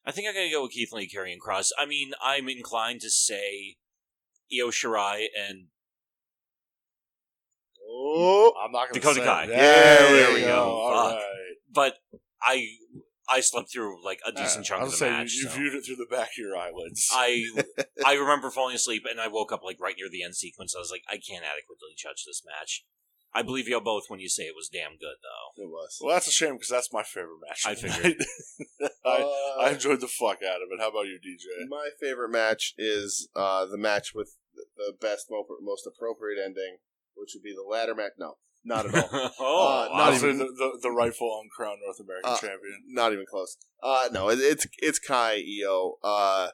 S3: I think I gotta go with Keith Lee carrying Cross. I mean, I'm inclined to say Io Shirai and
S1: Oh,
S2: I'm not going to
S3: Dakota
S2: say.
S3: Kai.
S2: it.
S1: Yeah, there we
S3: go.
S2: All
S3: Fuck.
S2: right.
S3: but I I slept through like a decent chunk
S2: I'll
S3: of the
S2: say
S3: match.
S2: You, you
S3: so.
S2: viewed it through the back of your eyelids.
S3: I I remember falling asleep and I woke up like right near the end sequence. I was like, I can't adequately judge this match. I believe y'all both when you say it was damn good though.
S1: it was.
S2: well, that's a shame because that's my favorite match.
S3: I figured.
S2: I,
S1: Uh,
S2: I enjoyed the fuck out of it. How about you, DJ?
S1: My favorite match is uh, the match with the best, mo- most appropriate ending, which would be the ladder match. No, not at all.
S3: oh,
S1: Uh,
S3: wow.
S1: not
S2: Honestly,
S1: even-
S2: the, the, the rightful uncrowned North American
S1: Uh,
S2: champion.
S1: not even close. Uh, no, it, it's it's Kai Io. Uh,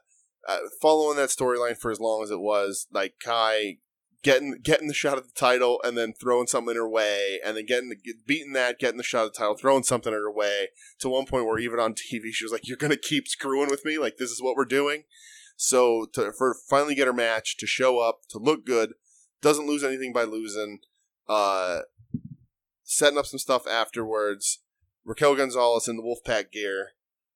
S1: uh, following that storyline for as long as it was, like Kai getting getting the shot at the title and then throwing something in her way, and then getting the, get- beating that, getting the shot at the title, throwing something in her way. To one point where even on TV she was like, "You're gonna keep screwing with me. Like this is what we're doing." So to for finally get her match to show up to look good, doesn't lose anything by losing. Uh, setting up some stuff afterwards. Raquel Gonzalez in the Wolfpack gear.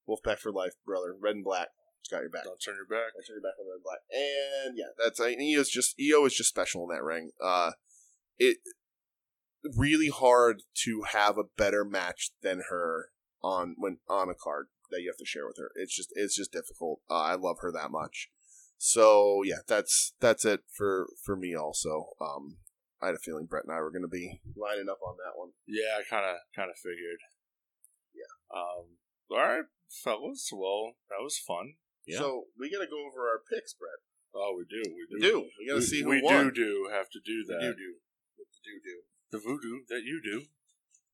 S1: Wolfpack for life, brother. Red and black. It's got your back.
S2: Don't turn your back.
S1: I turn your back on red and black. And yeah, that's I EO's just EO is just special in that ring. Uh it really hard to have a better match than her on when on a card that you have to share with her. It's just it's just difficult. Uh, I love her that much. So yeah, that's that's it for for me also. Um I had a feeling Brett and I were going to be lining up on that one.
S2: Yeah, I kind of kind of figured. Yeah. Um. All right, fellas. Well, that was fun.
S3: Yeah.
S1: So we got to go over our picks, Brett.
S2: Oh, we do. We
S1: We
S2: do.
S1: do. We got to see who
S2: we
S1: won.
S2: do do have to do
S1: We
S2: that.
S1: do do. With the do do.
S2: The voodoo that you do.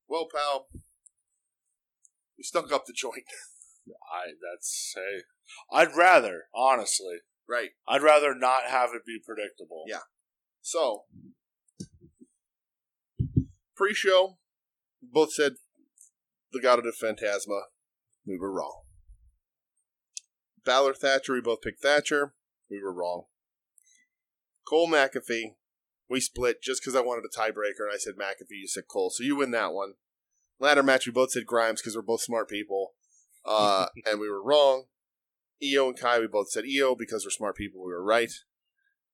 S1: Well, pal, we stuck up the joint.
S2: I. That's hey. I'd rather honestly.
S1: Right.
S2: I'd rather not have it be predictable.
S1: Yeah. So, pre-show, both said Legado de Fantasma. We were wrong. Balor Thatcher, we both picked Thatcher. We were wrong. Cole McAfee, we split just because I wanted a tiebreaker, and I said McAfee, you said Cole, so you win that one. Ladder match, we both said Grimes because we're both smart people, uh, and we were wrong. EO and Kai, we both said EO because we're smart people, we were right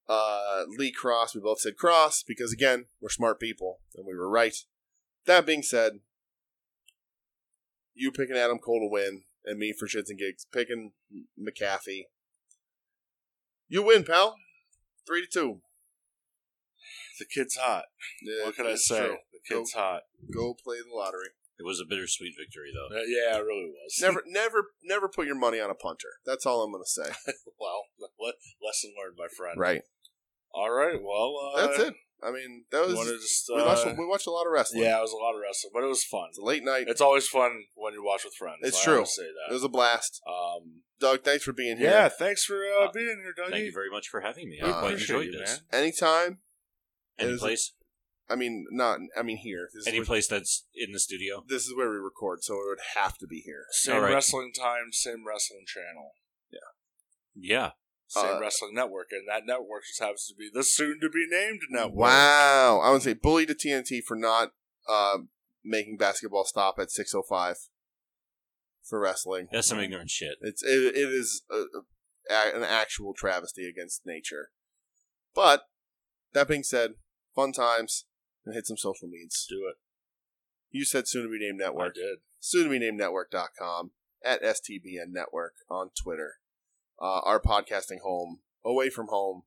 S1: uh, Lee Cross. We both said Cross because, again, we're smart people and we were right. That being said, you picking Adam Cole to win and me for shits and gigs picking McAfee. You win, pal. Three to two.
S2: The kid's hot. what can I
S1: It's
S2: say?
S1: true.
S2: The kid's hot.
S1: Go play the lottery.
S3: it was a bittersweet victory though.
S2: Uh, yeah, it really was.
S1: Never, never, never put your money on a punter. That's all I'm going to say.
S2: well, le- lesson learned, my friend.
S1: Right.
S2: All right. Well, uh,
S1: That's it. I mean, that
S2: you
S1: was.
S2: wanna just,
S1: we, watched,
S2: uh,
S1: we watched a lot of wrestling.
S2: yeah, it was a lot of wrestling, but it was fun.
S1: It's a late night.
S2: It's always fun when you watch with friends.
S1: It's
S2: I
S1: true.
S2: always Say
S1: It
S2: that.
S1: was a blast.
S2: um,
S1: Doug, thanks for being here.
S2: yeah. Thanks for uh,
S3: Uh,
S2: being here, Dougie.
S3: Thank you very much for having me.
S1: We
S3: I quite
S2: appreciate
S3: enjoyed
S2: you,
S3: this.
S2: man.
S1: Anytime. It
S3: Any
S1: was a-
S3: place,
S1: I mean, not. I mean, here. This is,
S3: any
S1: where,
S3: place that's in the studio.
S1: this is where we record, so it would have to be here.
S2: Same
S3: All right.
S2: wrestling time, same wrestling channel,
S3: Yeah,
S2: same
S1: Uh,
S2: wrestling network, and that network just happens to be the soon-to-be named network.
S1: Wow, I would say bully to TNT for not uh, making basketball stop at six oh five for wrestling.
S3: that's some ignorant shit.
S1: It's it, it is a, a, an actual travesty against nature. But that being said, fun times and hit some social medias.
S2: Do it.
S1: You said soon to be named network.
S2: I did.
S1: soon to be named network.com at STBN network on Twitter. Uh, our podcasting home, away from home.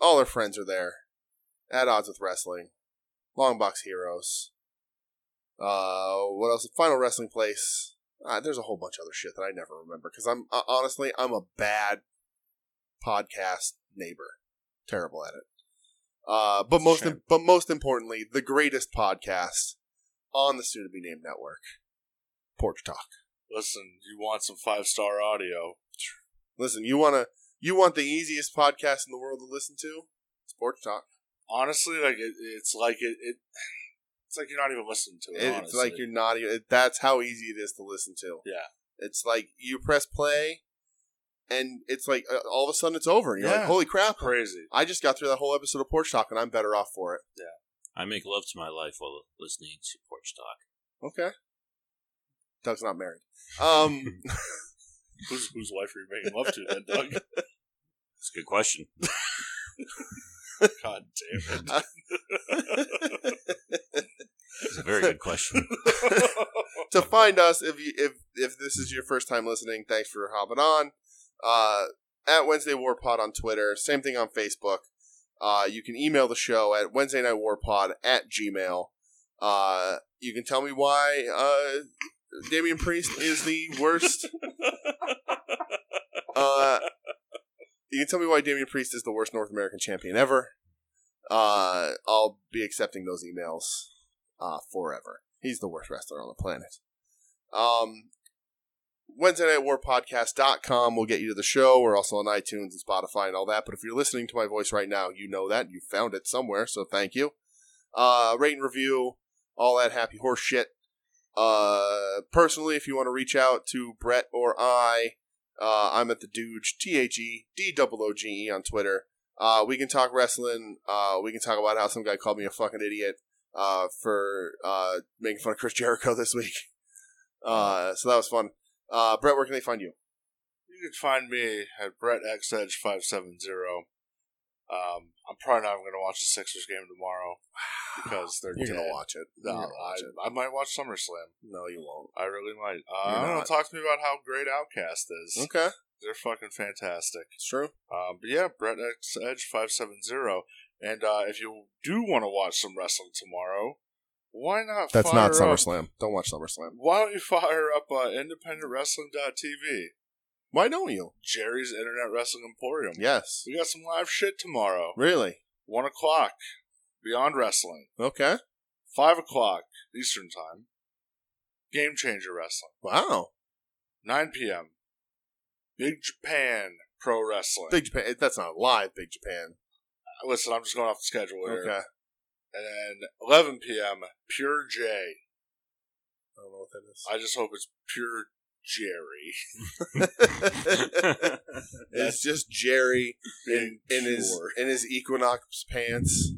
S1: All our friends are there. At odds with wrestling, long box heroes, Uh, what else? Final Wrestling Place. Uh, there's a whole bunch of other shit that I never remember because I'm uh, honestly I'm a bad podcast neighbor, terrible at it. Uh, but
S3: It's a
S1: most
S3: shame.
S1: but most importantly, the greatest podcast on the soon to be named network, Porch Talk.
S2: Listen, you want some five star audio?
S1: Listen, you wanna you want the easiest podcast in the world to listen to? It's Porch Talk.
S2: Honestly, like it, it's like it, it, it's like you're not even listening to it.
S1: It- it's
S2: honestly.
S1: like you're not even. That's how easy it is to listen to.
S2: Yeah.
S1: It's like you press play, and it's like uh, all of a sudden it's over. And you're
S2: Yeah.
S1: like, holy crap!
S2: crazy.
S1: I just got through that whole episode of Porch Talk, and I'm better off for it.
S3: I make love to my life while listening to Porch Talk.
S1: Okay. Doug's not married. Um,
S2: Whose whose wife are you making love to, then, Doug?
S3: It's a good question.
S2: God damn it!
S3: It's a very good question.
S1: to find us, if you if if this is your first time listening, thanks for hopping on. Uh, at Wednesday War Pod on Twitter, same thing on Facebook. Uh, you can email the show at Wednesday Night War Pod at Gmail. Uh, you can tell me why uh, Damian Priest is the worst. Uh, you can tell me why Damian Priest is the worst North American champion ever. Uh, I'll be accepting those emails uh, forever. He's the worst wrestler on the planet. Um, Wednesday Night War Podcast.com will get you to the show. We're also on iTunes and Spotify and all that. But if you're listening to my voice right now, you know that. You found it somewhere, so thank you. Uh, rate and review, all that happy horse shit. Uh, personally, if you want to reach out to Brett or I, uh, I'm at the Dooge, T H E D O O G E on Twitter. Uh, we can talk wrestling. Uh, we can talk about how some guy called me a fucking idiot uh, for uh, making fun of Chris Jericho this week. Uh, so that was fun. Uh, Brett, where can they find you?
S2: You can find me at Brett X Edge five seven zero. Um, I'm probably not even going to watch the Sixers game tomorrow because they're
S1: You're
S2: dead.
S1: gonna watch it.
S2: No,
S1: You're gonna
S2: I,
S1: watch it.
S2: I might watch SummerSlam.
S1: No, you won't.
S2: I really might. Uh,
S1: You're
S2: I don't know.
S1: not.
S2: Talk to me about how great Outcast is.
S1: Okay,
S2: They're fucking fantastic.
S1: it's true.
S2: Um, but yeah, Brett X Edge five seven zero. And uh, if you do want to watch some wrestling tomorrow, why not?
S1: That's
S2: fire
S1: not
S2: up-
S1: SummerSlam. Don't watch SummerSlam.
S2: Why don't you fire up uh, independentwrestling.tv,
S1: Why don't you?
S2: Jerry's Internet Wrestling Emporium?
S1: Yes.
S2: We got some live shit tomorrow.
S1: Really?
S2: One o'clock, Beyond Wrestling.
S1: Okay.
S2: Five o'clock Eastern Time, Game Changer Wrestling.
S1: Wow.
S2: 9 p.m. Big Japan Pro Wrestling.
S1: Big Japan. That's not live. Big Japan.
S2: Listen, I'm just going off the schedule here.
S1: Okay.
S2: And then 11 p.m. Pure J.
S1: I don't know what that is.
S2: I just hope it's Pure Jerry.
S1: it's just Jerry in,
S2: Being
S1: in his
S2: pure.
S1: in his Equinox pants,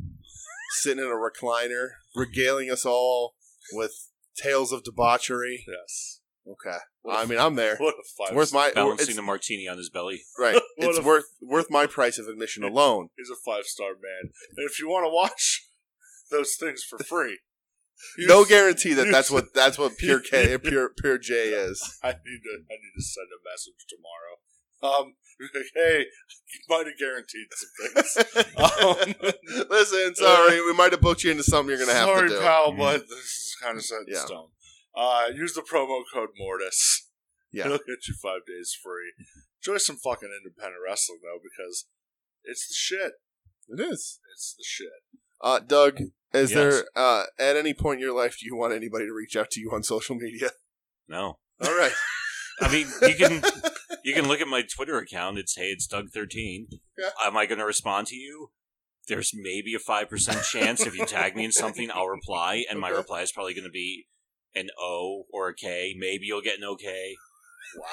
S1: sitting in a recliner, regaling us all with tales of debauchery.
S2: yes.
S1: Okay,
S2: What a-
S1: I mean I'm there.
S2: what a five.
S1: It's worth my
S3: Balancing
S1: it's-
S3: the martini on his belly.
S1: right. It's
S2: a-
S1: worth worth my price of admission alone.
S2: He's a five star man. And if you want to watch those things for free, you-
S1: No guarantee that
S2: you-
S1: that's what that's what pure K pure pure J is.
S2: I need to I need to send a message tomorrow. Um, like, hey, you might have guaranteed some things.
S1: Oh,
S2: Um,
S1: Listen, sorry, we might have booked you into something you're gonna have
S2: sorry,
S1: to do.
S2: pal, but this is kind of set in
S1: Yeah.
S2: stone. Uh, use the promo code Mortis.
S1: Yeah.
S2: it'll get you five days free. Enjoy some fucking independent wrestling though, because it's the shit.
S1: It is.
S2: It's the shit.
S1: Uh, Doug, is
S3: Yes.
S1: there uh, at any point in your life do you want anybody to reach out to you on social media?
S3: No.
S1: All right.
S3: I mean, you can you can look at my Twitter account. It's hey, it's Doug thirteen.
S1: Yeah.
S3: Am I going to respond to you? There's maybe a five percent chance if you tag me in something, I'll reply, and my
S1: Okay.
S3: reply is probably going to be an O or a K. Maybe you'll get an OK.
S2: Wow.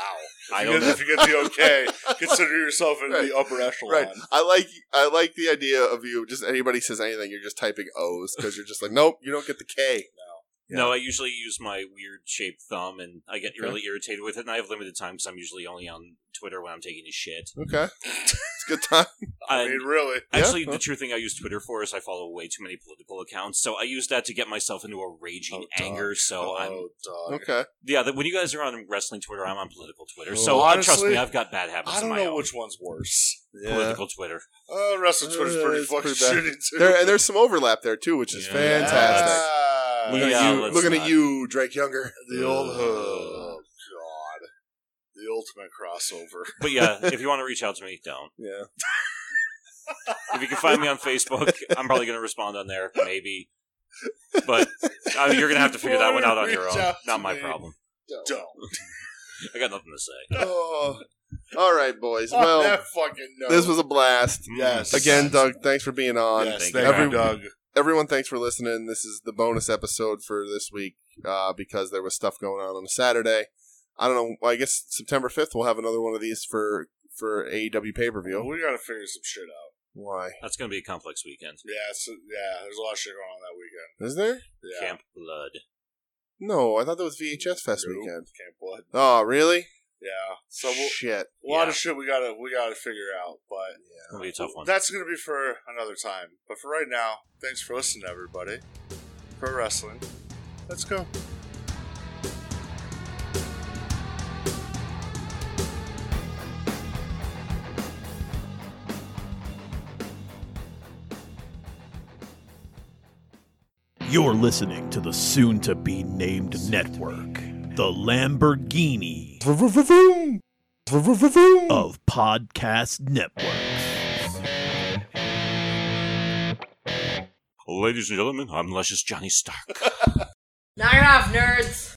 S3: I
S2: Because
S3: don't know.
S2: if you get the okay, consider yourself in the upper echelon.
S1: right. I like I like the idea of you. Just anybody says anything, you're just typing O's because you're just like, nope, you don't get the K.
S3: No, I usually use my weird shaped thumb, and I get
S1: Okay.
S3: really irritated with it. And I have limited time because I'm usually only on Twitter when I'm taking a shit.
S1: Okay, it's a good time.
S2: I
S3: And
S2: mean, really.
S1: Yeah,
S3: Actually,
S1: huh.
S3: the true thing I use Twitter for is I follow way too many political accounts, so I use that to get myself into a raging
S2: Oh, dog.
S3: anger. So I'm
S2: dog.
S1: Okay,
S3: yeah. The, when you guys are on wrestling Twitter, I'm on political Twitter.
S1: Well,
S3: So uh, trust
S2: honestly,
S3: me, I've got bad habits.
S2: I don't
S3: of my
S2: know
S3: own.
S2: which one's worse.
S1: yeah.
S3: political Twitter.
S2: Uh, wrestling Twitter's
S1: Uh,
S2: pretty
S1: it's
S2: fucking
S1: pretty bad.
S2: shitty too.
S1: There and there's some overlap there too, which is
S3: Yeah.
S1: fantastic.
S2: Yeah.
S1: Looking at
S3: Yeah,
S1: you-
S3: let's
S1: looking
S3: not.
S1: at you, Drake Younger.
S2: The old,
S3: Ugh.
S2: oh god, the ultimate crossover.
S3: But yeah, if you want to reach out to me, don't.
S1: Yeah.
S3: If you can find me on Facebook, I'm probably going to respond on there, maybe. But I mean, you're going to have to figure that one out on your
S2: Reach
S3: own.
S2: out to
S3: Not my
S2: me.
S3: problem.
S2: Don't.
S3: I got nothing to say.
S1: oh. All right, boys.
S3: Oh,
S2: On
S1: Well,
S2: that fucking note.
S1: this was a blast.
S2: Yes.
S1: Again, Doug, thanks for being on.
S2: yes,
S3: Thank
S2: thank,
S3: you.
S2: you,
S1: Every-
S2: Doug.
S1: Everyone, thanks for listening. This is the bonus episode for this week uh, because there was stuff going on on a Saturday. I don't know. I guess September 5th, we'll have another one of these for, for E AEW pay per view.
S2: We gotta figure some shit out.
S1: Why?
S3: That's going to be a complex weekend.
S2: Yeah, so, yeah. There's a lot of shit going on that weekend.
S1: Is there?
S2: Yeah.
S3: Camp Blood.
S1: No, I thought that was VHS Fest
S2: Nope.
S1: weekend.
S2: Camp Blood.
S1: Oh, really?
S2: Yeah. So we'll,
S1: Shit.
S2: a lot
S3: Yeah.
S2: of shit we gotta we gotta figure out, but
S3: It'll be a tough one.
S2: That's going to be for another time. But for right now, thanks for listening, everybody. Pro Wrestling. Let's go.
S4: You're listening to the soon to be named network, the Lamborghini of Podcast Networks.
S3: Ladies and gentlemen, I'm Luscious Johnny Stark.
S5: Knock it off, nerds!